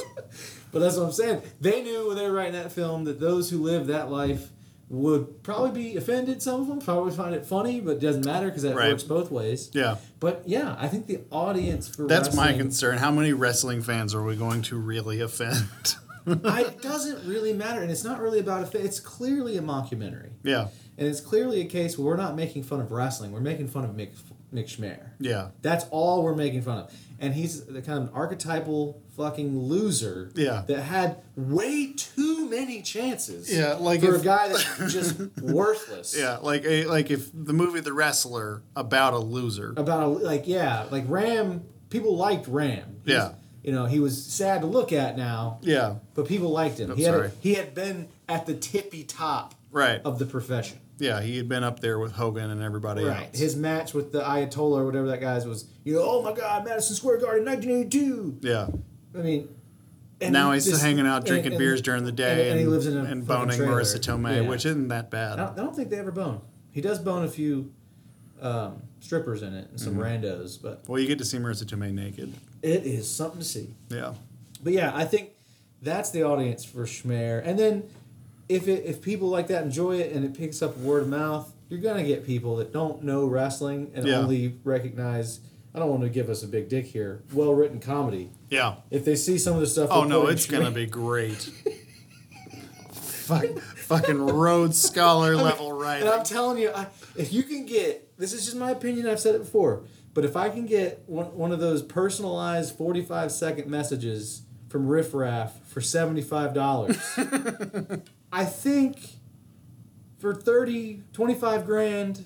Speaker 2: But that's what I'm saying. They knew when they were writing that film that those who live that life would probably be offended. Some of them probably find it funny, but it doesn't matter because that
Speaker 1: Right.
Speaker 2: works both ways.
Speaker 1: Yeah.
Speaker 2: But yeah, I think the audience for
Speaker 1: That's my
Speaker 2: wrestling-
Speaker 1: concern. How many wrestling fans are we going to really offend? (laughs)
Speaker 2: I, it doesn't really matter, and it's not really about a. Fi- it's clearly a mockumentary,
Speaker 1: yeah.
Speaker 2: and it's clearly a case where we're not making fun of wrestling. We're making fun of Mick Mick Schmier.
Speaker 1: Yeah.
Speaker 2: That's all we're making fun of. And he's the kind of an archetypal fucking loser
Speaker 1: Yeah.
Speaker 2: that had way too many chances.
Speaker 1: Yeah, like
Speaker 2: for
Speaker 1: if-
Speaker 2: a
Speaker 1: (laughs)
Speaker 2: guy that's just worthless.
Speaker 1: Yeah, like a, like if the movie The Wrestler about a loser.
Speaker 2: About a, like yeah, like Ram people liked Ram. He's-
Speaker 1: Yeah.
Speaker 2: You know, he was sad to look at now,
Speaker 1: Yeah,
Speaker 2: but people liked him.
Speaker 1: I'm
Speaker 2: he had a-
Speaker 1: sorry.
Speaker 2: he had been at the tippy top
Speaker 1: right.
Speaker 2: of the profession.
Speaker 1: Yeah, he had been up there with Hogan and everybody
Speaker 2: Right.
Speaker 1: else.
Speaker 2: His match with the Ayatollah or whatever that guy's was, you know, oh my god, Madison Square Garden 1982.
Speaker 1: yeah.
Speaker 2: I mean, and
Speaker 1: now
Speaker 2: he
Speaker 1: he's
Speaker 2: just-
Speaker 1: hanging out
Speaker 2: and-
Speaker 1: drinking
Speaker 2: and-
Speaker 1: beers during the day and,
Speaker 2: and he lives in a
Speaker 1: and
Speaker 2: fucking
Speaker 1: boning
Speaker 2: trailer.
Speaker 1: Marissa Tomei,
Speaker 2: Yeah.
Speaker 1: which isn't that
Speaker 2: I
Speaker 1: bad.
Speaker 2: don't, I don't think they ever bone. He does bone a few um, strippers in it and some
Speaker 1: Mm-hmm.
Speaker 2: randos, but
Speaker 1: Well, you get to see Marissa Tomei naked.
Speaker 2: it is something to see.
Speaker 1: Yeah.
Speaker 2: But yeah, I think that's the audience for Schmear. And then if it, if people like that enjoy it and it picks up word of mouth, you're gonna get people that don't know wrestling and
Speaker 1: Yeah.
Speaker 2: only recognize. I don't want to give us a big dick here. Well written comedy.
Speaker 1: Yeah.
Speaker 2: If they see some of the stuff,
Speaker 1: Oh
Speaker 2: we're
Speaker 1: no,
Speaker 2: putting
Speaker 1: it's gonna
Speaker 2: Schmear-
Speaker 1: be great. Fuck, fucking Rhodes
Speaker 2: (laughs)
Speaker 1: Scholar level
Speaker 2: And I'm
Speaker 1: right.
Speaker 2: telling you, I, if you can get this is just my opinion. I've said it before, but if I can get one, one of those personalized 45 second messages from Riff Raff
Speaker 1: (laughs)
Speaker 2: for $75, I think for 30, 25 grand,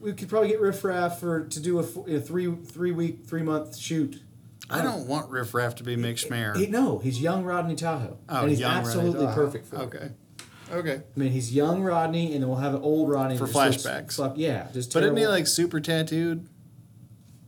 Speaker 2: we could probably get Riff Raff for to do a, f- a three three week three month shoot.
Speaker 1: (laughs) I don't want Riff Raff to be Mick Schmear.
Speaker 2: He, no, he's young Rodney Tahoe,
Speaker 1: Oh,
Speaker 2: and he's
Speaker 1: young Rodney
Speaker 2: absolutely
Speaker 1: Tahoe.
Speaker 2: perfect for it.
Speaker 1: okay. Okay.
Speaker 2: I mean, he's young Rodney, and then we'll have an old Rodney
Speaker 1: For
Speaker 2: that just
Speaker 1: flashbacks.
Speaker 2: looks Fuck yeah, just
Speaker 1: But isn't he
Speaker 2: terrible.
Speaker 1: like super tattooed?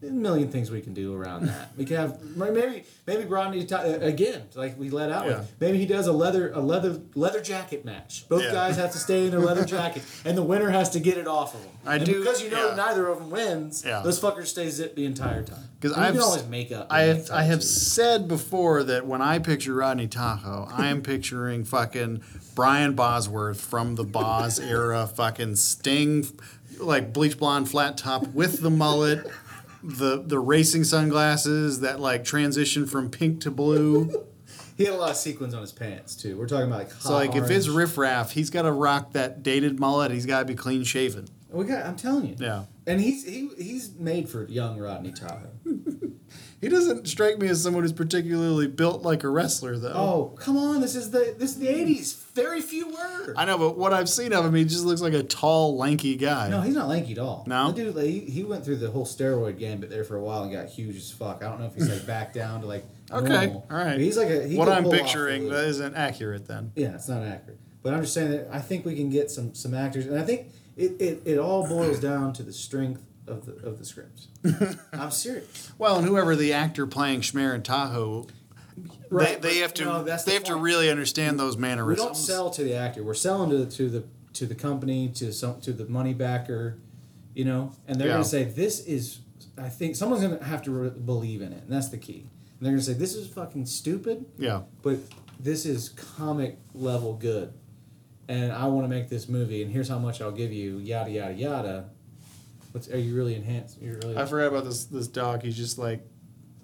Speaker 2: a million things we can do around that. We can have maybe maybe Rodney Ta- uh, again, like we let out
Speaker 1: Yeah.
Speaker 2: with. Maybe he does a leather a leather leather jacket match. Both
Speaker 1: Yeah.
Speaker 2: guys have to stay in their
Speaker 1: (laughs)
Speaker 2: leather jacket, and the winner has to get it off of them.
Speaker 1: I
Speaker 2: and
Speaker 1: do-
Speaker 2: because you know
Speaker 1: yeah.
Speaker 2: neither of them wins.
Speaker 1: Yeah.
Speaker 2: those fuckers stay zipped the entire time.
Speaker 1: 'Cause
Speaker 2: And you
Speaker 1: I've
Speaker 2: can
Speaker 1: s-
Speaker 2: always make up.
Speaker 1: I
Speaker 2: and
Speaker 1: have,
Speaker 2: make
Speaker 1: I
Speaker 2: up
Speaker 1: have
Speaker 2: to it.
Speaker 1: said before that when I picture Rodney Tahoe, I am picturing fucking Brian Bosworth from the Boz (laughs) era, fucking Sting, like bleach blonde flat top with the mullet, the the racing sunglasses that like transition from pink to blue.
Speaker 2: he had a lot of sequins on his pants too. We're talking about like hot
Speaker 1: So like if
Speaker 2: Oh, orange.
Speaker 1: it's riffraff, he's got to rock that dated mullet. He's got to be clean shaven.
Speaker 2: we got I'm telling you
Speaker 1: Yeah.
Speaker 2: and he's he he's made for young Rodney Tahoe.
Speaker 1: He doesn't strike me as someone who's particularly built like a wrestler though.
Speaker 2: Oh come on, this is the this is the '80s. Very few were.
Speaker 1: I know, but what I've seen of him, he just looks like a tall, lanky guy.
Speaker 2: No, he's not lanky at all.
Speaker 1: No?
Speaker 2: the dude, like, he, he went through the whole steroid gambit there for a while and got huge as fuck. I don't know if he's like back down to like.
Speaker 1: (laughs) Okay,
Speaker 2: normal.
Speaker 1: all right.
Speaker 2: But he's like a. He
Speaker 1: what
Speaker 2: can
Speaker 1: I'm
Speaker 2: pull off a
Speaker 1: picturing
Speaker 2: little-
Speaker 1: that isn't accurate then.
Speaker 2: Yeah, it's not accurate. But I'm just saying that I think we can get some some actors, and I think it, it, it all boils down to the strength of the of
Speaker 1: (laughs)
Speaker 2: the script. I'm serious.
Speaker 1: Well, and whoever the actor playing Schmer and Tahoe,
Speaker 2: Right,
Speaker 1: they, they
Speaker 2: but-
Speaker 1: have to
Speaker 2: no, that's
Speaker 1: they
Speaker 2: the
Speaker 1: have to
Speaker 2: point.
Speaker 1: really understand those
Speaker 2: We don't
Speaker 1: mannerisms.
Speaker 2: sell to the actor. We're selling to to the to the company to some to the money backer, you know, and they're
Speaker 1: Yeah.
Speaker 2: going to say this is. I think someone's going to have to re- believe in it, and that's the key. And they're going to say this is fucking stupid,
Speaker 1: yeah,
Speaker 2: but this is comic level good, and I want to make this movie, and here's how much I'll give you, yada yada yada. What's are you really enhanced? You really
Speaker 1: I forgot about this this dog. He just like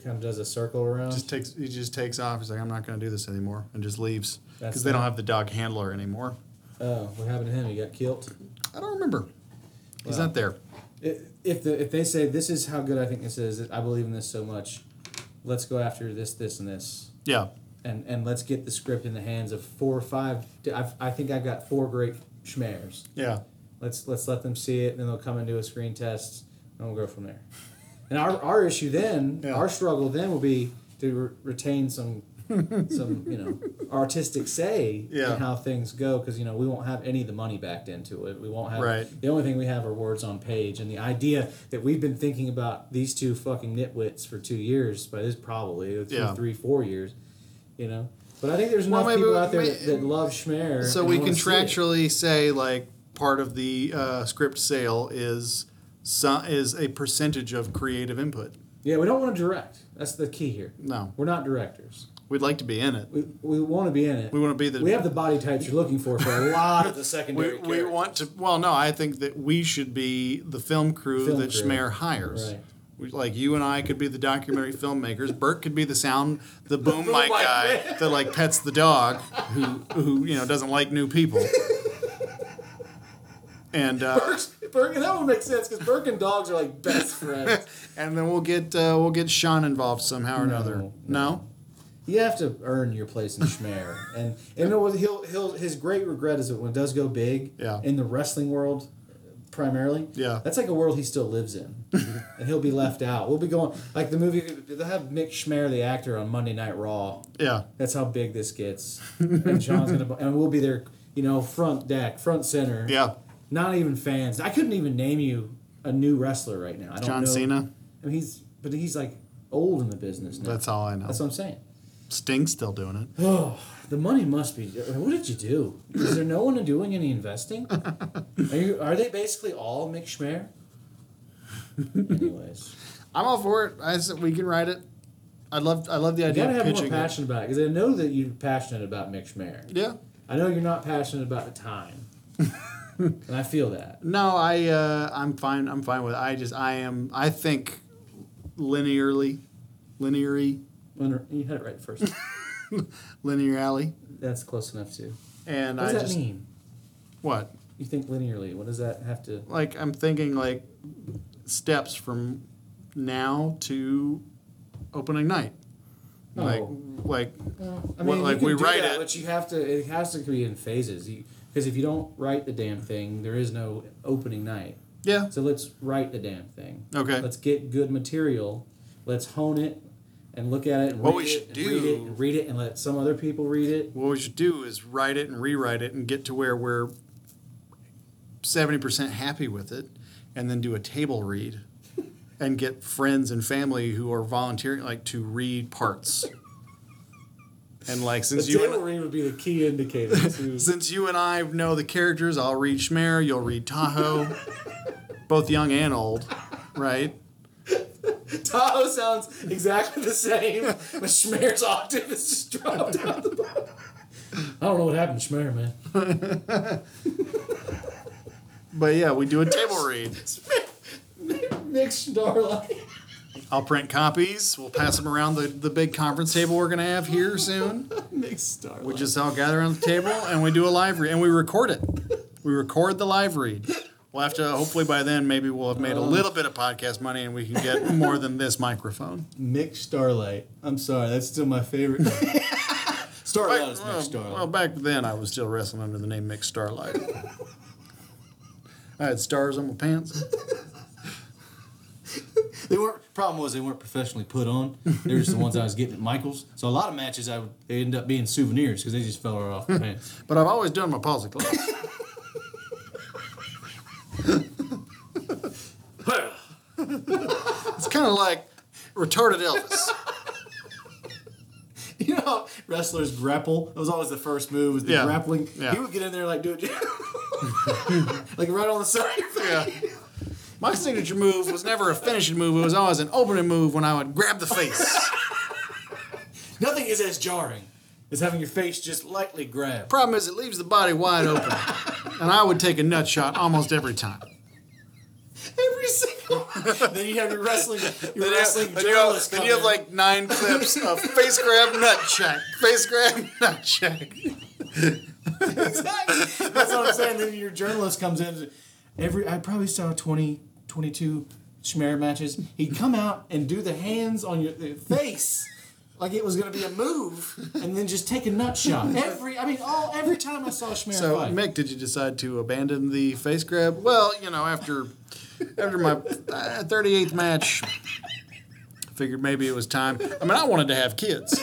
Speaker 2: kind of does a circle around.
Speaker 1: just takes he just takes off. He's like, I'm not going to do this anymore, and just leaves
Speaker 2: That's
Speaker 1: because they don't
Speaker 2: not-
Speaker 1: have the dog handler anymore.
Speaker 2: oh, what happened to him? He got killed.
Speaker 1: I don't remember. He's
Speaker 2: Wow.
Speaker 1: not there.
Speaker 2: I- if the if they say this is how good I think this is, I believe in this so much, let's go after this, this, and this,
Speaker 1: Yeah,
Speaker 2: and and let's get the script in the hands of four or five. I've, I think I've got four great schmares.
Speaker 1: yeah.
Speaker 2: Let's let's let them see it, and then they'll come and do a screen test, and we'll go from there. And our, our issue then,
Speaker 1: Yeah.
Speaker 2: our struggle then will be to re- retain some some you know artistic say
Speaker 1: Yeah.
Speaker 2: in how things go because you know we won't have any of the money backed into it. We won't have
Speaker 1: Right.
Speaker 2: the only thing we have are words on page, and the idea that we've been thinking about these two fucking nitwits for two years, but it's probably two,
Speaker 1: Yeah.
Speaker 2: three, four years, you know. But I think there's
Speaker 1: Well,
Speaker 2: enough
Speaker 1: maybe
Speaker 2: people
Speaker 1: we-
Speaker 2: out there
Speaker 1: may-
Speaker 2: that, that love Schmear.
Speaker 1: So
Speaker 2: and
Speaker 1: we
Speaker 2: wanna see it.
Speaker 1: contractually say like part of the uh, script sale is some, is a percentage of creative input.
Speaker 2: Yeah, we don't want to direct. That's the key here.
Speaker 1: No.
Speaker 2: We're not directors.
Speaker 1: We'd like to be in it.
Speaker 2: We, we want to be in it.
Speaker 1: We want to be the.
Speaker 2: We have the body types you're looking for for a lot of the
Speaker 1: We,
Speaker 2: (laughs) secondary.
Speaker 1: we want to. Well, no, I think that we should be the film crew
Speaker 2: Film
Speaker 1: that
Speaker 2: crew.
Speaker 1: Schmear hires.
Speaker 2: Right.
Speaker 1: We, like you and I could be the documentary filmmakers. Bert could be the sound, the boom mic
Speaker 2: mic
Speaker 1: guy
Speaker 2: man.
Speaker 1: that like pets the dog, who who you know doesn't like new people. And uh,
Speaker 2: Burke, that would make sense because Burke and dogs are like best friends.
Speaker 1: and then we'll get uh, we'll get Sean involved somehow or another.
Speaker 2: No,
Speaker 1: No,
Speaker 2: (laughs) You have to earn your place in Schmear, and and it was, he'll he'll his great regret is that when it does go big,
Speaker 1: Yeah.
Speaker 2: in the wrestling world, primarily,
Speaker 1: Yeah.
Speaker 2: that's like a world he still lives in, and he'll be left out. We'll be going like the movie. They'll have Mick Schmear, the actor, on Monday Night Raw.
Speaker 1: yeah,
Speaker 2: That's how big this gets,
Speaker 1: (laughs)
Speaker 2: and Sean's gonna and we'll be there, you know, front deck, front center,
Speaker 1: yeah.
Speaker 2: Not even fans. I couldn't even name you a new wrestler right now. I don't
Speaker 1: John
Speaker 2: know.
Speaker 1: Cena.
Speaker 2: I mean, he's but he's like old in the business now.
Speaker 1: That's all I know.
Speaker 2: That's what I'm
Speaker 1: (laughs)
Speaker 2: saying.
Speaker 1: Sting's still doing it.
Speaker 2: Oh, the money must be. What did you do? Is there no one doing any investing? Are you? Are they basically all Mick
Speaker 1: (laughs)
Speaker 2: Schmear? Anyways,
Speaker 1: I'm all for it. I said we can write it. I love I love the
Speaker 2: you
Speaker 1: idea
Speaker 2: gotta
Speaker 1: of
Speaker 2: have more
Speaker 1: pitching it.
Speaker 2: passion about it because I know that you're passionate about Mick Schmear.
Speaker 1: Yeah.
Speaker 2: I know you're not passionate about the (laughs) time, and I feel that.
Speaker 1: No, I uh, I'm fine. I'm fine with. It. I just I am. I think linearly, lineary,
Speaker 2: Wonder- You had it right the first. time.
Speaker 1: linearly.
Speaker 2: That's close enough too.
Speaker 1: and
Speaker 2: What does
Speaker 1: I
Speaker 2: that
Speaker 1: just
Speaker 2: mean?
Speaker 1: what
Speaker 2: You think linearly. What does that have to?
Speaker 1: like I'm thinking like steps from now to opening night. Like
Speaker 2: Oh.
Speaker 1: like
Speaker 2: I
Speaker 1: what-
Speaker 2: mean, you
Speaker 1: like
Speaker 2: can
Speaker 1: we
Speaker 2: do
Speaker 1: write
Speaker 2: that,
Speaker 1: it.
Speaker 2: but you have to. It has to be in phases. Because if you don't write the damn thing, there is no opening night.
Speaker 1: Yeah.
Speaker 2: So let's write the damn thing.
Speaker 1: Okay.
Speaker 2: Let's get good material. Let's hone it and look at it and
Speaker 1: What
Speaker 2: read
Speaker 1: we
Speaker 2: it
Speaker 1: should
Speaker 2: and
Speaker 1: do-
Speaker 2: read it and read it and let some other people read it.
Speaker 1: What we should do is write it and rewrite it and get to where we're seventy percent happy with it, and then do a table read, and get friends and family who are volunteering like to read parts. And like
Speaker 2: The
Speaker 1: since you
Speaker 2: table read would be the key indicator. to-
Speaker 1: Since you and I know the characters, I'll read Schmer, you'll read Tahoe, both young and old, right?
Speaker 2: Tahoe sounds exactly the same, but Schmear's octave is just dropped out the bottom. I don't know what happened to Schmear, man.
Speaker 1: But yeah, we do a table read.
Speaker 2: Nick Starlight.
Speaker 1: I'll print copies. We'll pass them around the, the big conference table we're going to have here soon.
Speaker 2: Nick Starlight.
Speaker 1: We just all gather around the table and we do a live read and we record it. We record the live read. We'll have to, hopefully by then, maybe we'll have made a little bit of podcast money and we can get more than this microphone.
Speaker 2: Nick Starlight. I'm sorry, that's still my favorite. (laughs) Starlight
Speaker 1: Back-
Speaker 2: is
Speaker 1: well,
Speaker 2: Nick Starlight.
Speaker 1: well, back then I was still wrestling under the name Mick Starlight. I had stars on my pants.
Speaker 2: They weren't. Problem was they weren't professionally put on. They were just the ones I was getting at Michaels. So a lot of matches I would they end up being souvenirs because they just fell right (laughs) off the pants.
Speaker 1: But I've always done my palsy class. it's kind of like retarded Elvis.
Speaker 2: (laughs) you know, how wrestlers grapple. That was always the first move. Was the
Speaker 1: Yeah.
Speaker 2: grappling.
Speaker 1: Yeah.
Speaker 2: He would get in there and like do it, (laughs) like right on the side. (laughs) of your face.
Speaker 1: Yeah. My signature move was never a finishing move. It was always an opening move when I would grab the face.
Speaker 2: Nothing is as jarring as having your face just lightly grabbed.
Speaker 1: Problem is, it leaves the body wide open, and I would take a nut shot almost every time.
Speaker 2: Every single. (laughs) then you have your wrestling. Your
Speaker 1: Then you have-
Speaker 2: wrestling
Speaker 1: then you have,
Speaker 2: journalist.
Speaker 1: then
Speaker 2: come
Speaker 1: you have
Speaker 2: in.
Speaker 1: like nine clips of face grab nut check, face grab nut check.
Speaker 2: Exactly. (laughs) That's what I'm saying. Then your journalist comes in. Every I probably saw 20, 22 Schmear matches. He'd come out and do the hands on your the face like it was going to be a move, and then just take a nut shot. Every I mean, all every time I saw Schmear
Speaker 1: So
Speaker 2: fight.
Speaker 1: Mick, did you decide to abandon the face grab? Well, you know, after after my thirty eighth match, I figured maybe it was time. I mean, I wanted to have kids,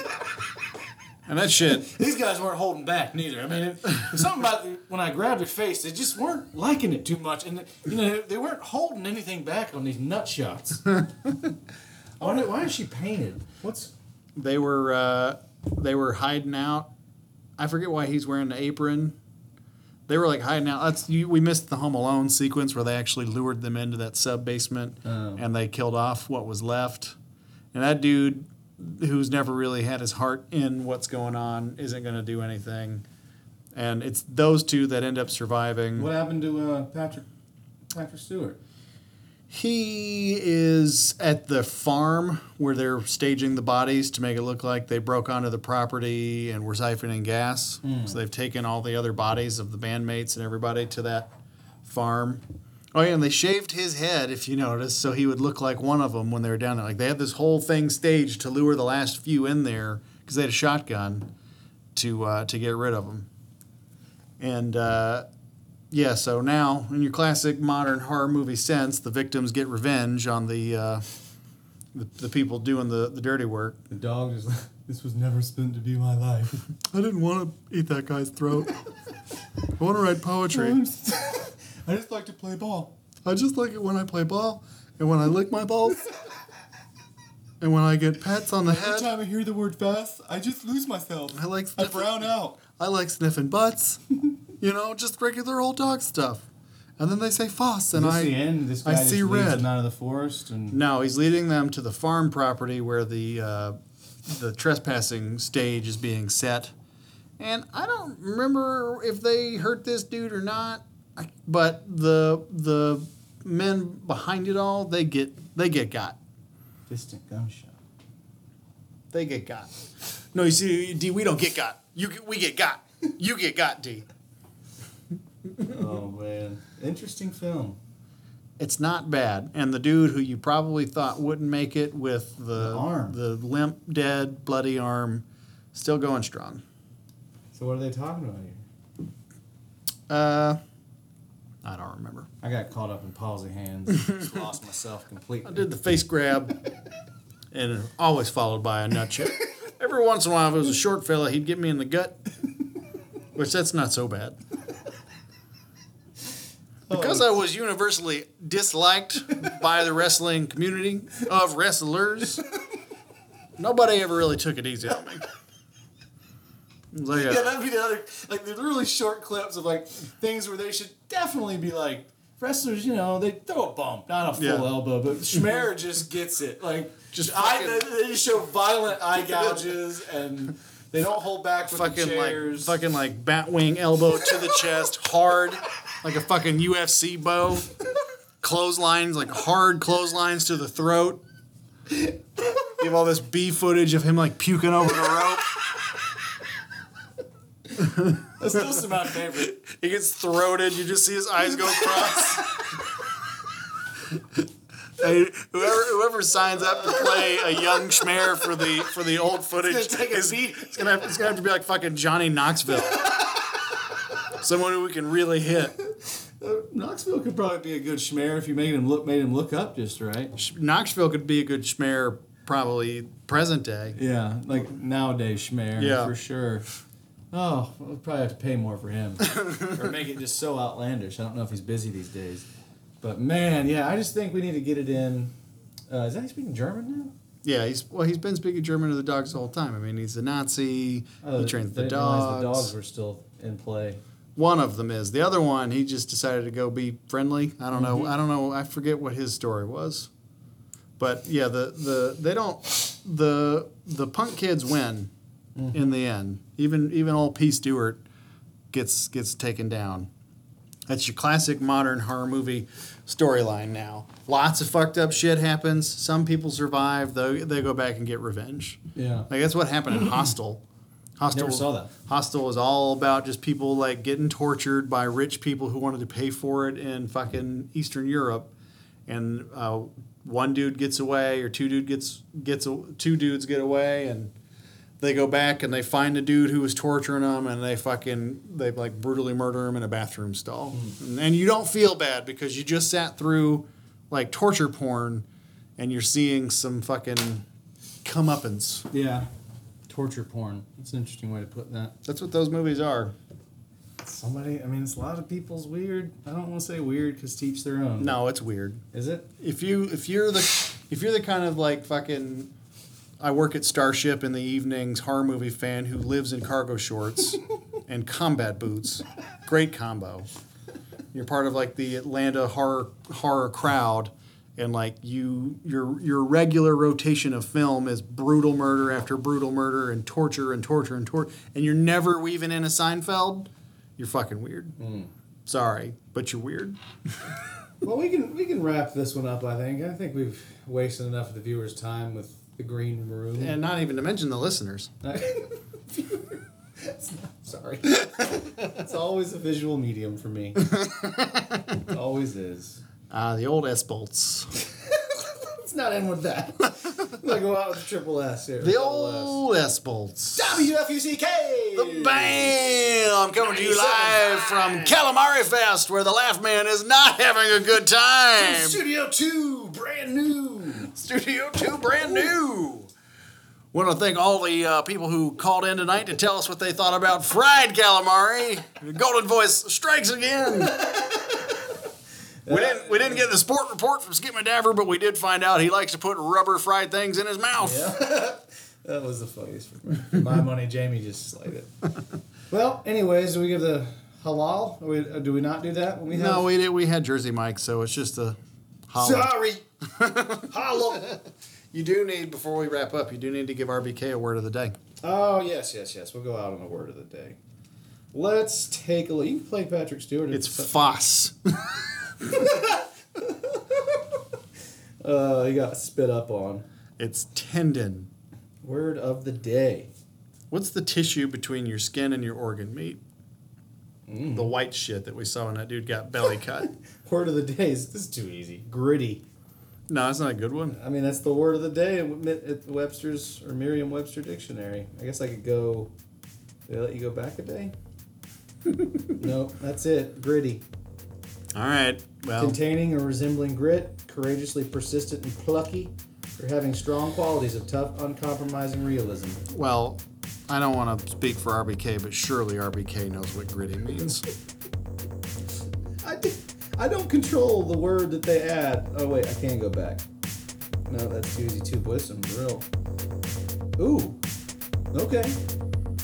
Speaker 1: and that shit.
Speaker 2: These guys weren't holding back neither. I mean, it, something about the- when I grabbed their face, they just weren't liking it too much, and you know they weren't holding anything back on these
Speaker 1: (laughs)
Speaker 2: nut shots. why, why is she painted? What's
Speaker 1: they were uh, they were hiding out. I forget why he's wearing the apron. They were like hiding out. That's you, we missed the Home Alone sequence where they actually lured them into that sub basement and they killed off what was left. And that dude, who's never really had his heart in what's going on, isn't going to do anything. And it's those two that end up surviving.
Speaker 2: What happened to uh, Patrick Patrick Stewart?
Speaker 1: He is at the farm where they're staging the bodies to make it look like they broke onto the property and were siphoning gas. So they've taken all the other bodies of the bandmates and everybody to that farm. Oh yeah, and they shaved his head if you notice, so he would look like one of them when they were down there. Like they had this whole thing staged to lure the last few in there because they had a shotgun to uh, to get rid of them. And uh, yeah, so now in your classic modern horror movie sense, the victims get revenge on the uh, the, the people doing the, the dirty work.
Speaker 2: The dog is. (laughs) This was never supposed to be my life. (laughs)
Speaker 1: I didn't want to eat that guy's throat. I want to write poetry.
Speaker 2: I just like to play ball.
Speaker 1: I just like it when I play ball and when I lick my balls and when I get pats on the head.
Speaker 2: I hear the word fast, I just lose myself.
Speaker 1: I like sniffing,
Speaker 2: out.
Speaker 1: I like sniffing butts. You know, just regular old dog stuff. And then they say "foss," and
Speaker 2: Is this
Speaker 1: I
Speaker 2: the end? This guy
Speaker 1: I
Speaker 2: just
Speaker 1: see
Speaker 2: leaves
Speaker 1: red.
Speaker 2: them out of the forest and
Speaker 1: No, he's leading them to the farm property where the uh, the trespassing stage is being set. And I don't remember if they hurt this dude or not, I, but the the men behind it all they get they get got.
Speaker 2: distant gunshot.
Speaker 1: They get got. No, you see, D, we don't get got. You get- we get got. You get got, D.
Speaker 2: oh man, interesting film.
Speaker 1: It's not bad. And the dude who you probably thought wouldn't make it with the,
Speaker 2: The arm.
Speaker 1: the limp, dead, bloody arm, still going strong.
Speaker 2: So what are they talking about here?
Speaker 1: Uh, I don't remember.
Speaker 2: I got caught up in palsy hands. (laughs) and just lost myself
Speaker 1: I
Speaker 2: completely.
Speaker 1: did the face grab, (laughs) and always followed by a nut check. Every once in a while, if it was a short fella, he'd get me in the gut, which that's not so bad. Because I was universally disliked by the wrestling community of wrestlers, nobody ever really took it easy on me. It was like a-
Speaker 2: Yeah, that'd be the other. Like the really short clips of like things where they should definitely be like wrestlers. You know, they throw a bump, not a full
Speaker 1: Yeah.
Speaker 2: elbow, but Schmer (laughs) just gets it. Like
Speaker 1: Just
Speaker 2: just eye,
Speaker 1: fucking-
Speaker 2: they, they just show violent
Speaker 1: (laughs)
Speaker 2: eye gouges and they don't hold back with the
Speaker 1: fucking like
Speaker 2: chairs.
Speaker 1: fucking like bat wing elbow to the chest, hard, like a fucking UFC bow. Clotheslines, like hard clotheslines to the throat. You have all this B footage of him like puking over the rope.
Speaker 2: That's still some of
Speaker 1: (laughs)
Speaker 2: my favorite.
Speaker 1: He gets throated. You just see his eyes go across. Hey, whoever whoever signs up to play a young schmear for the for the old footage
Speaker 2: take a
Speaker 1: is it's gonna have, it's gonna have to be like fucking Johnny Knoxville, someone who we can really hit.
Speaker 2: Knoxville could probably be a good Schmer if you made him look made him look up just right.
Speaker 1: Sh- Knoxville could be a good schmear, probably present day.
Speaker 2: Yeah, like nowadays Schmer,
Speaker 1: Oh. Yeah.
Speaker 2: for sure. Oh, we'll probably have to pay more for him, or make it just so outlandish. I don't know if he's busy these days, but man, yeah, I just think we need to get it in. Uh, is that he speaking German now?
Speaker 1: Yeah, he's well, he's been speaking German to the dogs the whole time. I mean, he's a Nazi.
Speaker 2: Oh,
Speaker 1: he trains
Speaker 2: they
Speaker 1: the
Speaker 2: didn't realize
Speaker 1: dogs.
Speaker 2: The dogs were still in play.
Speaker 1: One of them is the other one. He just decided to go be friendly. I don't know. I don't know. I forget what his story was, but yeah, the the they don't the the punk kids win in the end. Even even old P Stewart gets gets taken down. That's your classic modern horror movie storyline now. Lots of fucked up shit happens. Some people survive, though they go back and get revenge.
Speaker 2: Yeah.
Speaker 1: Like that's what happened in Hostel. Hostel
Speaker 2: Never saw that.
Speaker 1: Hostel was all about just people like getting tortured by rich people who wanted to pay for it in fucking Eastern Europe, and uh, one dude gets away or two dude gets gets two dudes get away and they go back and they find the dude who was torturing them and they fucking they like brutally murder him in a bathroom stall
Speaker 2: Hmm.
Speaker 1: and, and you don't feel bad because you just sat through like torture porn and you're seeing some fucking comeuppance
Speaker 2: Yeah, torture porn. That's an interesting way to put that.
Speaker 1: that's what those movies are
Speaker 2: Somebody, I mean, it's a lot of people's weird. I don't want to say weird because teach their own.
Speaker 1: no it's weird
Speaker 2: is it?
Speaker 1: if you if you're the if you're the kind of like fucking I work at Starship in the evenings horror movie fan who lives in cargo shorts and combat boots, great combo. You're part of like the Atlanta horror horror crowd and like you your your regular rotation of film is brutal murder after brutal murder and torture and torture and torture and you're never weaving in a Seinfeld, you're fucking weird. Sorry, but you're weird.
Speaker 2: Well, we can we can wrap this one up. I think I think we've wasted enough of the viewers' time with the green room.
Speaker 1: And not even to mention the listeners.
Speaker 2: Sorry, it's always a visual medium for me. it always is.
Speaker 1: Ah, the old S bolts.
Speaker 2: Let's not end with (laughs) that. Let's go out with triple S here.
Speaker 1: The old S bolts.
Speaker 2: WFUCK.
Speaker 1: Bam! I'm coming to you live from Calamari Fest, where the Laugh Man is not (laughs) having a good time.
Speaker 2: Studio Two, brand new.
Speaker 1: Studio 2, brand new. Want to thank all the uh, people who called in tonight to tell us what they thought about fried calamari. The Golden Voice strikes again. (laughs) We didn't, we didn't get the sport report from Skip McDaver, but we did find out he likes to put rubber fried things in his mouth.
Speaker 2: (laughs) That was the funniest. For my, for my money, Jamie just slayed it. well, anyways, do we give the halal? Or we, or do we not do that when we have?
Speaker 1: No, we did. We had Jersey Mike, so it's just a holler. (laughs)
Speaker 2: Sorry. (laughs) Holla.
Speaker 1: You do need before we wrap up. You do need to give RBK a word of the day.
Speaker 2: Oh, yes, yes, yes. We'll go out on the word of the day. Let's take a look. You can play Patrick Stewart.
Speaker 1: It's Foss.
Speaker 2: uh, you got spit up on.
Speaker 1: (laughs) it's tendon.
Speaker 2: Word of the day.
Speaker 1: What's the tissue between your skin and your organ meat? The white shit that we saw when that dude got belly cut.
Speaker 8: (laughs) Word of the day is this is too easy. Gritty.
Speaker 1: no, that's not a good one.
Speaker 8: I mean, that's the word of the day at Webster's or Merriam-Webster dictionary. I guess I could go. Did I let you go back a
Speaker 1: (laughs)
Speaker 8: day? no, that's it. Gritty.
Speaker 1: All right. Well,
Speaker 8: Containing or resembling grit, courageously persistent and plucky, or having strong qualities of tough, uncompromising realism.
Speaker 1: well, I don't want to speak for RBK, but surely RBK knows what gritty means.
Speaker 8: I, d- I don't control the word that they add. Oh wait, I can go back. No, that's too easy. Too wisdom, real. Ooh, okay.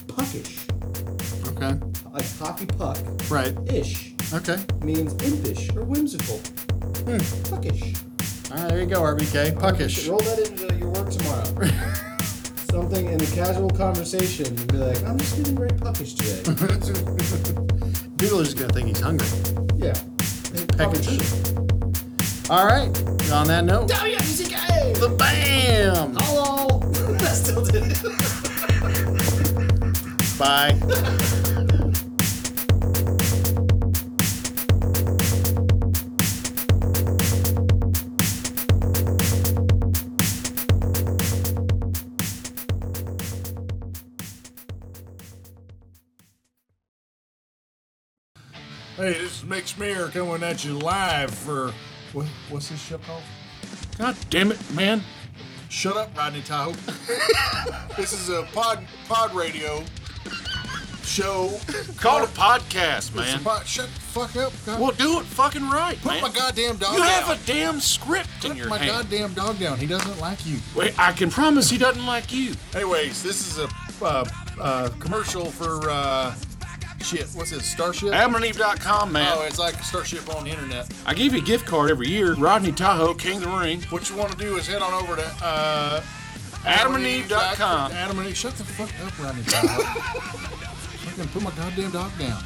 Speaker 8: Puckish,
Speaker 1: Okay.
Speaker 8: like hockey puck.
Speaker 1: Right.
Speaker 8: Ish
Speaker 1: Okay.
Speaker 8: means impish or whimsical. Hmm, Puckish.
Speaker 1: All right. There you go, RBK. Puckish.
Speaker 8: Roll that into your work tomorrow. Something in a casual conversation, and be like, I'm just feeling very puckish today.
Speaker 1: People are just gonna think he's hungry.
Speaker 8: yeah.
Speaker 1: Puckish. All right. On that note,
Speaker 8: Oh, WFCK!
Speaker 1: the bam.
Speaker 8: Hello! (laughs) I still did it.
Speaker 1: Bye.
Speaker 9: Hey, this is Mick Smear coming at you live for what, what's this show called? God damn it, man! Shut up, Rodney Tahoe. (laughs) this is a pod pod radio show.
Speaker 2: Call it a podcast,
Speaker 9: It's a
Speaker 2: man.
Speaker 9: pod- shut the fuck up. God.
Speaker 2: Well, do it fucking right,
Speaker 9: Put
Speaker 2: man.
Speaker 9: my goddamn dog
Speaker 2: you
Speaker 9: down.
Speaker 2: have a damn script in
Speaker 9: Put
Speaker 2: your
Speaker 9: my
Speaker 2: hand.
Speaker 9: goddamn dog down. He doesn't like you.
Speaker 2: Wait, I can promise he doesn't like you.
Speaker 9: Anyways, this is a uh, uh, commercial for uh, shit. What's it? Starship.
Speaker 2: AdamandEve.com, man.
Speaker 9: Oh, it's like Starship on the internet.
Speaker 2: I give you a gift card every year. Rodney Tahoe, King of the Ring.
Speaker 9: What you want to do is head on over to uh,
Speaker 2: AdamandEve.com.
Speaker 9: Adam and Eve, shut the fuck up, Rodney.
Speaker 2: (laughs)
Speaker 9: Fucking put my goddamn dog down.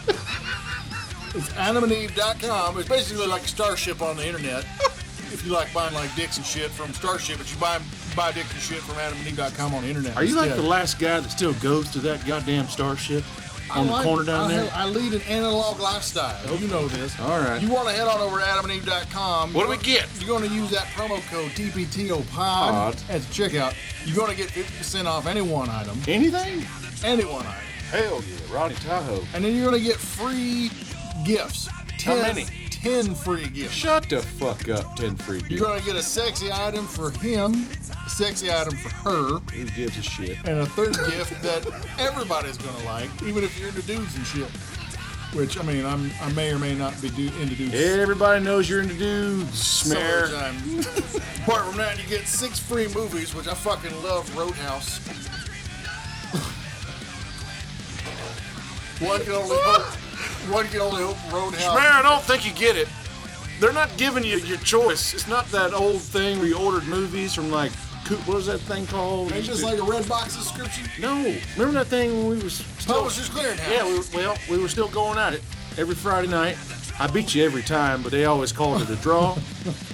Speaker 9: It's AdamandEve.com. It's basically like Starship on the internet. If you like buying like dicks and shit from Starship, but you buy buy dicks and shit from AdamandEve.com on the internet.
Speaker 2: Are you like
Speaker 9: instead.
Speaker 2: the last guy that still goes to that goddamn starship
Speaker 9: I
Speaker 2: on the
Speaker 9: like-
Speaker 2: corner down
Speaker 9: I,
Speaker 2: there?
Speaker 9: I lead an analog lifestyle. You know this.
Speaker 2: All right.
Speaker 9: You want to head on over to adamandeve.com.
Speaker 2: What do we get?
Speaker 9: You're going to use that promo code
Speaker 2: Pod.
Speaker 9: DPTOPOD at checkout. You're going to get 50% off any one item.
Speaker 2: Anything?
Speaker 9: Any one item.
Speaker 2: Hell yeah, Rodney Tahoe.
Speaker 9: And then you're going to get free gifts.
Speaker 2: How
Speaker 9: 10
Speaker 2: many?
Speaker 9: 10 free gifts.
Speaker 2: Shut the fuck up, 10 free
Speaker 9: You're going to get a sexy item for him, a sexy item for her,
Speaker 2: Who gives a shit?
Speaker 9: and a third gift that everybody's gonna like, even if you're into dudes and shit. Which I mean, I'm I may or may not be do, into dudes.
Speaker 2: Everybody knows you're into dudes,
Speaker 9: some of
Speaker 2: smear.
Speaker 9: the time. Apart from that, you get six free movies, which I fucking love. Roadhouse. one can only
Speaker 2: (laughs)
Speaker 9: hope. One can only hope Roadhouse.
Speaker 2: Smear, I don't think you get it. They're not giving you your choice. It's not that old thing where you ordered movies from like, Coop- what was that thing called?
Speaker 9: It's just like a red box subscription.
Speaker 2: no, remember that thing when we was still,
Speaker 9: Publishers Clearinghouse.
Speaker 2: yeah, we were, well, we were still going at it every Friday night. I beat you every time, but they always called it a draw,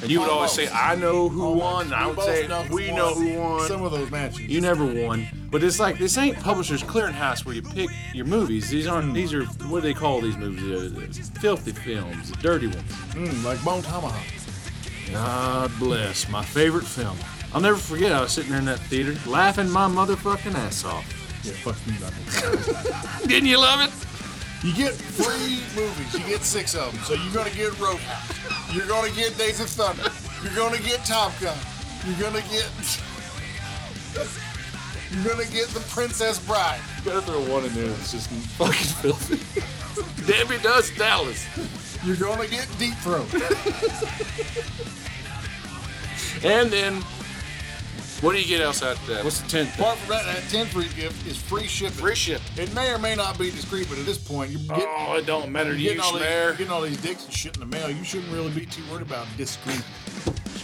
Speaker 2: and you would always say, "I know who won." And I would
Speaker 9: both
Speaker 2: say,
Speaker 9: know who
Speaker 2: "We
Speaker 9: won.
Speaker 2: know who won."
Speaker 9: Some of those matches.
Speaker 2: You never won, but it's like this ain't Publishers Clearinghouse where you pick your movies. These aren't. These are what do they call these movies? Uh, Filthy films, dirty ones.
Speaker 9: Mm, like Bone Tomahawk.
Speaker 2: God bless my favorite film. I'll never forget. I was sitting there in that theater, laughing my motherfucking ass off.
Speaker 9: Yeah, fuck you, Dr.
Speaker 2: Didn't you love it?
Speaker 9: You get three movies. You get six of them. So you're gonna get Roadhouse. You're gonna get Days of Thunder. You're gonna get Top Gun. You're gonna get. (laughs) You're gonna get The Princess Bride.
Speaker 2: Better throw one in there. It's just fucking filthy. Debbie does Dallas.
Speaker 9: You're gonna get Deep Throat.
Speaker 2: And then, what do you get else out there? What's the tenth? thing?
Speaker 9: Apart from that, that 10 free gift is free shipping.
Speaker 2: Free ship.
Speaker 9: It may or may not be discreet, but at this point, you're getting,
Speaker 2: Oh, it don't matter to
Speaker 9: you're
Speaker 2: you,
Speaker 9: getting, all, these,
Speaker 2: Schmear.
Speaker 9: you're getting all these dicks and shit in the mail. You shouldn't really be too worried about discreet.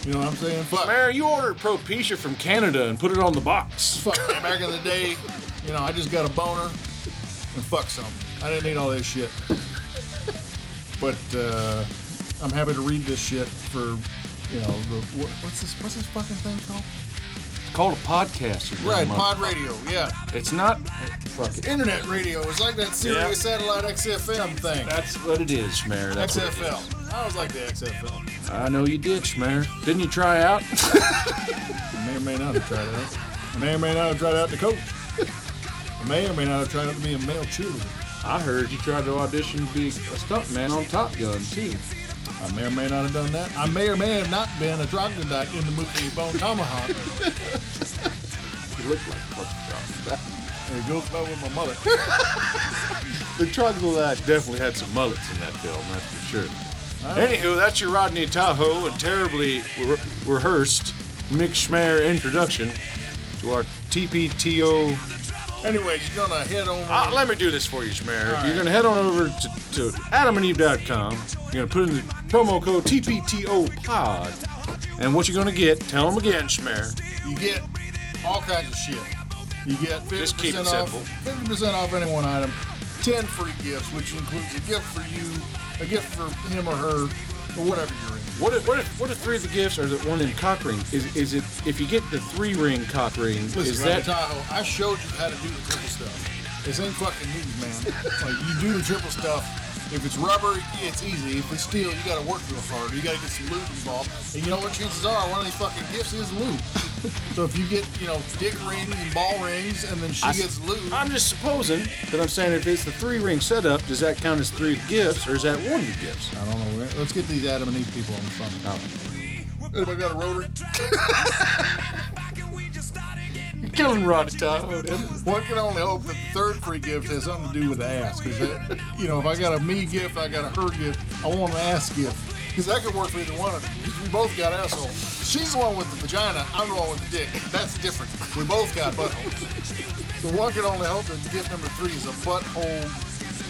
Speaker 9: You know what I'm saying? Fuck.
Speaker 2: Mayor, you ordered Propecia from Canada and put it on the box.
Speaker 9: fuck man, back in the day, you know, I just got a boner and fuck something. I didn't need all this shit. But uh, I'm happy to read this shit for, you know, the, what, what's this what's this fucking thing called?
Speaker 10: called a podcast. you
Speaker 9: Right,
Speaker 10: dumb
Speaker 9: pod
Speaker 10: mother-
Speaker 9: radio, yeah.
Speaker 10: It's not. Fuck it.
Speaker 9: Internet radio. It's like that Sirius Satellite XFM thing.
Speaker 10: That's what it is, Schmer. That's what it is.
Speaker 9: XFL. I was like the XFL.
Speaker 10: I know you did, Schmer. Didn't you try out?
Speaker 1: I may or may not have tried it out. I may or may not have tried out to coach. I may or may not have tried out to be a male cheerleader.
Speaker 10: I heard you tried to audition to be a stuntman on Top Gun, too.
Speaker 1: I may or may not have done that. I may or may have not been a troglodyte in the movie Bone Tomahawk.
Speaker 10: You look like a fucking
Speaker 1: It goes well with my mother.
Speaker 10: The Troglodyte definitely had some mullets in that film, that's for sure. Anywho, that's your Rodney Tahoe and terribly re- rehearsed Mick Schmer introduction to our TPTO.
Speaker 9: Anyway, you're gonna head over.
Speaker 10: Ah, let me do this for you, Schmer.
Speaker 9: All
Speaker 10: You're
Speaker 9: right.
Speaker 10: going to head on over to, to adamandeve.com. You're going to put in the promo code TPTO pod. And what you're going to get, tell them again, Schmer.
Speaker 9: You get all kinds of shit. You get 50%
Speaker 10: Just keep it
Speaker 9: off,
Speaker 10: simple.
Speaker 9: 50% off any one item, 10 free gifts, which includes a gift for you, a gift for him or her, or whatever you're in.
Speaker 10: What if, what if, what if three of the gifts are the one in cock ring? Is, is it, if you get the three ring cock ring,
Speaker 9: Listen,
Speaker 10: is
Speaker 9: Grand
Speaker 10: that.
Speaker 9: Tahoe, I showed you how to do the triple stuff. This ain't fucking news, man. like, you do the triple stuff. If it's rubber, it's easy. If it's steel, you gotta work real hard. You gotta get some lube involved. And you know what chances are, one of these fucking gifts is lube. so if you get, you know, dick rings and ball rings, and then she
Speaker 10: I s-
Speaker 9: gets lube.
Speaker 10: I'm just supposing that I'm saying if it's the three ring setup, does that count as three gifts or is that one of the gifts?
Speaker 1: I don't know where. Let's get these Adam and Eve people on the phone.
Speaker 9: Anybody got a rotary?
Speaker 10: You're killing Rodney Tahoe.
Speaker 9: One can only hope that the third free gift has something to do with the ass. Because, you know, if I got a me gift, I got a her gift, I want an ass gift. Because that could work for either one of them. 'Cause we both got assholes. She's the one with the vagina, I'm the one with the dick. That's different. We both got buttholes. So one can only hope that gift number three is a butthole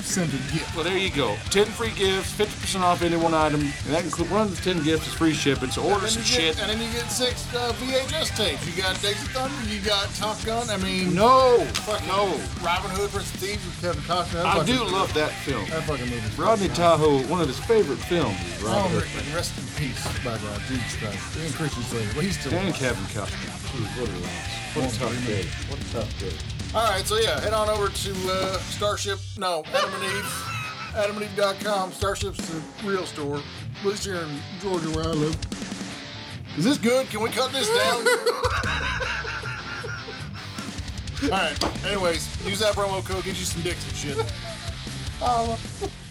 Speaker 9: scented gift.
Speaker 10: Well, there you go. 10 free gifts, 50% off any one item. And that includes one of the 10 gifts is free shipping, so order
Speaker 9: And
Speaker 10: some
Speaker 9: then you get-
Speaker 10: shit.
Speaker 9: And then you get six uh, VHS tapes. You got Days of Thunder, you got Top Gun. I mean,
Speaker 10: No!
Speaker 9: fucking
Speaker 10: No.
Speaker 9: Robin Hood versus Thieves with Kevin Costner. That
Speaker 10: I
Speaker 9: fucking-
Speaker 10: do love that film.
Speaker 9: That fucking movie.
Speaker 10: Rodney Tahoe, one of his favorite films is
Speaker 9: Oh,
Speaker 10: Robin Hood.
Speaker 9: Rick, rest in peace, by God, Jesus Christ. And Christian Slater, but he's still
Speaker 10: And
Speaker 9: alive.
Speaker 10: Kevin Costner. Gee, what a loss. What a tough day. What a tough day.
Speaker 9: All right, so yeah, head on over to uh, Starship. No, Adam and Eve. AdamandEve.com. Starship's the real store, at least here in Georgia where I live. Is this good? Can we cut this
Speaker 10: (laughs)
Speaker 9: down? All right. Anyways, use that promo code. Get you some dicks and shit.